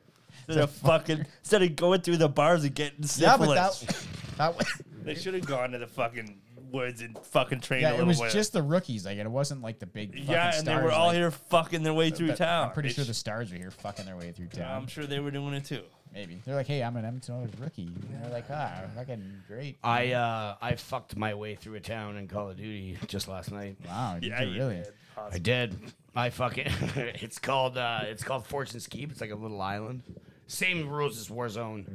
Speaker 5: Instead of fucking instead of going through the bars and getting
Speaker 2: yeah,
Speaker 5: syphilis,
Speaker 2: but that, that was,
Speaker 5: they should have gone to the fucking woods and fucking trained a
Speaker 2: yeah, it
Speaker 5: little
Speaker 2: was
Speaker 5: bit.
Speaker 2: just the rookies. Like, it wasn't like the big. Fucking
Speaker 5: yeah, and
Speaker 2: stars,
Speaker 5: they were all
Speaker 2: like,
Speaker 5: here fucking their way through
Speaker 2: but
Speaker 5: town.
Speaker 2: I'm pretty
Speaker 5: They
Speaker 2: sure
Speaker 5: sh-
Speaker 2: the stars were here fucking their way through town.
Speaker 5: I'm sure they were doing it too.
Speaker 2: Maybe they're like, hey, I'm an Edmonton Oilers rookie. And they're like, ah, fucking great.
Speaker 3: I uh, I fucked my way through a town in Call of Duty just last night.
Speaker 2: Wow, did
Speaker 5: Yeah,
Speaker 2: you really?
Speaker 5: did.
Speaker 3: I did. I fucking. it's called uh, it's called Fortune's Keep. It's like a little island. Same rules as Warzone.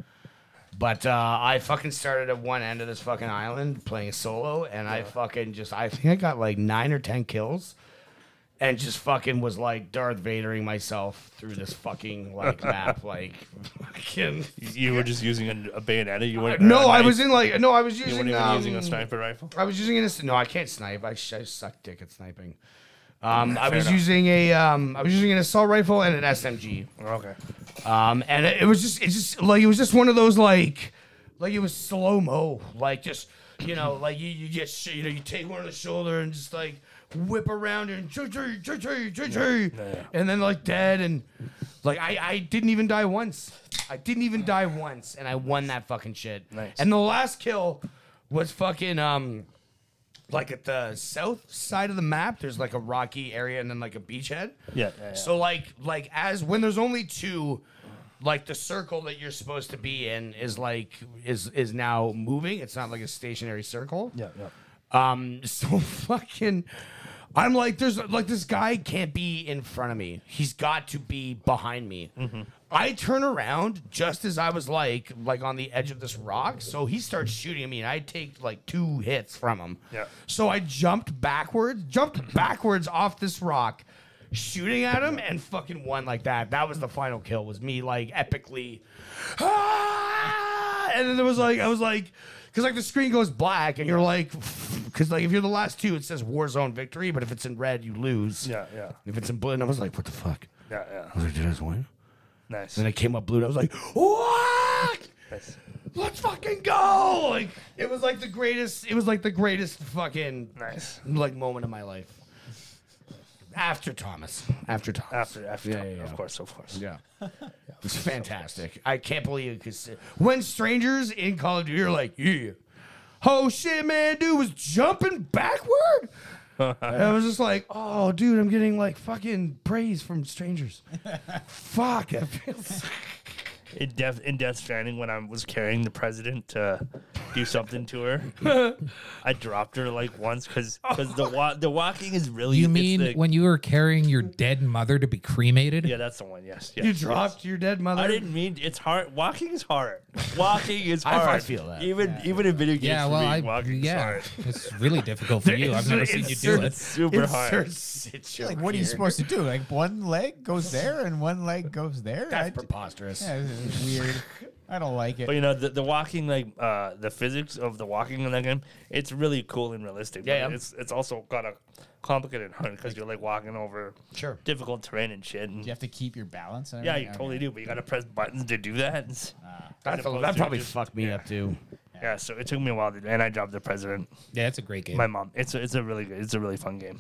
Speaker 3: But uh, I fucking started at one end of this fucking island playing solo, and I fucking just I think I got like nine or ten kills, and just fucking was like Darth Vadering myself through this fucking like map, like fucking.
Speaker 5: You were just using a, a bayonet. You weren't.
Speaker 3: No, I was in like no, I was
Speaker 5: uh, You
Speaker 3: using
Speaker 5: weren't even
Speaker 3: um,
Speaker 5: using a sniper rifle.
Speaker 3: I was using an no. I can't snipe. I, sh- I suck dick at sniping. Um, I
Speaker 5: Fair
Speaker 3: was
Speaker 5: enough.
Speaker 3: using a um, I was using an assault rifle and an SMG.
Speaker 5: Okay.
Speaker 3: Um, and it, it was just it just like it was just one of those like like it was slow mo like just you know like you you get sh- you know you take one on the shoulder and just like whip around and choo choo choo choo choo choo and then like dead and like I I didn't even die once. I didn't even die once and I won that fucking shit.
Speaker 5: Nice.
Speaker 3: And the last kill was fucking um like at the south side of the map there's like a rocky area and then like a beachhead
Speaker 5: Yeah, yeah, yeah.
Speaker 3: so like like as when there's only two like the circle that you're supposed to be in is like is is now moving it's not like a stationary circle
Speaker 5: Yeah. yeah.
Speaker 3: um so fucking i'm like there's like this guy can't be in front of me he's got to be behind me i turn around just as i was like like on the edge of this rock so he starts shooting at me and i take like two hits from him
Speaker 5: Yeah.
Speaker 3: so I jumped backwards, jumped backwards off this rock, shooting at him, and fucking won like that. That was the final kill. Was me like epically, "Ah!" and then there was like I was like, because like the screen goes black, and you're like, because like if you're the last two, it says war zone victory, but if it's in red, you lose.
Speaker 5: Yeah, yeah.
Speaker 3: If it's in blue, and I was like, what the fuck?
Speaker 5: Yeah.
Speaker 3: I
Speaker 5: Yeah.
Speaker 3: was like, did I just win?
Speaker 5: Nice.
Speaker 3: Then I came up blue, and I was like, what?
Speaker 5: Nice.
Speaker 3: Let's fucking go! Like it was like the greatest. It was like the greatest fucking
Speaker 5: Nice.
Speaker 3: like moment of my life. After Thomas, after Thomas,
Speaker 5: After, after,
Speaker 3: Yeah,
Speaker 5: time.
Speaker 3: yeah, yeah.
Speaker 5: of course, of course.
Speaker 3: yeah, it's fantastic. I can't believe because when strangers in Call of Duty are like, yeah, oh shit, man, dude was jumping backward. And I was just like, oh, dude, I'm getting like fucking praise from strangers. Fuck, that feels.
Speaker 5: in Death in Death Stranding when I was carrying the president to do something to her. I dropped her like once because the wa- the walking is really
Speaker 1: You
Speaker 5: it's
Speaker 1: mean
Speaker 5: the-
Speaker 1: when you were carrying your dead mother to be cremated?
Speaker 5: yeah that's the one yes, yes
Speaker 3: You
Speaker 5: yes.
Speaker 3: dropped your dead mother.
Speaker 5: I didn't mean it's hard. Walking is hard. Walking is
Speaker 3: I- I
Speaker 5: hard.
Speaker 3: feel that.
Speaker 5: Even even in video games,
Speaker 1: Yeah,
Speaker 5: for
Speaker 1: well,
Speaker 5: me,
Speaker 1: I,
Speaker 5: walking is
Speaker 1: yeah,
Speaker 5: hard.
Speaker 1: it's really difficult for you. I've never seen you do
Speaker 5: It's
Speaker 1: it.
Speaker 5: super hard.
Speaker 3: Insert
Speaker 2: Like, what are you supposed to do? Like, one leg goes there and one leg goes there? I-
Speaker 3: That's preposterous.
Speaker 2: yeah, this is weird. I don't like it.
Speaker 5: But you know the, the walking, like uh, the physics of the walking in that game, it's really cool and realistic. but
Speaker 3: Yeah, yeah.
Speaker 5: it's it's also got a complicated hunt because you're like walking over
Speaker 3: Sure.
Speaker 5: difficult terrain and shit. And
Speaker 2: you have to keep your balance. And
Speaker 5: Yeah, you
Speaker 2: everything?
Speaker 5: totally
Speaker 2: Okay.
Speaker 5: do, but you gotta press buttons to do that. It's-
Speaker 3: That's a,
Speaker 5: opposed
Speaker 3: that
Speaker 5: to
Speaker 3: probably
Speaker 5: just-
Speaker 3: fucked me up too.
Speaker 5: yeah, so it took me a while to do, and I dropped the president.
Speaker 1: Yeah, it's a great game. Oh,
Speaker 5: My mom. It's a, it's a really good, it's a really fun game.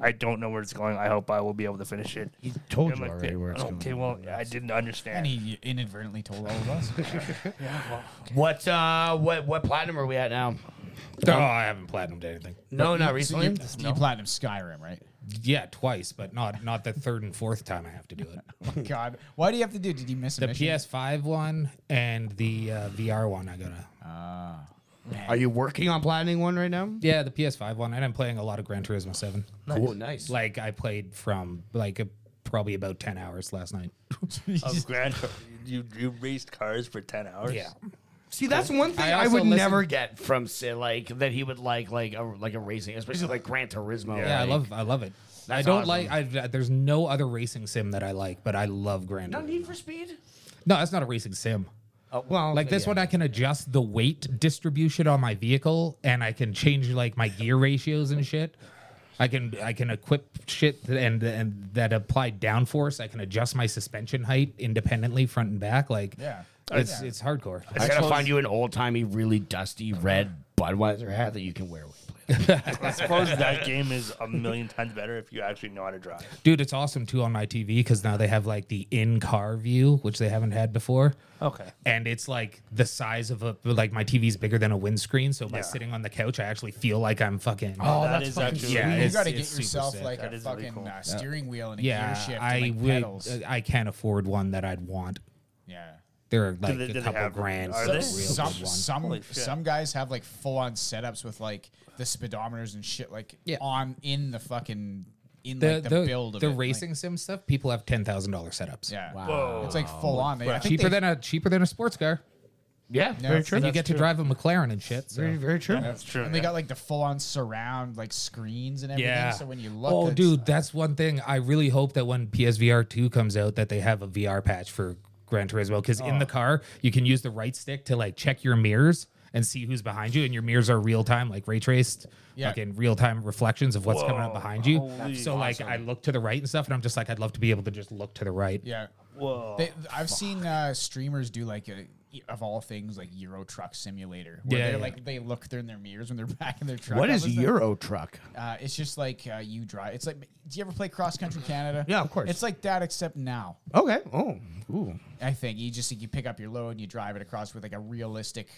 Speaker 5: I don't know where it's going. I hope I will be able to finish it.
Speaker 3: He told
Speaker 5: I'm
Speaker 3: you
Speaker 5: like,
Speaker 3: already where it's
Speaker 5: okay,
Speaker 3: going.
Speaker 5: well, I didn't
Speaker 2: And
Speaker 5: understand.
Speaker 2: he inadvertently told all of us.
Speaker 3: What uh, what what platinum are we at now?
Speaker 1: Oh, I haven't platinumed anything.
Speaker 3: No, not
Speaker 2: So you,
Speaker 3: recently.
Speaker 2: you platinum Skyrim, right?
Speaker 1: Yeah, twice, but not not the third and fourth time I have to do it.
Speaker 2: God, why do you have to do? Did you miss a
Speaker 1: The
Speaker 2: mission?
Speaker 1: PS5 one and the uh, VR one. I gotta.
Speaker 3: Are you working on planning one right now?
Speaker 1: Yeah, the PS5 one, and I'm playing a lot of Gran Turismo Seven.
Speaker 3: Cool. nice.
Speaker 1: Like I played from like a, probably about ten hours last night.
Speaker 5: Of Oh, grand, you you raced cars for ten hours.
Speaker 1: Yeah,
Speaker 3: See, that's one thing
Speaker 1: I
Speaker 3: I,
Speaker 1: also
Speaker 3: would
Speaker 1: listen-
Speaker 3: never get from Sid, like that he would like like a, like a racing, especially like Gran Turismo.
Speaker 1: yeah, I
Speaker 3: like-
Speaker 1: love I love it. I
Speaker 3: That's
Speaker 1: don't
Speaker 3: awesome.
Speaker 1: like. I, there's no other racing sim that I like, but I love Gran.
Speaker 3: No
Speaker 1: Turismo.
Speaker 3: Need for Speed.
Speaker 1: No, that's not a racing sim.
Speaker 3: Oh, well,
Speaker 1: Like this
Speaker 3: yeah.
Speaker 1: one, I can adjust the weight distribution on my vehicle, and I can change like my gear ratios and shit. I can I can equip shit that- and and that apply downforce. I can adjust my suspension height independently, front and back. Like
Speaker 2: Yeah.
Speaker 1: it's
Speaker 2: Yeah.
Speaker 1: it's hardcore.
Speaker 3: I gotta find you an old timey, really dusty red Budweiser hat that you can wear. with you play.
Speaker 5: I suppose that game is a million times better if you actually know how to drive.
Speaker 1: Dude, it's awesome too on my TV because now they have like the in car view, which they haven't had before.
Speaker 5: Okay.
Speaker 1: And it's like the size of a like my TV's bigger than a windscreen, so by
Speaker 5: Yeah.
Speaker 1: sitting on the couch, I actually feel like I'm fucking.
Speaker 5: that is actually
Speaker 1: Yeah,
Speaker 2: you
Speaker 1: it's-
Speaker 2: got to
Speaker 1: it's
Speaker 2: get
Speaker 1: super
Speaker 2: yourself
Speaker 1: sick.
Speaker 2: like
Speaker 5: That
Speaker 2: a
Speaker 5: is really
Speaker 2: fucking
Speaker 5: cool.
Speaker 2: uh, steering wheel and a
Speaker 1: yeah,
Speaker 2: gear shift.
Speaker 1: I
Speaker 2: and, like,
Speaker 1: would. uh,
Speaker 2: Pedals.
Speaker 1: I can't afford one that I'd want.
Speaker 2: yeah.
Speaker 1: They're like
Speaker 5: they- do
Speaker 1: a
Speaker 5: they
Speaker 1: couple
Speaker 5: have-
Speaker 1: grand.
Speaker 5: are
Speaker 1: for
Speaker 5: they?
Speaker 1: a real
Speaker 2: some
Speaker 1: good one.
Speaker 2: some,
Speaker 5: Holy shit.
Speaker 2: some guys have like full on setups with like the speedometers and shit like
Speaker 1: Yeah.
Speaker 2: on in the fucking in
Speaker 1: the
Speaker 2: like the,
Speaker 1: the,
Speaker 2: build of
Speaker 1: the
Speaker 2: it, like-
Speaker 1: racing sim stuff. People have ten thousand dollar setups.
Speaker 2: yeah,
Speaker 5: Whoa.
Speaker 2: it's like full on. They, I think
Speaker 1: cheaper
Speaker 2: they-
Speaker 1: than a cheaper than a sports car.
Speaker 3: yeah,
Speaker 2: No,
Speaker 3: very
Speaker 2: it's-
Speaker 3: true.
Speaker 1: and you get to drive a McLaren and shit. So.
Speaker 3: Very, very true.
Speaker 5: That's true.
Speaker 2: and they
Speaker 5: yeah.
Speaker 2: got like the full on surround like screens and everything. So when you look,
Speaker 1: oh,
Speaker 2: it's-
Speaker 1: dude, that's one thing. I really hope that when PSVR two comes out, that they have a VR patch for Gran Turismo because in
Speaker 2: Oh.
Speaker 1: the car you can use the right stick to like check your mirrors and see who's behind you, and your mirrors are real time, like ray traced,
Speaker 2: Yeah.
Speaker 1: like in real time reflections of what's coming up
Speaker 5: Whoa.
Speaker 1: behind you.
Speaker 5: Holy-
Speaker 1: so like I look to the right and stuff, and I'm just like, I'd love to be able to just look to the right.
Speaker 2: yeah.
Speaker 5: Whoa.
Speaker 2: They, I've seen uh, streamers do like a, of all things like Euro Truck Simulator, where
Speaker 1: Yeah,
Speaker 2: they're
Speaker 1: yeah.
Speaker 2: like they look through in their mirrors when they're back in their truck.
Speaker 3: What
Speaker 2: I
Speaker 3: is
Speaker 2: was, uh,
Speaker 3: Euro truck?
Speaker 2: Uh, it's just like uh, you drive. It's like, do you ever play Cross Country Canada?
Speaker 3: Yeah, of course.
Speaker 2: It's like that, except now.
Speaker 3: Okay. Oh, ooh.
Speaker 2: I think you just you pick up your load and you drive it across with like a realistic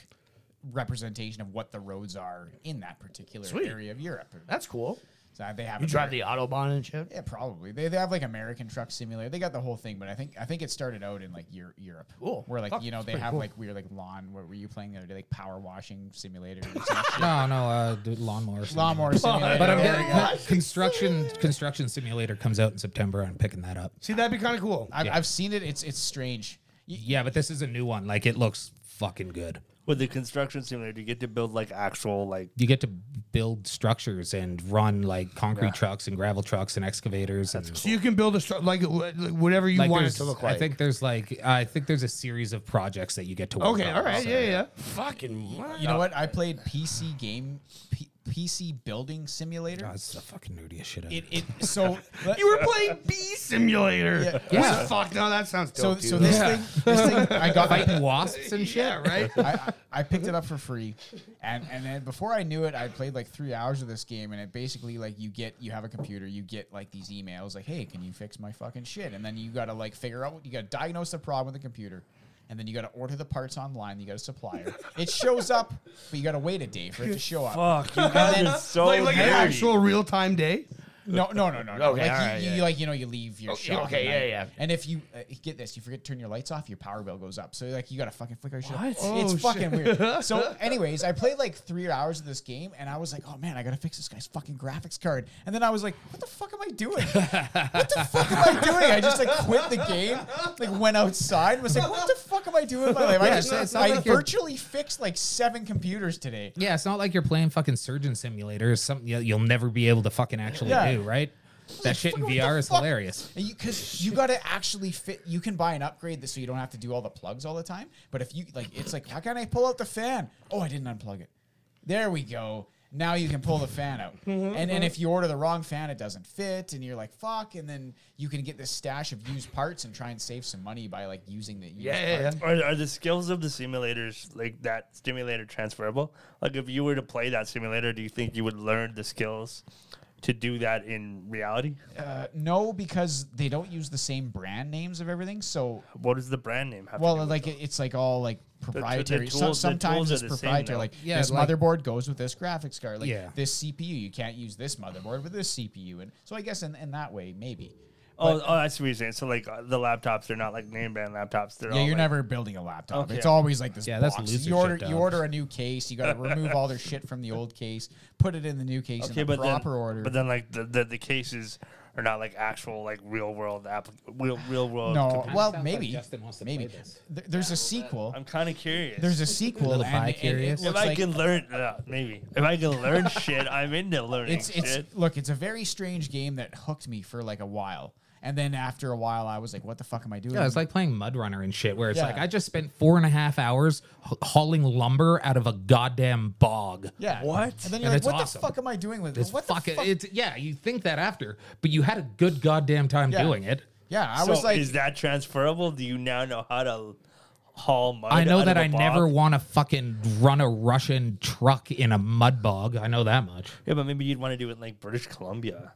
Speaker 2: representation of what the roads are in that particular
Speaker 3: Sweet.
Speaker 2: area of Europe.
Speaker 3: that's cool.
Speaker 2: So uh, they have
Speaker 3: You drive
Speaker 2: Ameri-
Speaker 3: the autobahn and shit.
Speaker 2: yeah, probably they, they have like American Truck Simulator. They got the whole thing, but I think I think it started out in like Eur- Europe,
Speaker 3: Cool.
Speaker 2: where like
Speaker 3: Fuck,
Speaker 2: you know
Speaker 3: that's
Speaker 2: they
Speaker 3: pretty
Speaker 2: have
Speaker 3: cool.
Speaker 2: like weird like lawn. What were you playing the other day? Like power washing simulator, or some shit.
Speaker 1: No, no, uh, the lawnmower. simulator.
Speaker 2: lawnmower simulator.
Speaker 1: But I'm
Speaker 2: There
Speaker 1: getting
Speaker 2: we go.
Speaker 1: con- construction construction simulator comes out in September. I'm picking that up.
Speaker 3: See, that'd be kind of cool.
Speaker 2: I've, I've seen it. It's it's strange. You-
Speaker 1: Yeah, but this is a new one. Like it looks fucking good.
Speaker 5: With the construction simulator, you get to build like actual like
Speaker 1: You get to build structures and run like concrete trucks and gravel trucks and excavators. and
Speaker 3: So you can build a stru- like wh- whatever you
Speaker 1: like
Speaker 3: want it
Speaker 1: there's-
Speaker 3: to look like.
Speaker 1: I think there's like I think there's a series of projects that you get to work
Speaker 3: Okay.
Speaker 1: on.
Speaker 3: All right.
Speaker 1: So-
Speaker 3: Yeah. Yeah. Fucking.
Speaker 2: You know what? I played PC game, P- PC building simulator.
Speaker 1: Oh, it's the fucking nerdiest shit. I've
Speaker 2: It, it so let-
Speaker 3: You were playing Bee Simulator.
Speaker 2: Yeah.
Speaker 1: Yeah.
Speaker 3: Fuck. No, that sounds
Speaker 2: so
Speaker 3: dope.
Speaker 2: so
Speaker 3: dude.
Speaker 2: this thing this thing I got my,
Speaker 1: Fighting wasps and shit.
Speaker 3: Yeah. Right.
Speaker 2: I, I I picked it up for free, and and then before I knew it, I played like three hours of this game, and it basically like you get you have a computer, you get like these emails like, hey, can you fix my fucking shit? And then you gotta like figure out what you gotta diagnose the problem with the computer. And then you got to order the parts online. You got a supplier. It shows up, but you got to wait a day for it to show up.
Speaker 5: fuck. You
Speaker 2: And
Speaker 5: guys
Speaker 2: then-
Speaker 5: are so
Speaker 3: like like an
Speaker 5: nerdy.
Speaker 3: actual real time day.
Speaker 2: No, no, no, no. no.
Speaker 3: Okay,
Speaker 2: like you,
Speaker 3: alright,
Speaker 2: you,
Speaker 3: yeah.
Speaker 2: like you know, you leave your
Speaker 3: Okay,
Speaker 2: shop.
Speaker 3: okay,
Speaker 2: at
Speaker 3: yeah,
Speaker 2: night.
Speaker 3: yeah.
Speaker 2: And if you uh, get this, you forget to turn your lights off, your power bill goes up. So like you gotta fucking flicker your shit. Up. It's
Speaker 3: Oh,
Speaker 2: fucking weird. So, anyways, I played like three hours of this game, and I was like, oh man, I gotta fix this guy's fucking graphics card. And then I was like, what the fuck am I doing? what the fuck am I doing? I just like quit the game, like went outside, and was like, what the fuck am I doing with my life? I
Speaker 1: Yeah,
Speaker 2: just
Speaker 1: it's- it's not
Speaker 2: I
Speaker 1: like you're-
Speaker 2: virtually fixed like seven computers today.
Speaker 1: Yeah, it's not like you're playing fucking surgeon simulator. It's something you- you'll never be able to fucking actually
Speaker 2: Yeah.
Speaker 1: do, right? That shit in
Speaker 2: Fucking what
Speaker 1: VR
Speaker 2: the
Speaker 1: is
Speaker 2: fuck?
Speaker 1: hilarious.
Speaker 2: And you because you got to actually fit. You can buy an upgrade that so you don't have to do all the plugs all the time. But if you like, it's like, how can I pull out the fan? Oh, I didn't unplug it. There we go. Now you can pull the fan out.
Speaker 3: Mm-hmm,
Speaker 2: and and if you order the wrong fan, it doesn't fit, and you're like, fuck. And then you can get this stash of used parts and try and save some money by like using the used
Speaker 3: Yeah. Yeah.
Speaker 2: parts.
Speaker 5: Are, are the skills of the simulators like that simulator transferable? Like, if you were to play that simulator, do you think you would learn the skills to do that in reality?
Speaker 2: Uh, no, because they don't use the same brand names of everything. So,
Speaker 5: What does the brand name have? to
Speaker 2: well,
Speaker 5: do
Speaker 2: like it, it's like all like proprietary. So-
Speaker 5: tools- the tools
Speaker 2: sometimes
Speaker 5: are
Speaker 2: it's
Speaker 5: the same,
Speaker 2: proprietary.
Speaker 5: though.
Speaker 2: Like
Speaker 1: Yeah,
Speaker 2: this
Speaker 1: like-
Speaker 2: motherboard goes with this graphics card. Like
Speaker 1: Yeah.
Speaker 2: this CPU, you can't use this motherboard with this CPU. And so I guess in, in that way, maybe.
Speaker 5: Oh, oh, that's what you're saying. So like uh, the laptops, they're not like name brand laptops. They're
Speaker 2: Yeah,
Speaker 5: all,
Speaker 2: you're
Speaker 5: like-
Speaker 2: never building a laptop.
Speaker 5: Okay.
Speaker 2: It's always like this.
Speaker 1: Yeah, that's
Speaker 2: box.
Speaker 1: loser
Speaker 2: you order
Speaker 1: shit,
Speaker 2: you
Speaker 1: dog.
Speaker 2: order a new case. You got to remove all their shit from the old case, put it in the new case
Speaker 5: okay,
Speaker 2: in the
Speaker 5: but
Speaker 2: proper
Speaker 5: then,
Speaker 2: order.
Speaker 5: But then like the, the the cases are not like actual like real world applic real real world.
Speaker 2: no,
Speaker 5: computer-
Speaker 2: well,
Speaker 1: sounds like
Speaker 2: maybe
Speaker 1: Justin wants to play
Speaker 2: maybe
Speaker 1: this.
Speaker 2: Th- there's a sequel.
Speaker 5: I'm kind of curious.
Speaker 2: There's a sequel.
Speaker 1: little
Speaker 2: and- and it
Speaker 1: bi-curious.
Speaker 5: if
Speaker 2: looks
Speaker 5: I
Speaker 2: like-
Speaker 5: can learn uh, maybe if I can learn shit, I'm into learning
Speaker 2: it's
Speaker 5: shit.
Speaker 2: it's look, it's a very strange game that hooked me for like a while, and then after a while, I was like, "What the fuck am I doing?"
Speaker 1: Yeah, it's like playing Mud Runner and shit, where it's
Speaker 2: Yeah.
Speaker 1: like I just spent four and a half hours h- hauling lumber out of a goddamn bog.
Speaker 2: yeah,
Speaker 5: What?
Speaker 2: And then
Speaker 1: And
Speaker 2: you're like,
Speaker 1: it's
Speaker 2: "What
Speaker 1: awesome.
Speaker 2: the fuck am I doing with
Speaker 1: It's
Speaker 2: this? What the
Speaker 1: fucking.
Speaker 2: fuck?"
Speaker 1: It's yeah. You think that after, but you had a good goddamn time
Speaker 2: Yeah.
Speaker 1: doing it.
Speaker 2: yeah, I
Speaker 5: so
Speaker 2: was like,
Speaker 5: is that transferable? Do you now know how to haul mud?
Speaker 1: I know
Speaker 5: out
Speaker 1: that
Speaker 5: of a
Speaker 1: I never
Speaker 5: bog?
Speaker 1: want to fucking run a Russian truck in a mud bog. I know that much.
Speaker 5: Yeah, but maybe you'd want to do it in, like British Columbia.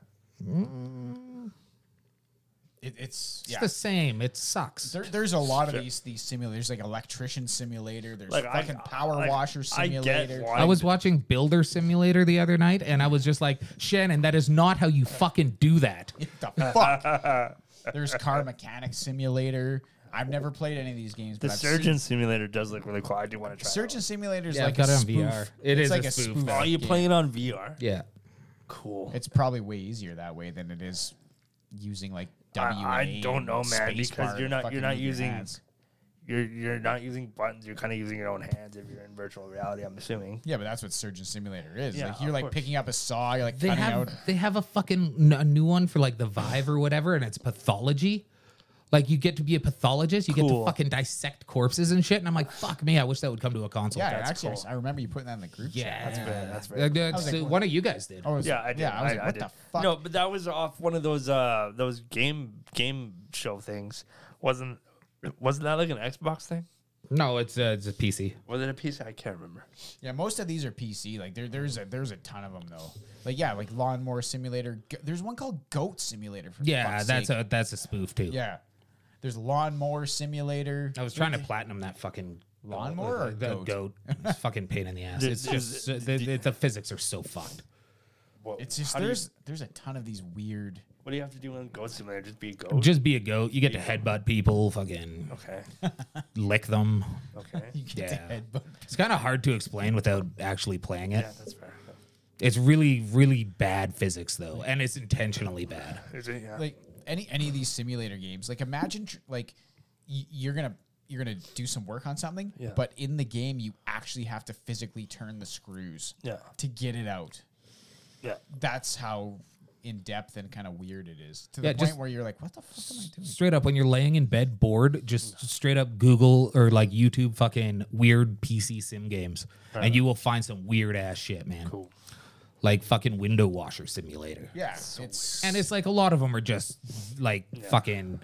Speaker 2: it- "It's
Speaker 1: It's
Speaker 2: yeah."
Speaker 1: the same. It sucks.
Speaker 2: There, there's a lot of these these simulators, like electrician simulator. There's
Speaker 5: Like I-
Speaker 2: fucking power
Speaker 5: like,
Speaker 2: washer
Speaker 5: I get
Speaker 2: simulator.
Speaker 5: wanting
Speaker 1: I was
Speaker 5: to-
Speaker 1: watching Builder Simulator the other night, and I was just like, Shannon, that is not how you fucking do that.
Speaker 2: What the fuck? there's car mechanic simulator. I've never played any of these games.
Speaker 5: The
Speaker 2: but I've
Speaker 5: surgeon simulator does look really cool. I do want to try.
Speaker 2: Seen,
Speaker 5: that
Speaker 2: surgeon simulator is
Speaker 1: Yeah, I've
Speaker 2: like
Speaker 1: got
Speaker 2: a
Speaker 1: it on
Speaker 2: spoof.
Speaker 1: VR. It
Speaker 2: it's
Speaker 1: is
Speaker 2: like
Speaker 1: a
Speaker 2: a
Speaker 1: spoof,
Speaker 2: spoof.
Speaker 1: though.
Speaker 5: one. Oh, you
Speaker 2: game.
Speaker 5: playing it on VR?
Speaker 1: Yeah.
Speaker 5: Cool.
Speaker 2: It's probably way easier that way than it is using like
Speaker 5: I-
Speaker 2: W. and
Speaker 5: I
Speaker 2: A
Speaker 5: don't
Speaker 2: and
Speaker 5: know, man,
Speaker 2: spacebar
Speaker 5: because
Speaker 2: to
Speaker 5: you're not-
Speaker 2: fucking
Speaker 5: you're not
Speaker 2: move your
Speaker 5: using-
Speaker 2: hands.
Speaker 5: You're you're not using buttons. You're kind of using your own hands if you're in virtual reality. I'm assuming.
Speaker 2: Yeah, but that's what surgeon simulator is.
Speaker 5: Yeah,
Speaker 2: like you're
Speaker 5: of
Speaker 2: like
Speaker 5: course. Oh,
Speaker 2: picking up a saw. You're like
Speaker 1: They
Speaker 2: cutting
Speaker 1: have
Speaker 2: out.
Speaker 1: they have a fucking n- a new one for like the Vive or whatever, and it's pathology. Like you get to be a pathologist, you get to
Speaker 5: Cool.
Speaker 1: fucking dissect corpses and shit, and I'm like, fuck me, I wish that would come to a console.
Speaker 2: Yeah,
Speaker 5: That's
Speaker 2: actually, I-
Speaker 5: cool.
Speaker 2: I remember you putting that in the group. chat.
Speaker 1: yeah, that's
Speaker 5: Yeah, that's
Speaker 1: Uh,
Speaker 5: very.
Speaker 1: that's-
Speaker 2: was like,
Speaker 1: uh,
Speaker 2: what-
Speaker 1: one of you guys did.
Speaker 2: I was,
Speaker 5: Yeah, I did.
Speaker 2: Yeah, I was like, what
Speaker 5: did.
Speaker 2: the fuck?
Speaker 5: No, but that was off one of those uh those game game show things. Wasn't wasn't that like an Xbox thing?
Speaker 1: No, it's uh, it's a PC.
Speaker 5: Was it a PC? I can't remember.
Speaker 2: Yeah, most of these are PC. Like there, there's a there's a ton of them though. Like yeah, like lawnmower simulator. Go- there's one called Goat Simulator. For
Speaker 1: Yeah,
Speaker 2: fuck's
Speaker 1: that's
Speaker 2: sake.
Speaker 1: a that's a Oh. spoof too.
Speaker 2: yeah. There's lawnmower simulator.
Speaker 1: I was trying to platinum that fucking
Speaker 2: Lawnmower or
Speaker 1: the
Speaker 2: goat?
Speaker 1: goat. It's fucking pain in the ass.
Speaker 5: Did-
Speaker 1: It's
Speaker 5: did-
Speaker 1: just so- the, the, the physics are so fucked.
Speaker 5: What,
Speaker 2: It's just
Speaker 5: how do you-
Speaker 2: there's there's a ton of these weird.
Speaker 5: what do you have to do on Ghost Simulator? Just be a ghost.
Speaker 1: Just be a goat. You get to headbutt people, fucking
Speaker 5: okay.
Speaker 1: lick them.
Speaker 5: Okay.
Speaker 2: You get to
Speaker 1: Yeah.
Speaker 2: headbutt.
Speaker 1: It's kind of hard to explain without actually playing it.
Speaker 5: yeah, that's fair.
Speaker 1: It's really, really bad physics though, and it's intentionally bad.
Speaker 5: Is it? Yeah.
Speaker 2: like any any of these simulator games like imagine tr- like y- you're gonna you're gonna do some work on something
Speaker 5: Yeah.
Speaker 2: but in the game you actually have to physically turn the screws
Speaker 5: Yeah.
Speaker 2: to get it out
Speaker 5: yeah.
Speaker 2: that's how in depth and kind of weird it is to
Speaker 1: Yeah,
Speaker 2: the
Speaker 1: just-
Speaker 2: point where you're like what the fuck am i doing
Speaker 1: Straight up, when you're laying in bed bored, just straight up Google or like YouTube fucking weird PC sim games, and you will find some weird ass shit, man.
Speaker 5: Cool.
Speaker 1: Like fucking window washer simulator.
Speaker 2: yeah it's
Speaker 1: And it's like a lot of them are just like fucking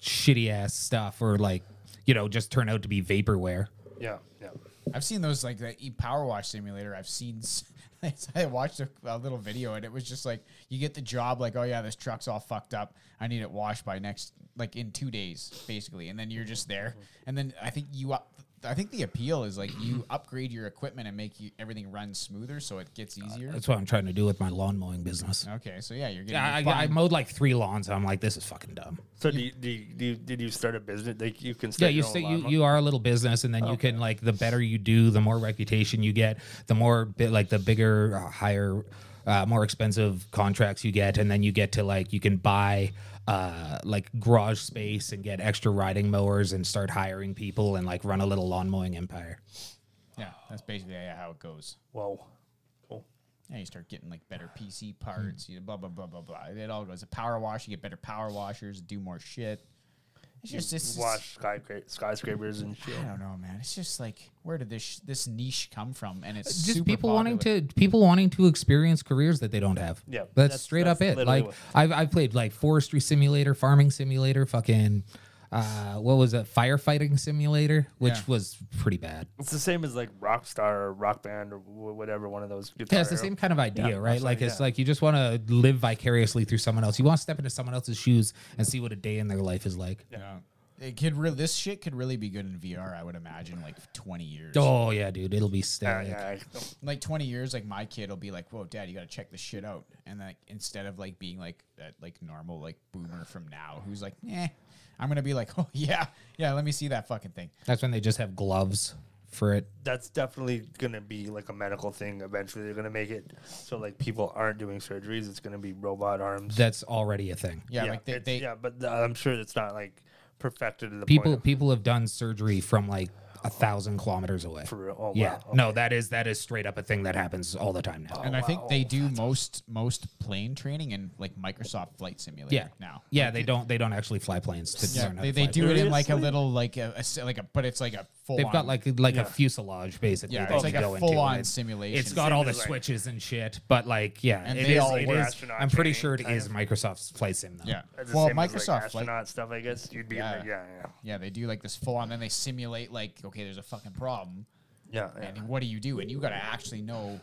Speaker 1: shitty ass stuff or like, you know, just turn out to be vaporware.
Speaker 5: Yeah. Yeah.
Speaker 2: i've seen those like the e power wash simulator i've seen s- I watched a, a little video and it was just like you get the job like oh yeah this truck's all fucked up I need it washed by next like in two days basically and then you're just there and then I think you up I think the appeal is like you upgrade your equipment and make you everything run smoother so it gets easier.
Speaker 1: Uh, That's what I'm trying to do with my lawn mowing business.
Speaker 2: Okay, so yeah, you're getting
Speaker 1: Yeah, I,
Speaker 2: your
Speaker 1: I
Speaker 2: bond-
Speaker 1: mowed like three lawns. And I'm like, this is fucking dumb.
Speaker 5: So do you, do you, do you, did you start a business? Like you can
Speaker 1: Yeah,
Speaker 5: start
Speaker 1: you
Speaker 5: your own
Speaker 1: say you,
Speaker 5: llama?
Speaker 1: you are a little business, and then you can like the better you do, the more reputation you get, the more bit like the bigger, uh, higher, uh, more expensive contracts you get, and then you get to like you can buy uh, like garage space and get extra riding mowers and start hiring people and like run a little lawn mowing empire.
Speaker 2: yeah, that's basically yeah, how it goes.
Speaker 5: Whoa. Cool.
Speaker 2: Yeah, you start getting like better
Speaker 1: Hmm.
Speaker 2: PC parts, you know, blah blah blah blah blah. It all goes. A power wash, you get better power washers, do more shit. It's just this.
Speaker 5: Watch skyscra- skyscrapers and shit.
Speaker 2: I don't know, man. It's just like where did this this niche come from? And it's
Speaker 1: just
Speaker 2: super
Speaker 1: people wanting
Speaker 2: popular.
Speaker 1: to people wanting to experience careers that they don't have.
Speaker 5: Yeah,
Speaker 1: that's,
Speaker 5: that's-
Speaker 1: straight
Speaker 5: that's
Speaker 1: up it.
Speaker 5: literally
Speaker 1: Like
Speaker 5: what-
Speaker 1: I've I've played like forestry simulator, farming simulator, fucking uh, what was it, firefighting simulator, which
Speaker 2: Yeah.
Speaker 1: was pretty bad.
Speaker 5: It's the same as like Rockstar or Rock Band or wh- whatever one of those.
Speaker 1: Yeah,
Speaker 5: guitar
Speaker 1: it's the same kind of idea, right?
Speaker 5: that's
Speaker 1: Like
Speaker 5: right,
Speaker 1: it's
Speaker 5: yeah.
Speaker 1: like you just want to live vicariously through someone else. You want to step into someone else's shoes and see what a day in their life is like.
Speaker 2: Yeah. It could really this shit could really be good in VR. I would imagine like twenty years.
Speaker 1: Oh yeah, dude, it'll be
Speaker 5: Yeah,
Speaker 1: static.
Speaker 5: yeah, I-
Speaker 2: Like twenty years, like my kid will be like, "Whoa, dad, you gotta check this shit out." And like instead of like being like that like normal like boomer from now who's like, "Eh," I'm gonna be like, "Oh yeah, yeah, let me see that fucking thing."
Speaker 1: That's when they just have gloves for it.
Speaker 5: that's definitely gonna be like a medical thing. Eventually, they're gonna make it so like people aren't doing surgeries. It's gonna be robot arms.
Speaker 1: That's already a thing.
Speaker 2: Yeah, like they,
Speaker 5: it's-
Speaker 2: they
Speaker 5: yeah, but uh, I'm sure it's not like perfected to the
Speaker 1: People
Speaker 5: point of-
Speaker 1: people have done surgery from like a thousand kilometers away.
Speaker 5: for real. Oh,
Speaker 1: yeah,
Speaker 5: wow.
Speaker 1: no, that is that is straight up a thing that happens all the time now.
Speaker 2: and I think they do most most plane training in like Microsoft Flight Simulator
Speaker 1: yeah,
Speaker 2: now.
Speaker 1: yeah, they don't they don't actually fly planes to
Speaker 2: Yeah,
Speaker 1: learn how
Speaker 2: they,
Speaker 1: to
Speaker 2: they
Speaker 1: fly
Speaker 2: do it in like a
Speaker 5: Seriously?
Speaker 2: little like a, a s- like a but it's like a full.
Speaker 1: They've got like like
Speaker 5: Yeah.
Speaker 1: a fuselage basically.
Speaker 2: Yeah,
Speaker 1: that
Speaker 2: it's
Speaker 1: you
Speaker 2: like a
Speaker 1: go into,
Speaker 2: full-on
Speaker 1: and it's-
Speaker 2: simulation.
Speaker 1: It's got all the
Speaker 5: Same as, like-
Speaker 1: switches and shit, but like yeah,
Speaker 2: And
Speaker 1: it
Speaker 2: they
Speaker 1: is-
Speaker 2: all
Speaker 1: it
Speaker 2: work.
Speaker 1: is-
Speaker 5: Astronaut
Speaker 1: I'm pretty
Speaker 5: training
Speaker 1: sure it
Speaker 5: kind
Speaker 1: is
Speaker 5: of.
Speaker 1: Microsoft's flight sim though.
Speaker 2: yeah.
Speaker 5: That's the
Speaker 2: Well,
Speaker 5: same as,
Speaker 2: Microsoft
Speaker 5: like,
Speaker 2: Flight
Speaker 5: astronaut stuff. I guess you'd be
Speaker 2: Yeah.
Speaker 5: like, yeah, yeah,
Speaker 2: Yeah, they do like this full on, then they simulate like, okay, there's a fucking problem,
Speaker 5: yeah, yeah.
Speaker 2: and what do you do? And you got to actually know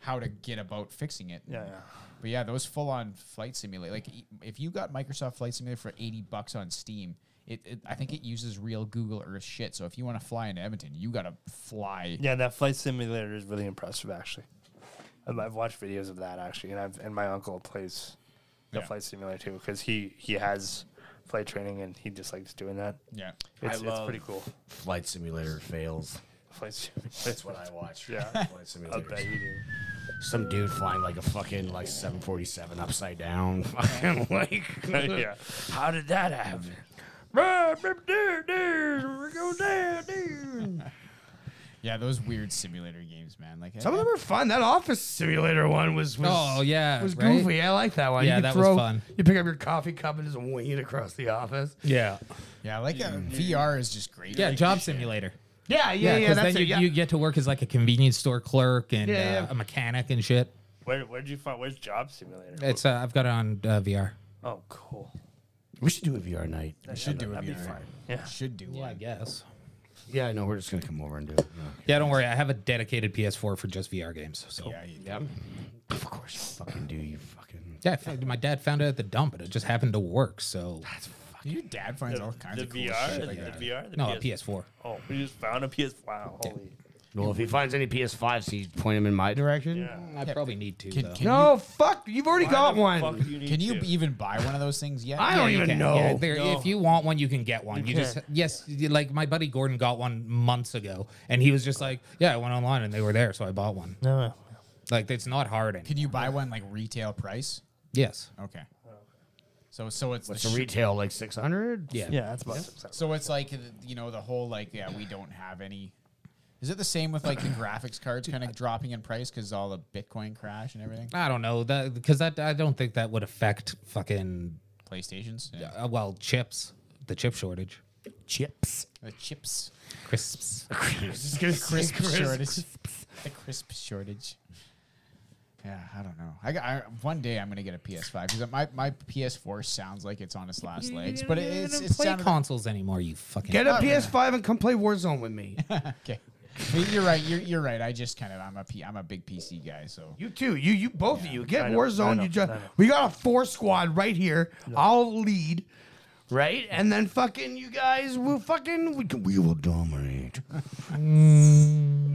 Speaker 2: how to get about fixing it.
Speaker 5: Yeah, yeah.
Speaker 2: But yeah, those full on flight simulator, like e- if you got Microsoft Flight Simulator for eighty bucks on Steam, it, it I think it uses real Google Earth shit. So if you want to fly into Edmonton, you got to fly.
Speaker 5: Yeah, that flight simulator is really impressive, actually. I've, I've watched videos of that actually, and I've and my uncle plays the
Speaker 2: Yeah.
Speaker 5: flight simulator too because he he has flight training and he just likes doing that.
Speaker 2: Yeah.
Speaker 5: It's, it's
Speaker 6: love-
Speaker 5: pretty cool.
Speaker 6: Flight simulator fails.
Speaker 5: Flight simulator.
Speaker 6: That's what I watch.
Speaker 5: Yeah.
Speaker 6: Flight
Speaker 5: I bet
Speaker 6: simulator.
Speaker 5: you do.
Speaker 6: Some dude flying like a fucking like 747 upside down. Fucking like.
Speaker 5: yeah. How did that happen? Right, right there, there, we go there, there.
Speaker 2: Yeah, those weird simulator games, man. Like
Speaker 3: Some of them are fun. That office simulator one was, was
Speaker 1: Oh yeah,
Speaker 3: was
Speaker 1: right?
Speaker 3: goofy. I like that one.
Speaker 1: Yeah,
Speaker 3: you could
Speaker 1: that was
Speaker 3: throw,
Speaker 1: fun.
Speaker 3: You pick up your coffee cup and just wing it across the office.
Speaker 1: Yeah,
Speaker 2: yeah, like uh, VR is just great.
Speaker 1: yeah,
Speaker 2: Like,
Speaker 1: job simulator.
Speaker 3: Yeah, yeah, yeah.
Speaker 1: because
Speaker 3: that's
Speaker 1: then you,
Speaker 3: it, yeah.
Speaker 1: you get to work as like a convenience store clerk and
Speaker 3: Yeah, yeah.
Speaker 1: Uh, a mechanic and shit.
Speaker 5: Where where'd you find where's job simulator?
Speaker 1: It's uh, I've got it on uh, VR.
Speaker 5: oh, cool.
Speaker 6: we should do a VR night.
Speaker 2: we should do a
Speaker 6: That'd be
Speaker 2: VR.
Speaker 6: fun.
Speaker 5: Yeah.
Speaker 2: Should do one.
Speaker 1: guess.
Speaker 6: Yeah, I know. We're just gonna come over and do it.
Speaker 1: Yeah, don't worry. I have a dedicated PS4 for just VR games. So
Speaker 2: Yeah, you-
Speaker 6: Yeah. Of course you fucking do. You fucking.
Speaker 1: yeah, I found- my dad found it at the dump, and it just happened to work. So
Speaker 2: Your dad finds all kinds
Speaker 5: The
Speaker 2: of cool
Speaker 5: VR,
Speaker 2: shit.
Speaker 5: the,
Speaker 2: Like that.
Speaker 5: VR, the
Speaker 1: no,
Speaker 5: PS.
Speaker 1: a PS4.
Speaker 5: Oh, we just found a PS. Wow, holy.
Speaker 6: Well, if he finds any PS5s, he point him in my direction.
Speaker 5: Yeah.
Speaker 1: I probably need to.
Speaker 2: Can,
Speaker 1: though.
Speaker 2: can
Speaker 3: no, fuck. You've already got
Speaker 5: Why the
Speaker 3: one.
Speaker 5: fuck do need
Speaker 2: you, can you
Speaker 5: to?
Speaker 2: even buy one of those things yet?
Speaker 3: I
Speaker 2: Yeah,
Speaker 3: don't
Speaker 2: you
Speaker 3: even
Speaker 2: can.
Speaker 3: know.
Speaker 1: Yeah, there, if you want one, you can get one. You, just yes, you- like my buddy Gordon got one months ago, and he was just like, "Yeah, I went online and they were there, so I bought one."
Speaker 5: No.
Speaker 1: Like it's not hard. Any-
Speaker 2: Can you buy one like retail price?
Speaker 1: yes.
Speaker 2: Okay. So so it's the
Speaker 6: What's the
Speaker 2: sh-
Speaker 6: retail like 600?
Speaker 1: Yeah.
Speaker 5: Yeah, that's about six hours.
Speaker 2: so it's like uh, you know the whole like yeah we don't have any. Is it the same with like the graphics cards kind of dropping in price because all the Bitcoin crash and everything?
Speaker 1: I don't know that because that I don't think that would affect fucking
Speaker 2: PlayStations, yeah.
Speaker 1: uh, well chips, the chip shortage,
Speaker 6: Chips.
Speaker 2: the chips,
Speaker 1: crisps.
Speaker 2: crisp shortage, the crisp shortage. Yeah, I don't know. I, got- I one day I'm gonna get a PS5 because my, my PS4 sounds like it's on its last legs, but it, it's
Speaker 1: don't
Speaker 2: it's
Speaker 1: play
Speaker 2: sounded-
Speaker 1: consoles anymore. You fucking
Speaker 3: Get a PS5 and come play Warzone with me.
Speaker 2: Okay. But you're right. You're, you're right. I just kind of I'm a P, I'm a big PC guy, so
Speaker 3: You too. You you both of you get
Speaker 5: I know, I
Speaker 3: Warzone.
Speaker 5: know,
Speaker 3: You
Speaker 5: I
Speaker 3: just
Speaker 5: know.
Speaker 3: we got a four squad right here. I'll lead, right, and then fucking you guys will fucking we, can, we will dominate.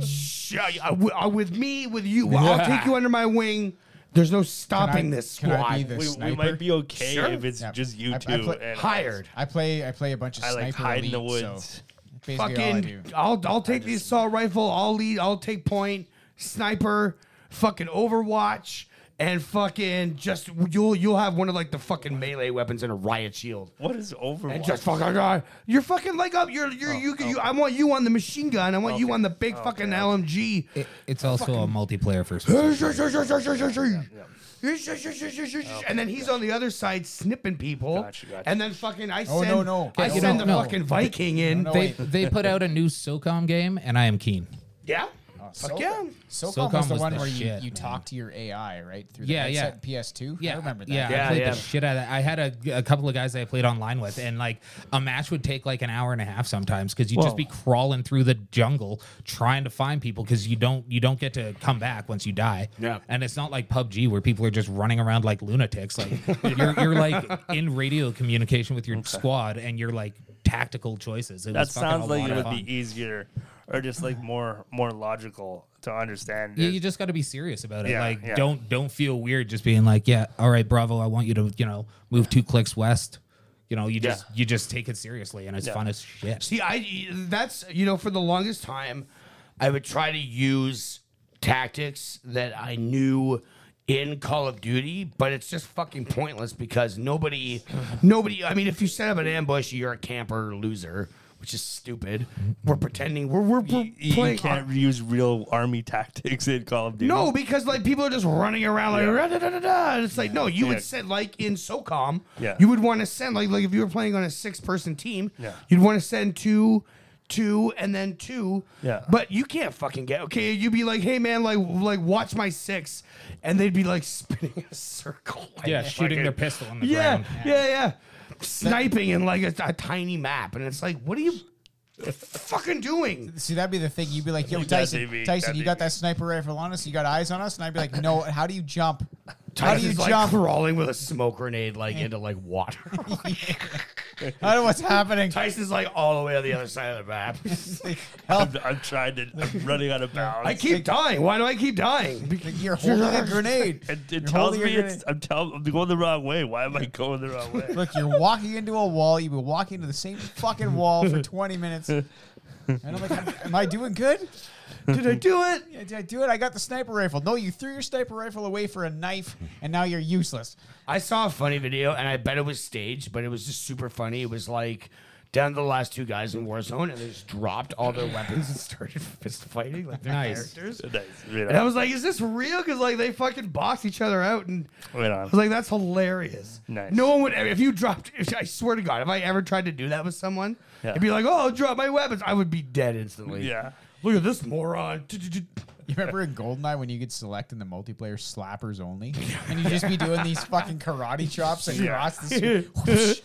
Speaker 3: Sh- I- I- wi- I- uh, with me, with you, I'll take you under my wing. There's no stopping
Speaker 2: Can I-
Speaker 3: this
Speaker 2: can I
Speaker 3: squad.
Speaker 2: be the-
Speaker 5: We, we
Speaker 2: Sniper?
Speaker 5: might be okay
Speaker 3: Sure.
Speaker 5: if it's
Speaker 2: Yeah.
Speaker 5: just you
Speaker 2: I- I
Speaker 5: two.
Speaker 2: play-
Speaker 5: and
Speaker 3: Hired.
Speaker 2: I play I play a bunch of
Speaker 5: I
Speaker 2: sniper
Speaker 5: like hide in the
Speaker 2: elite,
Speaker 5: woods.
Speaker 2: So that's basically all I do.
Speaker 3: Fucking, I'll I'll take the assault rifle. I'll lead. I'll take point. Sniper. Fucking Overwatch. And fucking just you'll you'll have one of like the fucking melee weapons and a riot shield.
Speaker 5: What is Overwatch?
Speaker 3: And just fucking uh, you're fucking like up. You're you're you, you. I want you on the machine gun. I want you
Speaker 5: Oh, Okay.
Speaker 3: on the big fucking LMG.
Speaker 1: It- it's also a multiplayer first. person.
Speaker 3: And then he's on the other side snipping people.
Speaker 5: Gotcha, gotcha.
Speaker 3: And then fucking I
Speaker 2: Oh,
Speaker 3: send
Speaker 2: no, no.
Speaker 3: I
Speaker 2: Okay, you
Speaker 3: send the
Speaker 1: don't know.
Speaker 3: fucking Viking in.
Speaker 2: No,
Speaker 1: They
Speaker 2: wait.
Speaker 1: they put out a new SOCOM game, and I am keen.
Speaker 3: Yeah.
Speaker 2: Oh,
Speaker 3: Fuck yeah.
Speaker 2: SOCOM,
Speaker 1: SOCOM
Speaker 2: was the
Speaker 1: was
Speaker 2: one
Speaker 1: the
Speaker 2: where
Speaker 1: shit,
Speaker 2: you, you
Speaker 1: man.
Speaker 2: talk to your AI, right? Through
Speaker 1: Yeah,
Speaker 2: the
Speaker 1: yeah.
Speaker 2: headset, PS2.
Speaker 1: Yeah,
Speaker 2: I remember that.
Speaker 1: Yeah,
Speaker 3: Yeah,
Speaker 1: I played
Speaker 3: yeah.
Speaker 1: the shit out of that. I had a, a couple of guys I played online with, and like a match would take like an hour and a half sometimes because you'd just be crawling through the jungle trying to find people because you don't you don't get to come back once you die.
Speaker 6: Yeah.
Speaker 1: and it's not like PUBG where people are just running around like lunatics. Like you're you're like in radio communication with your squad, and you're like tactical choices. It
Speaker 5: That
Speaker 1: was fucking
Speaker 5: sounds
Speaker 1: a
Speaker 5: like
Speaker 1: lot of
Speaker 5: it would
Speaker 1: fun.
Speaker 5: be easier, or just like more more logical to understand.
Speaker 1: Yeah,
Speaker 5: it.
Speaker 1: you just got to be serious about it.
Speaker 5: Yeah,
Speaker 1: like,
Speaker 5: yeah.
Speaker 1: don't don't feel weird just being like, yeah, all right, Bravo, I want you to, you know, move two clicks west. You know, you just you just take it seriously, and it's fun as shit.
Speaker 3: See, I that's you know for the longest time, I would try to use tactics that I knew in Call of Duty, but it's just fucking pointless because nobody, nobody. I mean, if you set up an ambush, you're a camper loser, which is stupid. We're pretending we're we're, we're
Speaker 5: You- you,
Speaker 3: playing.
Speaker 5: can't use real army tactics in Call of Duty.
Speaker 3: No, because like people are just running around like
Speaker 5: Yeah.
Speaker 3: "Rah, da, da, da, da," and it's like no, you
Speaker 5: Yeah.
Speaker 3: would send like in SOCOM,
Speaker 5: Yeah.
Speaker 3: you would want to send like like if you were playing on a six person team,
Speaker 5: Yeah.
Speaker 3: you'd want to send two, two, and then two.
Speaker 5: Yeah.
Speaker 3: But you can't fucking get okay. You'd be like, hey man, like like watch my six, and they'd be like spinning a circle. like,
Speaker 1: Yeah, shooting
Speaker 3: fucking-
Speaker 1: their pistol on the
Speaker 3: Yeah,
Speaker 1: ground.
Speaker 3: yeah, yeah. Sniping in like a, a tiny map, and it's like, what are you fucking doing?
Speaker 2: See, that'd be the thing. You'd be like, yo,
Speaker 5: That'd
Speaker 2: Tyson,
Speaker 5: be-
Speaker 2: Tyson,
Speaker 5: that'd
Speaker 2: you got
Speaker 5: be-
Speaker 2: that sniper rifle on us? You got eyes on us? And I'd be like, no, how do you jump? How do you
Speaker 3: Tyson's, like
Speaker 2: jump?
Speaker 3: crawling with a smoke grenade like into like water.
Speaker 2: I don't know what's happening.
Speaker 3: Tyson's like all the way on the other side of the map.
Speaker 5: I'm, I'm trying to. I'm running out of bounds.
Speaker 3: I keep dying. Why do I keep dying?
Speaker 2: Like, You're holding a grenade.
Speaker 5: It,
Speaker 2: You're
Speaker 5: it tells
Speaker 2: holding a
Speaker 5: me
Speaker 2: grenade.
Speaker 5: it's, I'm, tell, I'm going the wrong way. Why am I going the wrong way?
Speaker 2: Look, you're walking into a wall. You've been walking into the same fucking wall for 20 minutes. And I'm like, am- am I doing good?
Speaker 3: Did I do it?
Speaker 2: Yeah, Did I do it? I got the sniper rifle. No, you threw your sniper rifle away for a knife, and now you're useless.
Speaker 3: I saw a funny video and I bet it was staged, but it was just super funny. It was like down to the last two guys in Warzone and they just dropped all their weapons and started fist fighting like their
Speaker 1: Nice.
Speaker 3: characters.
Speaker 5: nice. Right
Speaker 3: And I
Speaker 5: on.
Speaker 3: was like, is this real? Because like they fucking box each other out and
Speaker 5: Right
Speaker 3: I
Speaker 5: on.
Speaker 3: was like, that's hilarious.
Speaker 5: Nice.
Speaker 3: No one would ever, if you dropped, if, I swear to God, if I ever tried to do that with someone,
Speaker 5: Yeah.
Speaker 3: I'd be like, oh, I'll drop my weapons. I would be dead instantly.
Speaker 5: yeah.
Speaker 3: Look at this moron.
Speaker 2: You remember in Goldeneye when you could select in the multiplayer slappers only, and you just be doing these fucking karate chops across the whoosh,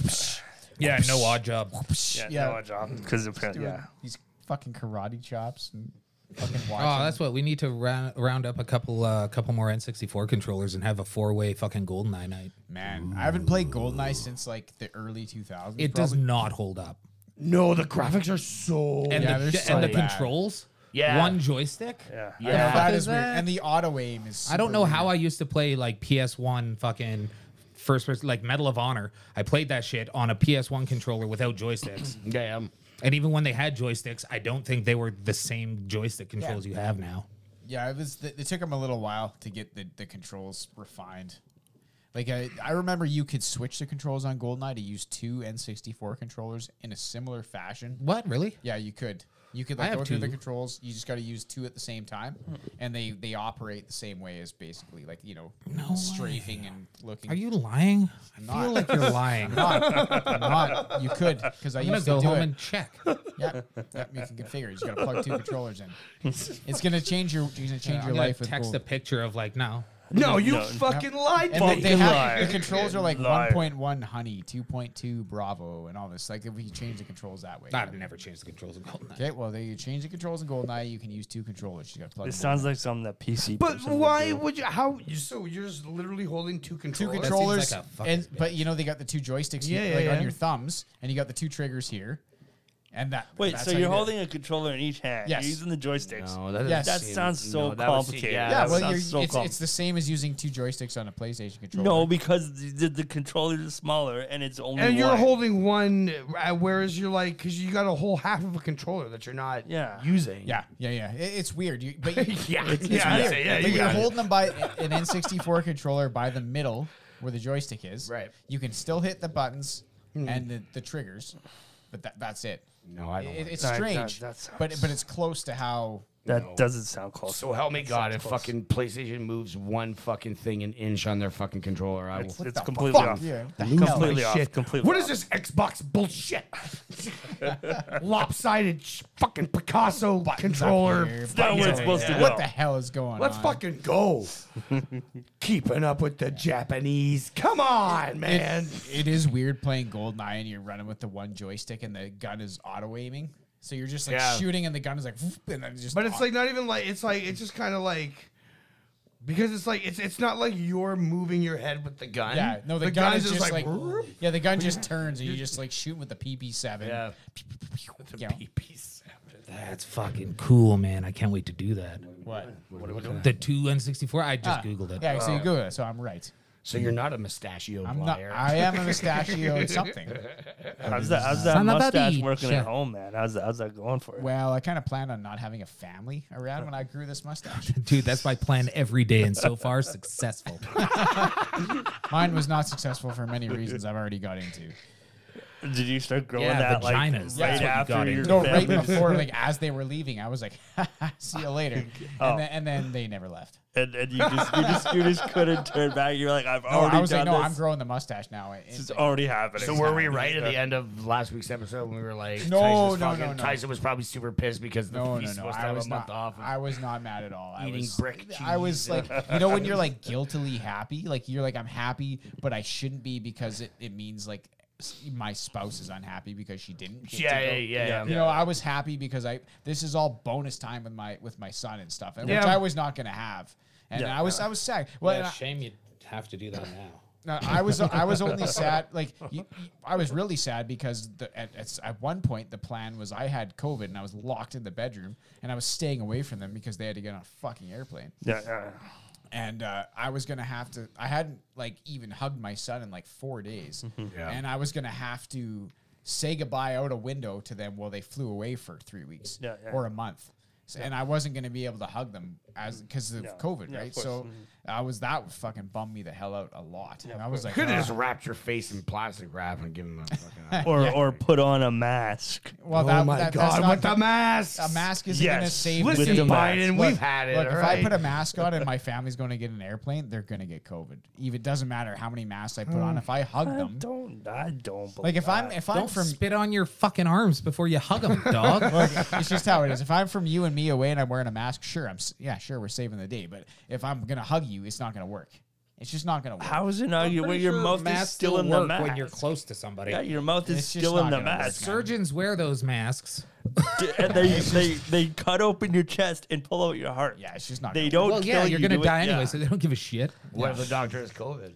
Speaker 2: whoosh,
Speaker 1: Yeah, no odd job.
Speaker 2: whoosh,
Speaker 5: Yeah.
Speaker 2: yeah,
Speaker 5: No, John. Because apparently,
Speaker 2: doing
Speaker 5: yeah.
Speaker 2: these fucking karate chops and fucking
Speaker 1: Oh,
Speaker 2: watching.
Speaker 1: that's what we need to round, round up a couple uh, couple more N64 controllers and have a four way fucking GoldenEye night.
Speaker 2: man, I haven't played Goldeneye since like the early 2000s.
Speaker 1: It does not hold up.
Speaker 3: No, the graphics are so.
Speaker 1: And
Speaker 2: Yeah,
Speaker 1: the,
Speaker 2: they're
Speaker 1: and
Speaker 2: so
Speaker 1: the
Speaker 2: bad.
Speaker 1: controls,
Speaker 3: Yeah.
Speaker 1: one joystick.
Speaker 5: Yeah.
Speaker 2: Yeah,
Speaker 1: Yeah.
Speaker 2: that
Speaker 1: Is
Speaker 2: is weird.
Speaker 1: that-
Speaker 2: And the auto aim is.
Speaker 1: I don't
Speaker 2: super
Speaker 1: know
Speaker 2: weird.
Speaker 1: how I used to play like PS1 fucking first person like Medal of Honor. I played that shit on a PS1 controller without joysticks.
Speaker 3: Damn.
Speaker 1: and even when they had joysticks, I don't think they were the same joystick controls you have now.
Speaker 2: Yeah, it was. It took them a little while to get the, the controls refined. Like I, I remember you could switch the controls on Goldeneye to use two N64 controllers in a similar fashion.
Speaker 1: What really?
Speaker 2: Yeah, you could. You could
Speaker 1: I
Speaker 2: like
Speaker 1: have
Speaker 2: go through the
Speaker 1: two.
Speaker 2: controls. You just got to use two at the same time, and they they operate the same way as basically like you know strafing and looking.
Speaker 1: Are you lying? I
Speaker 2: not.
Speaker 1: feel like you're lying. I'm
Speaker 2: not, I'm not. You could because I
Speaker 1: gonna
Speaker 2: used to
Speaker 1: go
Speaker 2: do
Speaker 1: home
Speaker 2: it.
Speaker 1: and check.
Speaker 2: yeah, yeah, you can configure. it. You just got to plug two controllers in. It's gonna change your. It's gonna change
Speaker 1: I'm
Speaker 2: your
Speaker 1: gonna
Speaker 2: life. with
Speaker 1: text
Speaker 2: Goldeneye.
Speaker 1: a picture of like no.
Speaker 3: No, you
Speaker 5: No.
Speaker 3: fucking lied
Speaker 2: And
Speaker 3: to
Speaker 2: they,
Speaker 3: me.
Speaker 5: Fucking
Speaker 2: they have,
Speaker 5: liar.
Speaker 2: the controls are like
Speaker 5: Liar.
Speaker 2: 1.1 honey, 2.2 bravo, and all this. Like if you change the controls that way.
Speaker 1: I've never changed the controls of GoldenEye.
Speaker 2: Okay, well, there you change the controls in GoldenEye. You can use two controllers. You got to plug.
Speaker 5: This
Speaker 2: them
Speaker 5: sounds like something that PC.
Speaker 3: But
Speaker 5: person would
Speaker 3: why
Speaker 5: do.
Speaker 3: would you? How? you- So you're just literally holding two
Speaker 2: in. two
Speaker 3: controllers.
Speaker 2: controllers,
Speaker 1: like a fucking
Speaker 2: and but you know they got the two joysticks
Speaker 3: Yeah,
Speaker 2: here,
Speaker 3: yeah,
Speaker 2: like
Speaker 3: yeah.
Speaker 2: on your thumbs, and you got the two triggers here, and that.
Speaker 5: Wait,
Speaker 2: that's
Speaker 5: so
Speaker 2: how you
Speaker 5: you're
Speaker 2: do it.
Speaker 5: holding a controller in each hand.
Speaker 2: Yes.
Speaker 5: You're using the joysticks.
Speaker 6: No, that
Speaker 2: Yes.
Speaker 5: That
Speaker 2: See,
Speaker 5: sounds so
Speaker 6: no, that was-
Speaker 5: complicated.
Speaker 6: yeah,
Speaker 2: Yeah,
Speaker 5: That
Speaker 2: well,
Speaker 5: sounds
Speaker 2: you're,
Speaker 5: so
Speaker 2: it's,
Speaker 5: com-
Speaker 2: it's the same as using two joysticks on a PlayStation controller.
Speaker 5: no, because the, the controller is smaller and it's only
Speaker 3: And you're
Speaker 5: one.
Speaker 3: holding one, uh, whereas you're like, because you got a whole half of a controller that you're not
Speaker 5: Yeah.
Speaker 3: using.
Speaker 2: Yeah, yeah, yeah. It, it's weird. You, but you,
Speaker 3: yeah,
Speaker 2: It's
Speaker 3: yeah, I'd
Speaker 2: weird.
Speaker 3: say, yeah,
Speaker 2: But
Speaker 3: you
Speaker 2: you're
Speaker 3: got it.
Speaker 2: holding them by an N64 controller by the middle where the joystick is.
Speaker 3: Right.
Speaker 2: You can still hit the buttons and the, the triggers, but that, that's it.
Speaker 6: No, I don't.
Speaker 2: It- it's
Speaker 5: That-
Speaker 2: strange,
Speaker 5: that- that
Speaker 2: but
Speaker 5: sounds-
Speaker 2: but it's close to how.
Speaker 5: That doesn't sound close.
Speaker 6: So help me God, if fucking PlayStation moves one fucking thing an inch on their fucking controller, I will.
Speaker 5: it's completely off.
Speaker 2: Yeah, what the hell?
Speaker 5: Completely off.
Speaker 3: Shit.
Speaker 5: Completely.
Speaker 3: What
Speaker 5: off.
Speaker 3: is this Xbox bullshit? lopsided sh- fucking Picasso controller.
Speaker 2: here,
Speaker 3: Fucking-
Speaker 5: not where it's supposed to
Speaker 2: What
Speaker 5: go.
Speaker 2: the hell is going
Speaker 3: Let's
Speaker 2: on?
Speaker 3: fucking go. Keeping up with the Japanese. Come on, man.
Speaker 2: It is weird playing Goldeneye and you're running with the one joystick and the gun is auto aiming. So you're just like
Speaker 3: Yeah.
Speaker 2: shooting and the gun is like, whoop, and then just.
Speaker 3: But it's
Speaker 2: auto-
Speaker 3: like not even like it's like it's just kind of like because it's like it's it's not like you're moving your head with the gun.
Speaker 2: Yeah, no, the, gun,
Speaker 3: gun's
Speaker 2: is just like,
Speaker 3: "Whoop."
Speaker 2: yeah, the gun just turns and you just like shoot with the PP7.
Speaker 3: yeah.
Speaker 2: You know,
Speaker 1: That's fucking cool, man. I can't wait to do that.
Speaker 2: what?
Speaker 1: The two N64. I just
Speaker 2: Ah,
Speaker 1: googled it.
Speaker 2: Yeah, so you Google it. So I'm right.
Speaker 6: So you're not a mustachioed
Speaker 2: I'm not.
Speaker 6: liar.
Speaker 2: I am a mustachioed something.
Speaker 5: How's that? How's that
Speaker 1: Son of a
Speaker 5: mustache
Speaker 1: bitch.
Speaker 5: working at home, man? How's that? How's that going for you?
Speaker 2: Well, I kind of planned on not having a family around when I grew this mustache.
Speaker 1: Dude, that's my plan every day, and so far successful.
Speaker 2: Mine was not successful for many reasons I've already got into.
Speaker 5: Did you start growing
Speaker 1: Yeah,
Speaker 5: that like
Speaker 1: vaginas.
Speaker 5: right
Speaker 1: That's what you got
Speaker 5: after your
Speaker 1: into.
Speaker 2: No, right
Speaker 5: family?
Speaker 2: before, like as they were leaving, I was like, "See you later,"
Speaker 5: Oh.
Speaker 2: and, then, and then they never left.
Speaker 5: and, and you just you just you just couldn't turn back. You're like, I've
Speaker 6: Oh,
Speaker 2: No,
Speaker 5: already
Speaker 2: I was like,
Speaker 5: done
Speaker 2: "No, I'm
Speaker 5: this.
Speaker 2: growing the mustache now." It-
Speaker 5: this
Speaker 2: it's
Speaker 5: is
Speaker 2: like-
Speaker 5: already happening.
Speaker 6: so were we right at the end of last week's episode when we were like,
Speaker 2: No,
Speaker 6: Tyson's
Speaker 2: no, no,
Speaker 6: fucking,
Speaker 2: no.
Speaker 6: Tyson was probably super pissed because the,
Speaker 2: no, no,
Speaker 6: he's
Speaker 2: no.
Speaker 6: supposed to
Speaker 2: I
Speaker 6: have a
Speaker 2: was
Speaker 6: month
Speaker 2: not.
Speaker 6: off.
Speaker 2: I was not mad at all. I
Speaker 6: eating
Speaker 2: was
Speaker 6: brick
Speaker 2: I was
Speaker 6: cheese
Speaker 2: like, you know, when you're like guiltily happy, like you're like, I'm happy, but I shouldn't be because it, it means like s- my spouse is unhappy because she didn't. get to
Speaker 6: yeah,
Speaker 2: go.
Speaker 6: yeah, yeah, yeah.
Speaker 2: You know, I was happy because I this is all bonus time with my with my son and stuff, and which
Speaker 3: Yeah.
Speaker 2: I was not gonna have. And I was I was sad. Well, and I-
Speaker 1: shame you have to do that now.
Speaker 2: no, I was I was only sad like you, you- I was really sad because the, at, at at one point the plan was I had COVID and I was locked in the bedroom and I was staying away from them because they had to get on a fucking airplane
Speaker 5: Yeah, yeah.
Speaker 2: and uh, I was gonna have to. I hadn't like even hugged my son in like four days,
Speaker 5: Mm-hmm.
Speaker 2: and I was gonna have to say goodbye out a window to them while they flew away for three weeks
Speaker 5: Yeah, yeah.
Speaker 2: or a month. So, And I wasn't gonna be able to hug them as because of COVID,
Speaker 5: yeah, of
Speaker 2: right?
Speaker 5: course. Mm-hmm.
Speaker 2: so I was that would fucking bummed me the hell out a lot. and I was like,
Speaker 6: Could have
Speaker 2: "Ugh."
Speaker 6: just wrapped your face in plastic wrap and given him a fucking.
Speaker 5: Or or put on a mask.
Speaker 2: well,
Speaker 3: Oh
Speaker 2: that,
Speaker 3: my
Speaker 2: that- that's
Speaker 3: god,
Speaker 2: not
Speaker 3: with the, mask.
Speaker 2: a mask isn't gonna
Speaker 5: Yes,
Speaker 2: save
Speaker 5: with
Speaker 2: me.
Speaker 5: the
Speaker 3: Listen,
Speaker 5: mask.
Speaker 3: Biden,
Speaker 2: Look,
Speaker 3: we've had it.
Speaker 2: Look, if
Speaker 3: all
Speaker 2: I
Speaker 3: right?
Speaker 2: put a mask on and my family's going to get an airplane, they're going to get COVID. Even doesn't matter how many masks I put on. If I hug
Speaker 5: I
Speaker 2: them,
Speaker 5: don't. I don't.
Speaker 2: Like
Speaker 5: Believe
Speaker 2: if I'm if I'm
Speaker 1: Don't
Speaker 2: from
Speaker 1: spit on your fucking arms before you hug them, dog.
Speaker 2: look, it's just how it is. If I'm from you and me away and I'm wearing a mask, sure I'm s- yeah sure we're saving the day. But if I'm gonna hug you, it's not gonna work. It's just not gonna work.
Speaker 5: How is it not? You, where your mouth is still in the mask.
Speaker 1: when you're close to somebody.
Speaker 5: yeah, your mouth is
Speaker 2: It's just
Speaker 5: still
Speaker 2: not
Speaker 5: in the
Speaker 2: gonna work,
Speaker 5: mask.
Speaker 2: man.
Speaker 1: Surgeons wear those masks.
Speaker 5: and they, they they cut open your chest and pull out your heart.
Speaker 2: yeah, it's just not.
Speaker 5: They
Speaker 2: gonna
Speaker 5: don't.
Speaker 1: well, yeah,
Speaker 5: kill
Speaker 1: you're
Speaker 5: you,
Speaker 1: gonna
Speaker 5: do it-
Speaker 1: die anyway,
Speaker 5: yeah.
Speaker 1: so they don't give a shit.
Speaker 6: what if the doctor has COVID?
Speaker 2: Work.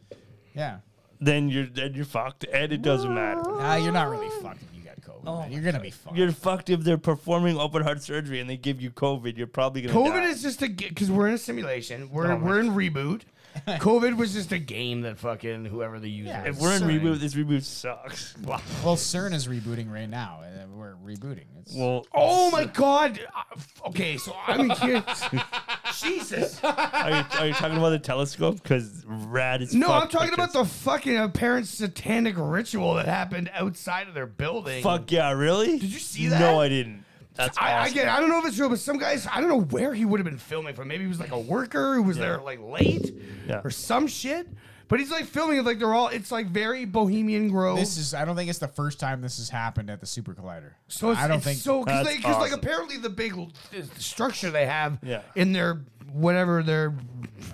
Speaker 2: Yeah.
Speaker 5: Then you're then you're fucked, and it doesn't matter.
Speaker 2: Nah, you're not really fucked if you got COVID. man. You're gonna be fucked.
Speaker 5: You're fucked if they're performing open heart surgery and they give you COVID. You're probably gonna.
Speaker 3: COVID
Speaker 5: die.
Speaker 3: is just a because we're in a simulation. We're we're in reboot. COVID was just a game that fucking whoever the user.
Speaker 2: Yeah.
Speaker 3: is.
Speaker 5: If we're in
Speaker 2: Sorry.
Speaker 5: reboot, this reboot sucks.
Speaker 2: well, CERN is rebooting right now, and then we're rebooting. It's,
Speaker 5: Well,
Speaker 3: Oh my god. Uh, f- Okay, so I'm here. Jesus.
Speaker 5: are you, are you talking about the telescope? Because rad is.
Speaker 3: No, I'm talking about the fucking apparent satanic ritual that happened outside of their building.
Speaker 5: Fuck yeah! Really?
Speaker 3: Did you see that?
Speaker 5: No, I didn't. That's
Speaker 3: I, I
Speaker 5: awesome.
Speaker 3: get. I don't know if it's real, but some guys. I don't know where he would have been filming from. Maybe he was like a worker who was there like late
Speaker 5: Yeah.
Speaker 3: or some shit. But he's like filming it like they're all. It's like very Bohemian Grove.
Speaker 2: this is. I don't think it's the first time this has happened at the Super Collider.
Speaker 3: so it's,
Speaker 2: I don't
Speaker 3: it's
Speaker 2: think
Speaker 3: so because
Speaker 5: That's
Speaker 3: like, 'cause, like,
Speaker 5: awesome.
Speaker 3: apparently the big l- th- structure they have
Speaker 5: Yeah.
Speaker 3: in their whatever their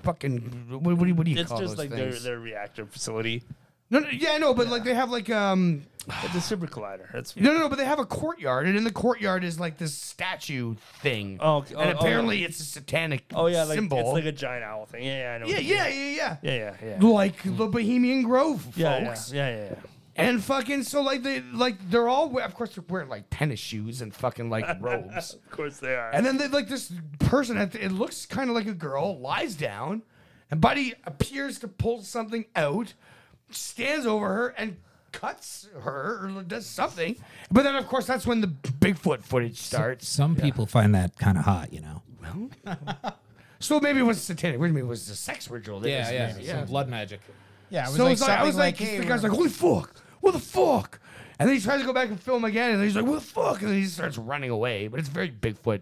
Speaker 3: fucking what, what do you, what do you
Speaker 5: It's
Speaker 3: call
Speaker 5: just
Speaker 3: those
Speaker 5: like their,
Speaker 3: things?
Speaker 5: their reactor facility.
Speaker 3: no, no, yeah, no, but like they have like um
Speaker 5: It's a super collider. That's
Speaker 3: No, no, no, but they have a courtyard, and in the courtyard is like this statue thing.
Speaker 5: Oh, okay.
Speaker 3: and
Speaker 5: Oh, oh,
Speaker 3: apparently it's a satanic
Speaker 5: oh yeah, like
Speaker 3: symbol.
Speaker 5: it's like a giant owl thing. Yeah, yeah, I know.
Speaker 3: yeah, yeah, yeah, yeah,
Speaker 5: yeah, yeah, yeah.
Speaker 3: Like the Bohemian Grove,
Speaker 5: Yeah,
Speaker 3: folks.
Speaker 5: yeah, yeah, yeah.
Speaker 3: And fucking so like they like they're all we- of course they're wearing like tennis shoes and fucking like robes.
Speaker 5: Of course they are.
Speaker 3: And then they like this person at the, it looks kind of like a girl lies down, and Buddy appears to pull something out, stands over her and cuts her or does something. But then of course that's when the Bigfoot footage starts.
Speaker 1: Some people find that kind of hot, you know.
Speaker 3: So maybe it was satanic. Maybe it was a sex ritual. That was-
Speaker 1: blood magic.
Speaker 2: yeah. It was
Speaker 3: So
Speaker 2: like
Speaker 3: it's like, I
Speaker 2: something
Speaker 3: was like,
Speaker 2: hey,
Speaker 3: the guy's
Speaker 2: we're-
Speaker 3: like, holy fuck, what the fuck? And then he tries to go back and film again, and then he's like, what the fuck? And then he starts running away. But it's very Bigfoot.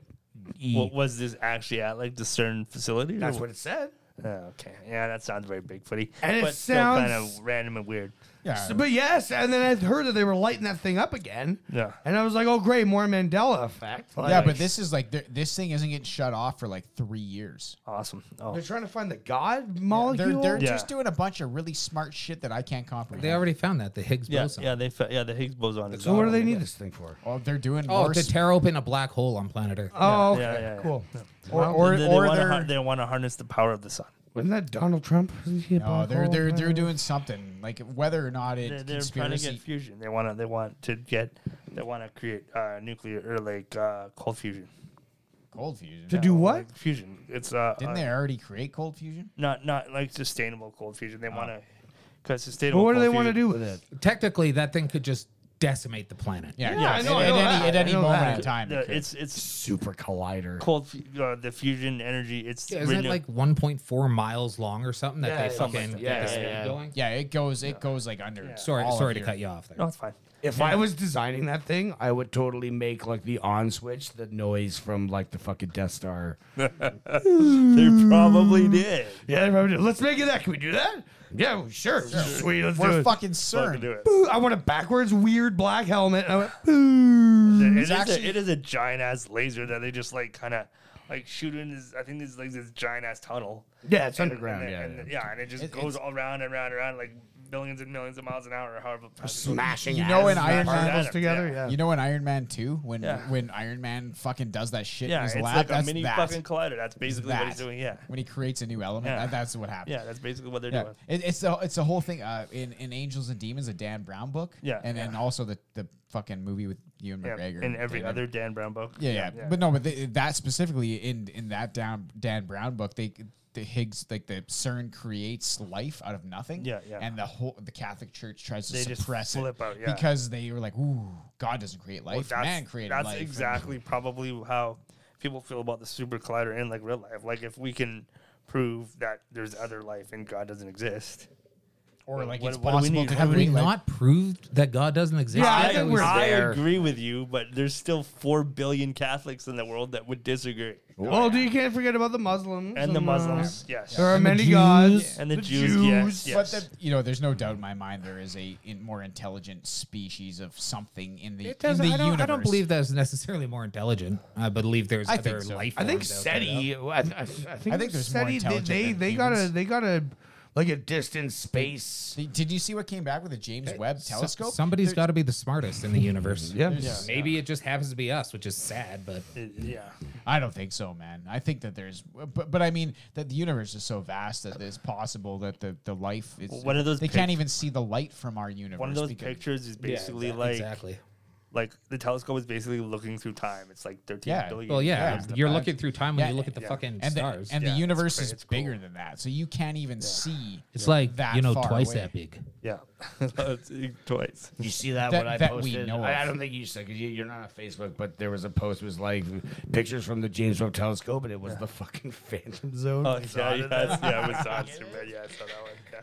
Speaker 5: What was this actually at? Like the CERN facility? or
Speaker 3: That's what it said.
Speaker 5: Oh, okay. Yeah, that sounds very Bigfooty.
Speaker 3: And it
Speaker 5: but still kind
Speaker 3: sounds-
Speaker 5: of random and weird.
Speaker 2: Yeah.
Speaker 3: So- but yes, and then I heard that they were lighting that thing up again.
Speaker 5: Yeah.
Speaker 3: And I was like, oh, great, more Mandela effect. Like,
Speaker 2: yeah, but this is like th- this thing isn't getting shut off for like three years.
Speaker 5: Awesome. Oh,
Speaker 3: They're trying to find the God
Speaker 2: They're,
Speaker 3: molecule.
Speaker 2: they're
Speaker 5: Yeah.
Speaker 2: just doing a bunch of really smart shit that I can't comprehend.
Speaker 1: They already found that the Higgs
Speaker 5: yeah,
Speaker 1: boson.
Speaker 5: yeah. They fe- yeah the Higgs boson. is
Speaker 3: so what do
Speaker 5: gone.
Speaker 3: they need this thing for?
Speaker 2: Oh, they're doing
Speaker 1: Oh,
Speaker 2: more.
Speaker 1: to
Speaker 2: s-
Speaker 1: tear open a black hole on planet Earth.
Speaker 3: Oh,
Speaker 5: Yeah,
Speaker 3: okay,
Speaker 5: yeah, yeah.
Speaker 3: cool.
Speaker 2: or
Speaker 5: Or,
Speaker 2: or,
Speaker 5: they,
Speaker 2: or
Speaker 5: want to
Speaker 2: they're
Speaker 5: har- they want to harness the power of the sun.
Speaker 3: Wasn't that Donald Trump? Isn't he a
Speaker 2: no,
Speaker 3: black
Speaker 2: they're
Speaker 3: hole?
Speaker 2: they're they're doing something like whether or not it
Speaker 5: They're, they're trying to
Speaker 2: conspiracy.
Speaker 5: get fusion. They want to. They want to get. They want to create uh, nuclear or like uh, cold fusion. Uh,
Speaker 2: cold fusion.
Speaker 3: To
Speaker 2: no.
Speaker 3: do what?
Speaker 5: Like fusion. It's uh,
Speaker 2: Didn't
Speaker 5: uh,
Speaker 2: they already create cold fusion?
Speaker 5: not not like sustainable cold fusion.
Speaker 2: Oh.
Speaker 5: They want to
Speaker 3: But
Speaker 5: because sustainable.
Speaker 3: what do
Speaker 5: cold
Speaker 3: they want to
Speaker 5: fusion-
Speaker 3: do with it?
Speaker 1: Technically, that thing could just decimate the planet.
Speaker 2: Yeah,
Speaker 3: Yeah, I
Speaker 2: at-
Speaker 3: know- I
Speaker 2: at,
Speaker 3: know
Speaker 2: any,
Speaker 3: that.
Speaker 2: at
Speaker 3: I
Speaker 2: any
Speaker 3: know
Speaker 2: moment
Speaker 3: that.
Speaker 2: in time.
Speaker 5: The-
Speaker 2: it could.
Speaker 5: it's it's
Speaker 6: Super collider.
Speaker 5: cold. fu- Uh, the fusion energy. It's
Speaker 1: Yeah, Isn't
Speaker 5: renew-
Speaker 1: it like 1.4 miles long or something that
Speaker 6: Yeah,
Speaker 1: they
Speaker 6: yeah, something
Speaker 1: fucking
Speaker 6: like that.
Speaker 1: get the
Speaker 6: Yeah,
Speaker 1: speed
Speaker 6: yeah, yeah.
Speaker 1: going?
Speaker 2: yeah, it goes it goes like under.
Speaker 1: Sorry,
Speaker 2: all of
Speaker 1: sorry to
Speaker 2: your-
Speaker 1: cut you off there.
Speaker 5: No, it's fine.
Speaker 6: If I was designing that thing, I would totally make like the on switch the noise from like the fucking Death Star.
Speaker 3: Mm.
Speaker 5: They probably did.
Speaker 3: Yeah, they probably do. Let's make it that. Can we do that? Yeah, well, sure. Sweet, let's do
Speaker 2: We're
Speaker 3: it.
Speaker 2: fucking
Speaker 5: Fucking do
Speaker 2: CERN.
Speaker 5: it.
Speaker 3: Boo, I want a backwards weird black helmet. And I went, boo.
Speaker 5: It is,
Speaker 2: actually-
Speaker 5: a, it is a giant ass laser that they just like kind of like shoot in. This, I think there's like this giant ass tunnel.
Speaker 3: Yeah, it's
Speaker 5: And-
Speaker 3: underground.
Speaker 5: and,
Speaker 3: yeah,
Speaker 5: and,
Speaker 3: yeah.
Speaker 5: yeah, and it just
Speaker 2: It-
Speaker 5: goes all round and round and round, like millions and millions of miles an hour, or however. fast it goes.
Speaker 6: Smashing
Speaker 2: You know, in
Speaker 6: ass.
Speaker 2: Iron
Speaker 5: Smashing
Speaker 2: Man,
Speaker 5: atoms,
Speaker 3: together. Yeah.
Speaker 2: You know in Iron Man 2 when
Speaker 5: Yeah.
Speaker 2: when Iron Man fucking does that shit
Speaker 5: Yeah,
Speaker 2: in his
Speaker 5: it's
Speaker 2: lab,
Speaker 5: like a
Speaker 2: that's
Speaker 5: mini
Speaker 2: that.
Speaker 5: fucking collider. That's basically what he's
Speaker 2: that.
Speaker 5: doing. Yeah,
Speaker 2: When he creates a new element,
Speaker 5: Yeah.
Speaker 2: that, that's what happens.
Speaker 5: yeah, that's basically what they're
Speaker 2: Yeah.
Speaker 5: doing.
Speaker 2: It, it's the it's the whole thing uh, in in Angels and Demons, a Dan Brown book.
Speaker 5: Yeah.
Speaker 2: and then also the the fucking movie with Ewan
Speaker 5: Yeah,
Speaker 2: McGregor
Speaker 5: in every
Speaker 2: David-
Speaker 5: other Dan Brown book.
Speaker 2: Yeah, yeah, but no, but they, that specifically in in that down Dan Brown book, they the Higgs like the CERN creates life out of nothing.
Speaker 5: Yeah, yeah.
Speaker 2: And the whole the Catholic Church tries to
Speaker 5: They just
Speaker 2: suppress
Speaker 5: flip
Speaker 2: it
Speaker 5: out, yeah.
Speaker 2: because they were like, "Ooh, God doesn't create life, man created
Speaker 5: that's
Speaker 2: life."
Speaker 5: exactly probably how people feel about the super collider in like real life. Like if we can prove that there's other life and God doesn't exist.
Speaker 2: or like
Speaker 5: What-
Speaker 2: it's
Speaker 5: what do we
Speaker 2: possible
Speaker 5: need?
Speaker 2: to
Speaker 5: How
Speaker 1: Have
Speaker 5: do
Speaker 2: create
Speaker 1: we
Speaker 2: life.
Speaker 1: not proved that God doesn't exist?
Speaker 3: Yeah, I
Speaker 1: That
Speaker 3: think
Speaker 1: was-
Speaker 3: we're-
Speaker 5: I
Speaker 3: there.
Speaker 5: agree with you, but there's still four billion Catholics in the world that would disagree.
Speaker 3: Well, Oh, do you can't forget about the Muslims
Speaker 5: And the
Speaker 3: uh,
Speaker 5: Muslims, yes.
Speaker 3: There are
Speaker 1: And the
Speaker 3: many
Speaker 1: Jews.
Speaker 3: gods.
Speaker 5: And the Jews, yes, yes.
Speaker 2: But the, you know, there's no doubt in my mind there is a in more intelligent species of something in the
Speaker 1: It
Speaker 2: in
Speaker 1: doesn't,
Speaker 2: the
Speaker 1: I, don't,
Speaker 2: universe.
Speaker 1: I don't believe that is necessarily more intelligent. I believe there's
Speaker 2: I think
Speaker 1: other
Speaker 2: so.
Speaker 1: life.
Speaker 3: I think
Speaker 1: forms out there,
Speaker 3: SETI. I, I, I think,
Speaker 2: I think there's more
Speaker 3: SETI, they-
Speaker 2: intelligent
Speaker 3: They,
Speaker 2: than
Speaker 3: they got a
Speaker 2: humans.
Speaker 3: they got a like a distant space.
Speaker 2: Did did you see what came back with the James Webb
Speaker 1: though. So-
Speaker 2: telescope?
Speaker 1: somebody's got to be the smartest in the universe.
Speaker 3: Yeah.
Speaker 1: Maybe it just happens to be us, which is sad, but
Speaker 5: It- yeah.
Speaker 2: I don't think so, man. I think that there's, but, but I mean that the universe is so vast that it's possible that the, the life is.
Speaker 5: Well, one of those
Speaker 2: they
Speaker 5: pic-
Speaker 2: can't even see the light from our universe.
Speaker 5: One of those
Speaker 2: because-
Speaker 5: pictures is basically
Speaker 1: Yeah,
Speaker 5: like
Speaker 1: exactly.
Speaker 5: like the telescope is basically looking through time. It's like thirteen billion.
Speaker 2: Yeah.
Speaker 1: Well, yeah,
Speaker 2: Yeah.
Speaker 1: you're looking through time when
Speaker 2: Yeah,
Speaker 1: you look at the fucking
Speaker 2: and
Speaker 1: stars.
Speaker 2: the, and
Speaker 5: Yeah,
Speaker 2: the
Speaker 5: it's
Speaker 2: universe
Speaker 5: great.
Speaker 2: is
Speaker 5: It's cool.
Speaker 2: bigger than that, so you can't even see.
Speaker 1: it's like
Speaker 2: that
Speaker 1: you know
Speaker 2: far
Speaker 1: twice
Speaker 2: away.
Speaker 1: that big.
Speaker 5: Yeah, It's uh, twice.
Speaker 6: You see
Speaker 3: uh,
Speaker 6: that,
Speaker 2: That-
Speaker 6: what I
Speaker 2: that we
Speaker 6: posted?
Speaker 2: know
Speaker 6: I, I
Speaker 2: of.
Speaker 6: don't think you said because you, you're not on Facebook, but there was a post it was like pictures from the James Webb Telescope, and it was the fucking Phantom Zone.
Speaker 5: Oh yeah,
Speaker 6: Zone.
Speaker 5: yeah, that's- yeah, with Zonster, man. Yeah, I saw that one. Yeah.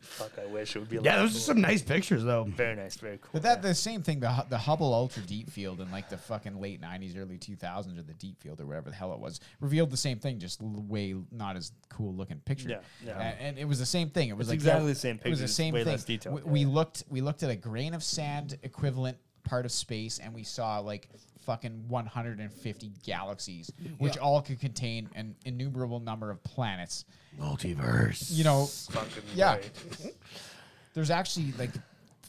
Speaker 5: Fuck, I wish it would be. like
Speaker 6: yeah, those are some nice pictures though.
Speaker 5: very nice, very cool.
Speaker 2: But that the same thing, the Hu- the Hubble Ultra Deep Field in like the fucking late '90s, early 2000s, or the Deep Field or whatever the hell it was, revealed the same thing, just l- way not as cool looking picture.
Speaker 5: Yeah, yeah.
Speaker 2: A- And, it was the same thing. It was
Speaker 5: It's
Speaker 2: like
Speaker 5: exactly the
Speaker 2: It
Speaker 5: same
Speaker 2: was
Speaker 5: picture,
Speaker 2: the
Speaker 5: just
Speaker 2: same
Speaker 5: way
Speaker 2: thing.
Speaker 5: less detail.
Speaker 2: We, we looked we looked at a grain of sand equivalent part of space, and we saw like fucking 150 galaxies, which all could contain an innumerable number of planets.
Speaker 6: Multiverse.
Speaker 2: You know,
Speaker 5: Fucking
Speaker 2: yeah.
Speaker 5: right.
Speaker 2: there's actually like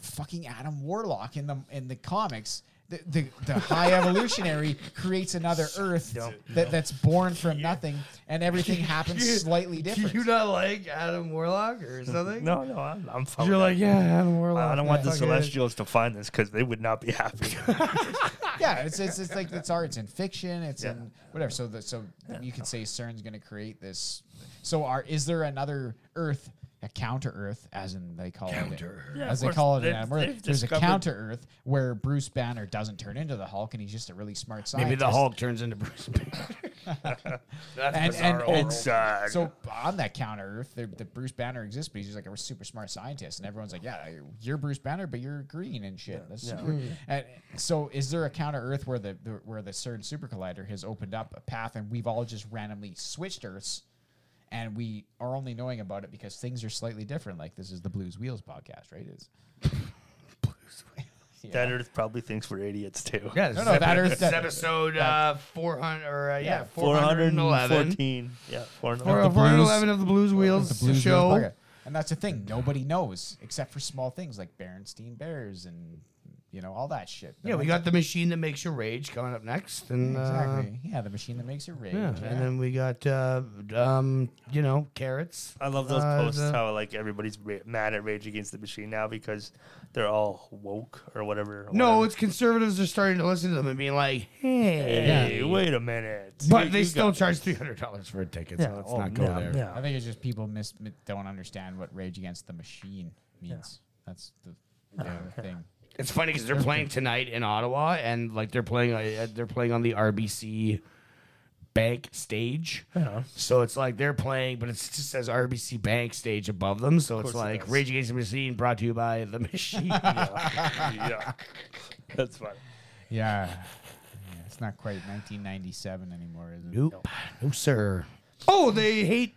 Speaker 2: fucking Adam Warlock in the in the comics. The, the, the high evolutionary creates another Earth that, that's born from nothing, and everything happens slightly
Speaker 3: Do you
Speaker 2: different.
Speaker 3: not like Adam Warlock or something?
Speaker 5: No, no, I'm, I'm fine.
Speaker 3: You're
Speaker 5: with
Speaker 3: like,
Speaker 5: that.
Speaker 3: yeah, Adam Warlock.
Speaker 5: I don't want the
Speaker 3: fucking-
Speaker 5: Celestials to find this because they would not be happy.
Speaker 2: Yeah, it's, it's, it's like it's art, it's in fiction, it's
Speaker 5: Yeah.
Speaker 2: in whatever. So the, so you could say CERN's going to create this. So are is there another Earth, a counter Earth, as in they call it,
Speaker 5: Yeah,
Speaker 2: as
Speaker 5: of
Speaker 2: they
Speaker 5: course.
Speaker 2: call it in
Speaker 5: They've-
Speaker 2: Adam Earth?
Speaker 5: they've
Speaker 2: There's a
Speaker 5: discovered-
Speaker 2: counter Earth where Bruce Banner doesn't turn into the Hulk, and he's just a really smart scientist.
Speaker 6: Maybe the Hulk turns into Bruce Banner.
Speaker 2: and, and,
Speaker 5: Oh
Speaker 2: and
Speaker 5: Inside.
Speaker 2: so on that counter Earth, the, the Bruce Banner exists, but he's just like a super smart scientist, and everyone's like, "Yeah, you're Bruce Banner, but you're green and shit." That's super- and so, is there a counter Earth where the, the where the CERN super collider has opened up a path, and we've all just randomly switched Earths? and we are only knowing about it because things are slightly different. Like this is the Blues Wheels podcast, right? Is
Speaker 5: That Earth probably thinks we're idiots too.
Speaker 3: Yeah,
Speaker 2: no, no, that is
Speaker 3: It's episode uh, 400 or uh, yeah, 411.
Speaker 5: 414. Yeah,
Speaker 3: Four-
Speaker 5: 411.
Speaker 3: 411 of the Blues Wheels
Speaker 2: the Blues
Speaker 3: show.
Speaker 2: Wheels podcast. and that's the thing nobody knows except for small things like Berenstein Bears and you know all that shit.
Speaker 3: yeah, we got the machine that makes you rage coming up next, and uh,
Speaker 2: exactly yeah the machine that makes it rage.
Speaker 3: yeah,
Speaker 2: yeah.
Speaker 3: and then we got uh, um, you know carrots.
Speaker 5: I love those
Speaker 3: Uh,
Speaker 5: posts
Speaker 3: the-
Speaker 5: how like everybody's ra- mad at Rage Against the Machine now because they're all woke or whatever.
Speaker 3: No,
Speaker 5: whatever.
Speaker 3: it's conservatives are starting to listen to them and being like, hey,
Speaker 5: hey, wait a minute.
Speaker 3: but
Speaker 5: You-
Speaker 3: they
Speaker 5: you
Speaker 3: still
Speaker 5: got-
Speaker 3: charge three hundred dollars for a ticket, so let's not go
Speaker 5: yeah,
Speaker 3: there.
Speaker 5: yeah.
Speaker 2: I think it's just people mis- mi- don't understand what Rage Against the Machine means. That's the, the other thing.
Speaker 3: It's funny because they're playing tonight in Ottawa, and like they're playing, uh, they're playing on the RBC Bank stage. So it's like they're playing, but it just says RBC Bank stage above them. So it's
Speaker 5: course it
Speaker 3: like
Speaker 5: does.
Speaker 3: Rage Against the Machine brought to you by the Machine.
Speaker 5: yeah. That's fun.
Speaker 2: Yeah. Yeah, It's not quite 1997 anymore, is it?
Speaker 3: nope, no sir. Oh, they hate.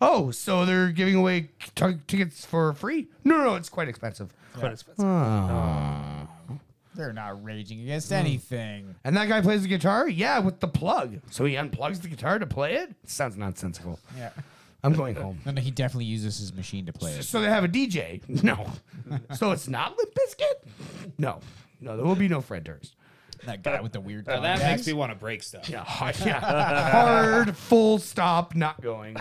Speaker 3: Oh, so they're giving away t- tickets for free? No, no, no, it's quite expensive.
Speaker 5: Quite expensive.
Speaker 3: Ah.
Speaker 2: They're not raging against
Speaker 3: Hmm.
Speaker 2: anything.
Speaker 3: And that guy plays the guitar? Yeah, with the plug. So he unplugs the guitar to play it? Sounds nonsensical.
Speaker 2: Yeah.
Speaker 3: I'm going home.
Speaker 2: No, no, he definitely uses his machine to play it.
Speaker 3: So they have a DJ? No. so it's not Limp Bizkit? No. No, there will be no Fred Durst.
Speaker 2: That guy with the weird.
Speaker 1: Now Uh, that
Speaker 2: contacts.
Speaker 1: makes me want to break stuff.
Speaker 3: Yeah, hard, yeah. hard, full stop, not going.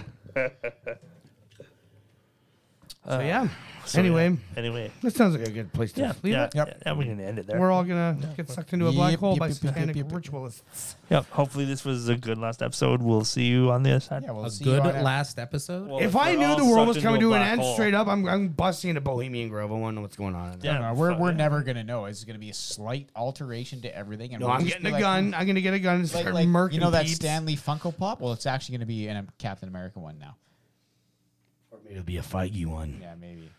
Speaker 3: Uh, so yeah.
Speaker 5: So,
Speaker 3: anyway,
Speaker 5: yeah. Anyway.
Speaker 3: this sounds like a good place to
Speaker 5: Yeah,
Speaker 3: leave
Speaker 5: yeah,
Speaker 3: it.
Speaker 5: yeah,
Speaker 2: Yep.
Speaker 5: yeah, we can end it there.
Speaker 3: We're all gonna get sucked into a black
Speaker 2: Yep,
Speaker 3: hole
Speaker 2: yep,
Speaker 3: by
Speaker 2: yep, yep, yep,
Speaker 3: satanic
Speaker 2: yep, yep.
Speaker 3: ritualists.
Speaker 5: Yep. Hopefully this was a good last episode. We'll see you on the other side.
Speaker 2: Yeah, well,
Speaker 1: A
Speaker 2: see
Speaker 1: good
Speaker 2: you on
Speaker 1: last episode.
Speaker 5: Well,
Speaker 3: If
Speaker 5: we're
Speaker 3: I knew
Speaker 5: all
Speaker 3: the world was
Speaker 5: sucked
Speaker 3: coming
Speaker 5: into
Speaker 3: to
Speaker 5: a
Speaker 3: an
Speaker 5: black
Speaker 3: end
Speaker 5: hole.
Speaker 3: straight up, I'm, I'm busting into Bohemian Grove. I want to know what's going on. in there.
Speaker 5: Yeah,
Speaker 2: No, Uh, we're
Speaker 5: fuck
Speaker 2: we're
Speaker 5: it.
Speaker 2: never gonna know. It's gonna be a slight alteration to everything. And
Speaker 3: No,
Speaker 2: we'll
Speaker 3: I'm
Speaker 2: just
Speaker 3: getting
Speaker 2: be
Speaker 3: a
Speaker 2: like- "Hmm."
Speaker 3: gun. I'm gonna get a gun and start
Speaker 2: Like, like
Speaker 3: murking
Speaker 2: you know that
Speaker 3: peeps.
Speaker 2: Stanley Funko Pop? Well, it's actually gonna be in a Captain America one now.
Speaker 3: Or maybe It'll be a Feige one.
Speaker 2: Yeah, maybe.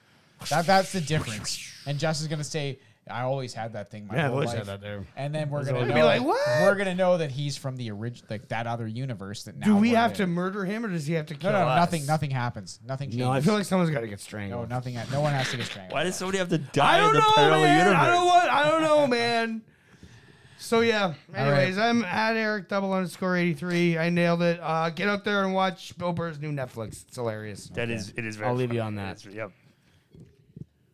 Speaker 2: That, that's the difference. And Justin's gonna say, "I always had that thing my
Speaker 3: Yeah, I've
Speaker 2: whole
Speaker 3: always
Speaker 2: life."
Speaker 3: had that there.
Speaker 2: And then we're gonna
Speaker 3: always-
Speaker 2: know,
Speaker 3: Be like, "What?"
Speaker 2: We're gonna know that he's from the original, like that other universe. That now
Speaker 3: Do we
Speaker 2: we're
Speaker 3: have to
Speaker 2: in.
Speaker 3: murder him or does he have to kill
Speaker 2: No, no,
Speaker 3: us?
Speaker 2: nothing. Nothing happens. Nothing. Changes.
Speaker 3: No, I feel like someone's got to get strangled.
Speaker 2: no, nothing. ha- No one has to get strangled.
Speaker 5: Why does somebody have to die
Speaker 3: I don't
Speaker 5: in the
Speaker 3: know,
Speaker 5: parallel
Speaker 3: man.
Speaker 5: universe?
Speaker 3: I don't want. I don't know, man. So yeah. Anyways, I'm at Eric double underscore eighty three. I nailed it. Uh, get out there and watch Bill Burr's new Netflix. It's hilarious.
Speaker 5: That is, it is very
Speaker 3: I'll leave you
Speaker 5: funny.
Speaker 3: on that.
Speaker 5: It's- yep.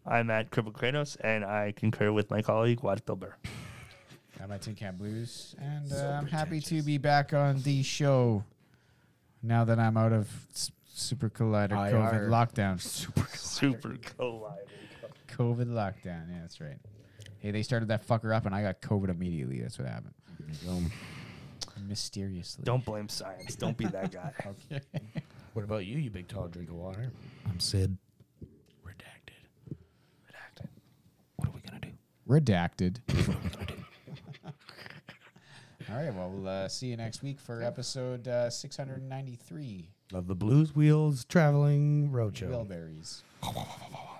Speaker 5: I'm at Cripple Kratos, and I concur with my colleague, Watch Bill Burr.
Speaker 2: I'm at Tin Can Blues, and uh, I'm happy to be back on the show. Now that I'm out of s- Super Collider COVID
Speaker 3: IR.
Speaker 2: lockdown.
Speaker 5: Super collider.
Speaker 2: COVID lockdown. Yeah, that's right. Hey, they started that fucker up, and I got COVID immediately. That's what happened. Mysteriously.
Speaker 5: Don't blame science. Don't be that guy.
Speaker 3: What about you, you big tall drink of water?
Speaker 1: I'm Sid.
Speaker 3: Redacted.
Speaker 1: What are we gonna do?
Speaker 2: Redacted. All right. Well, we'll uh, see you next week for episode uh, 693.
Speaker 3: Love the blues wheels traveling roadshow.
Speaker 2: Billberries.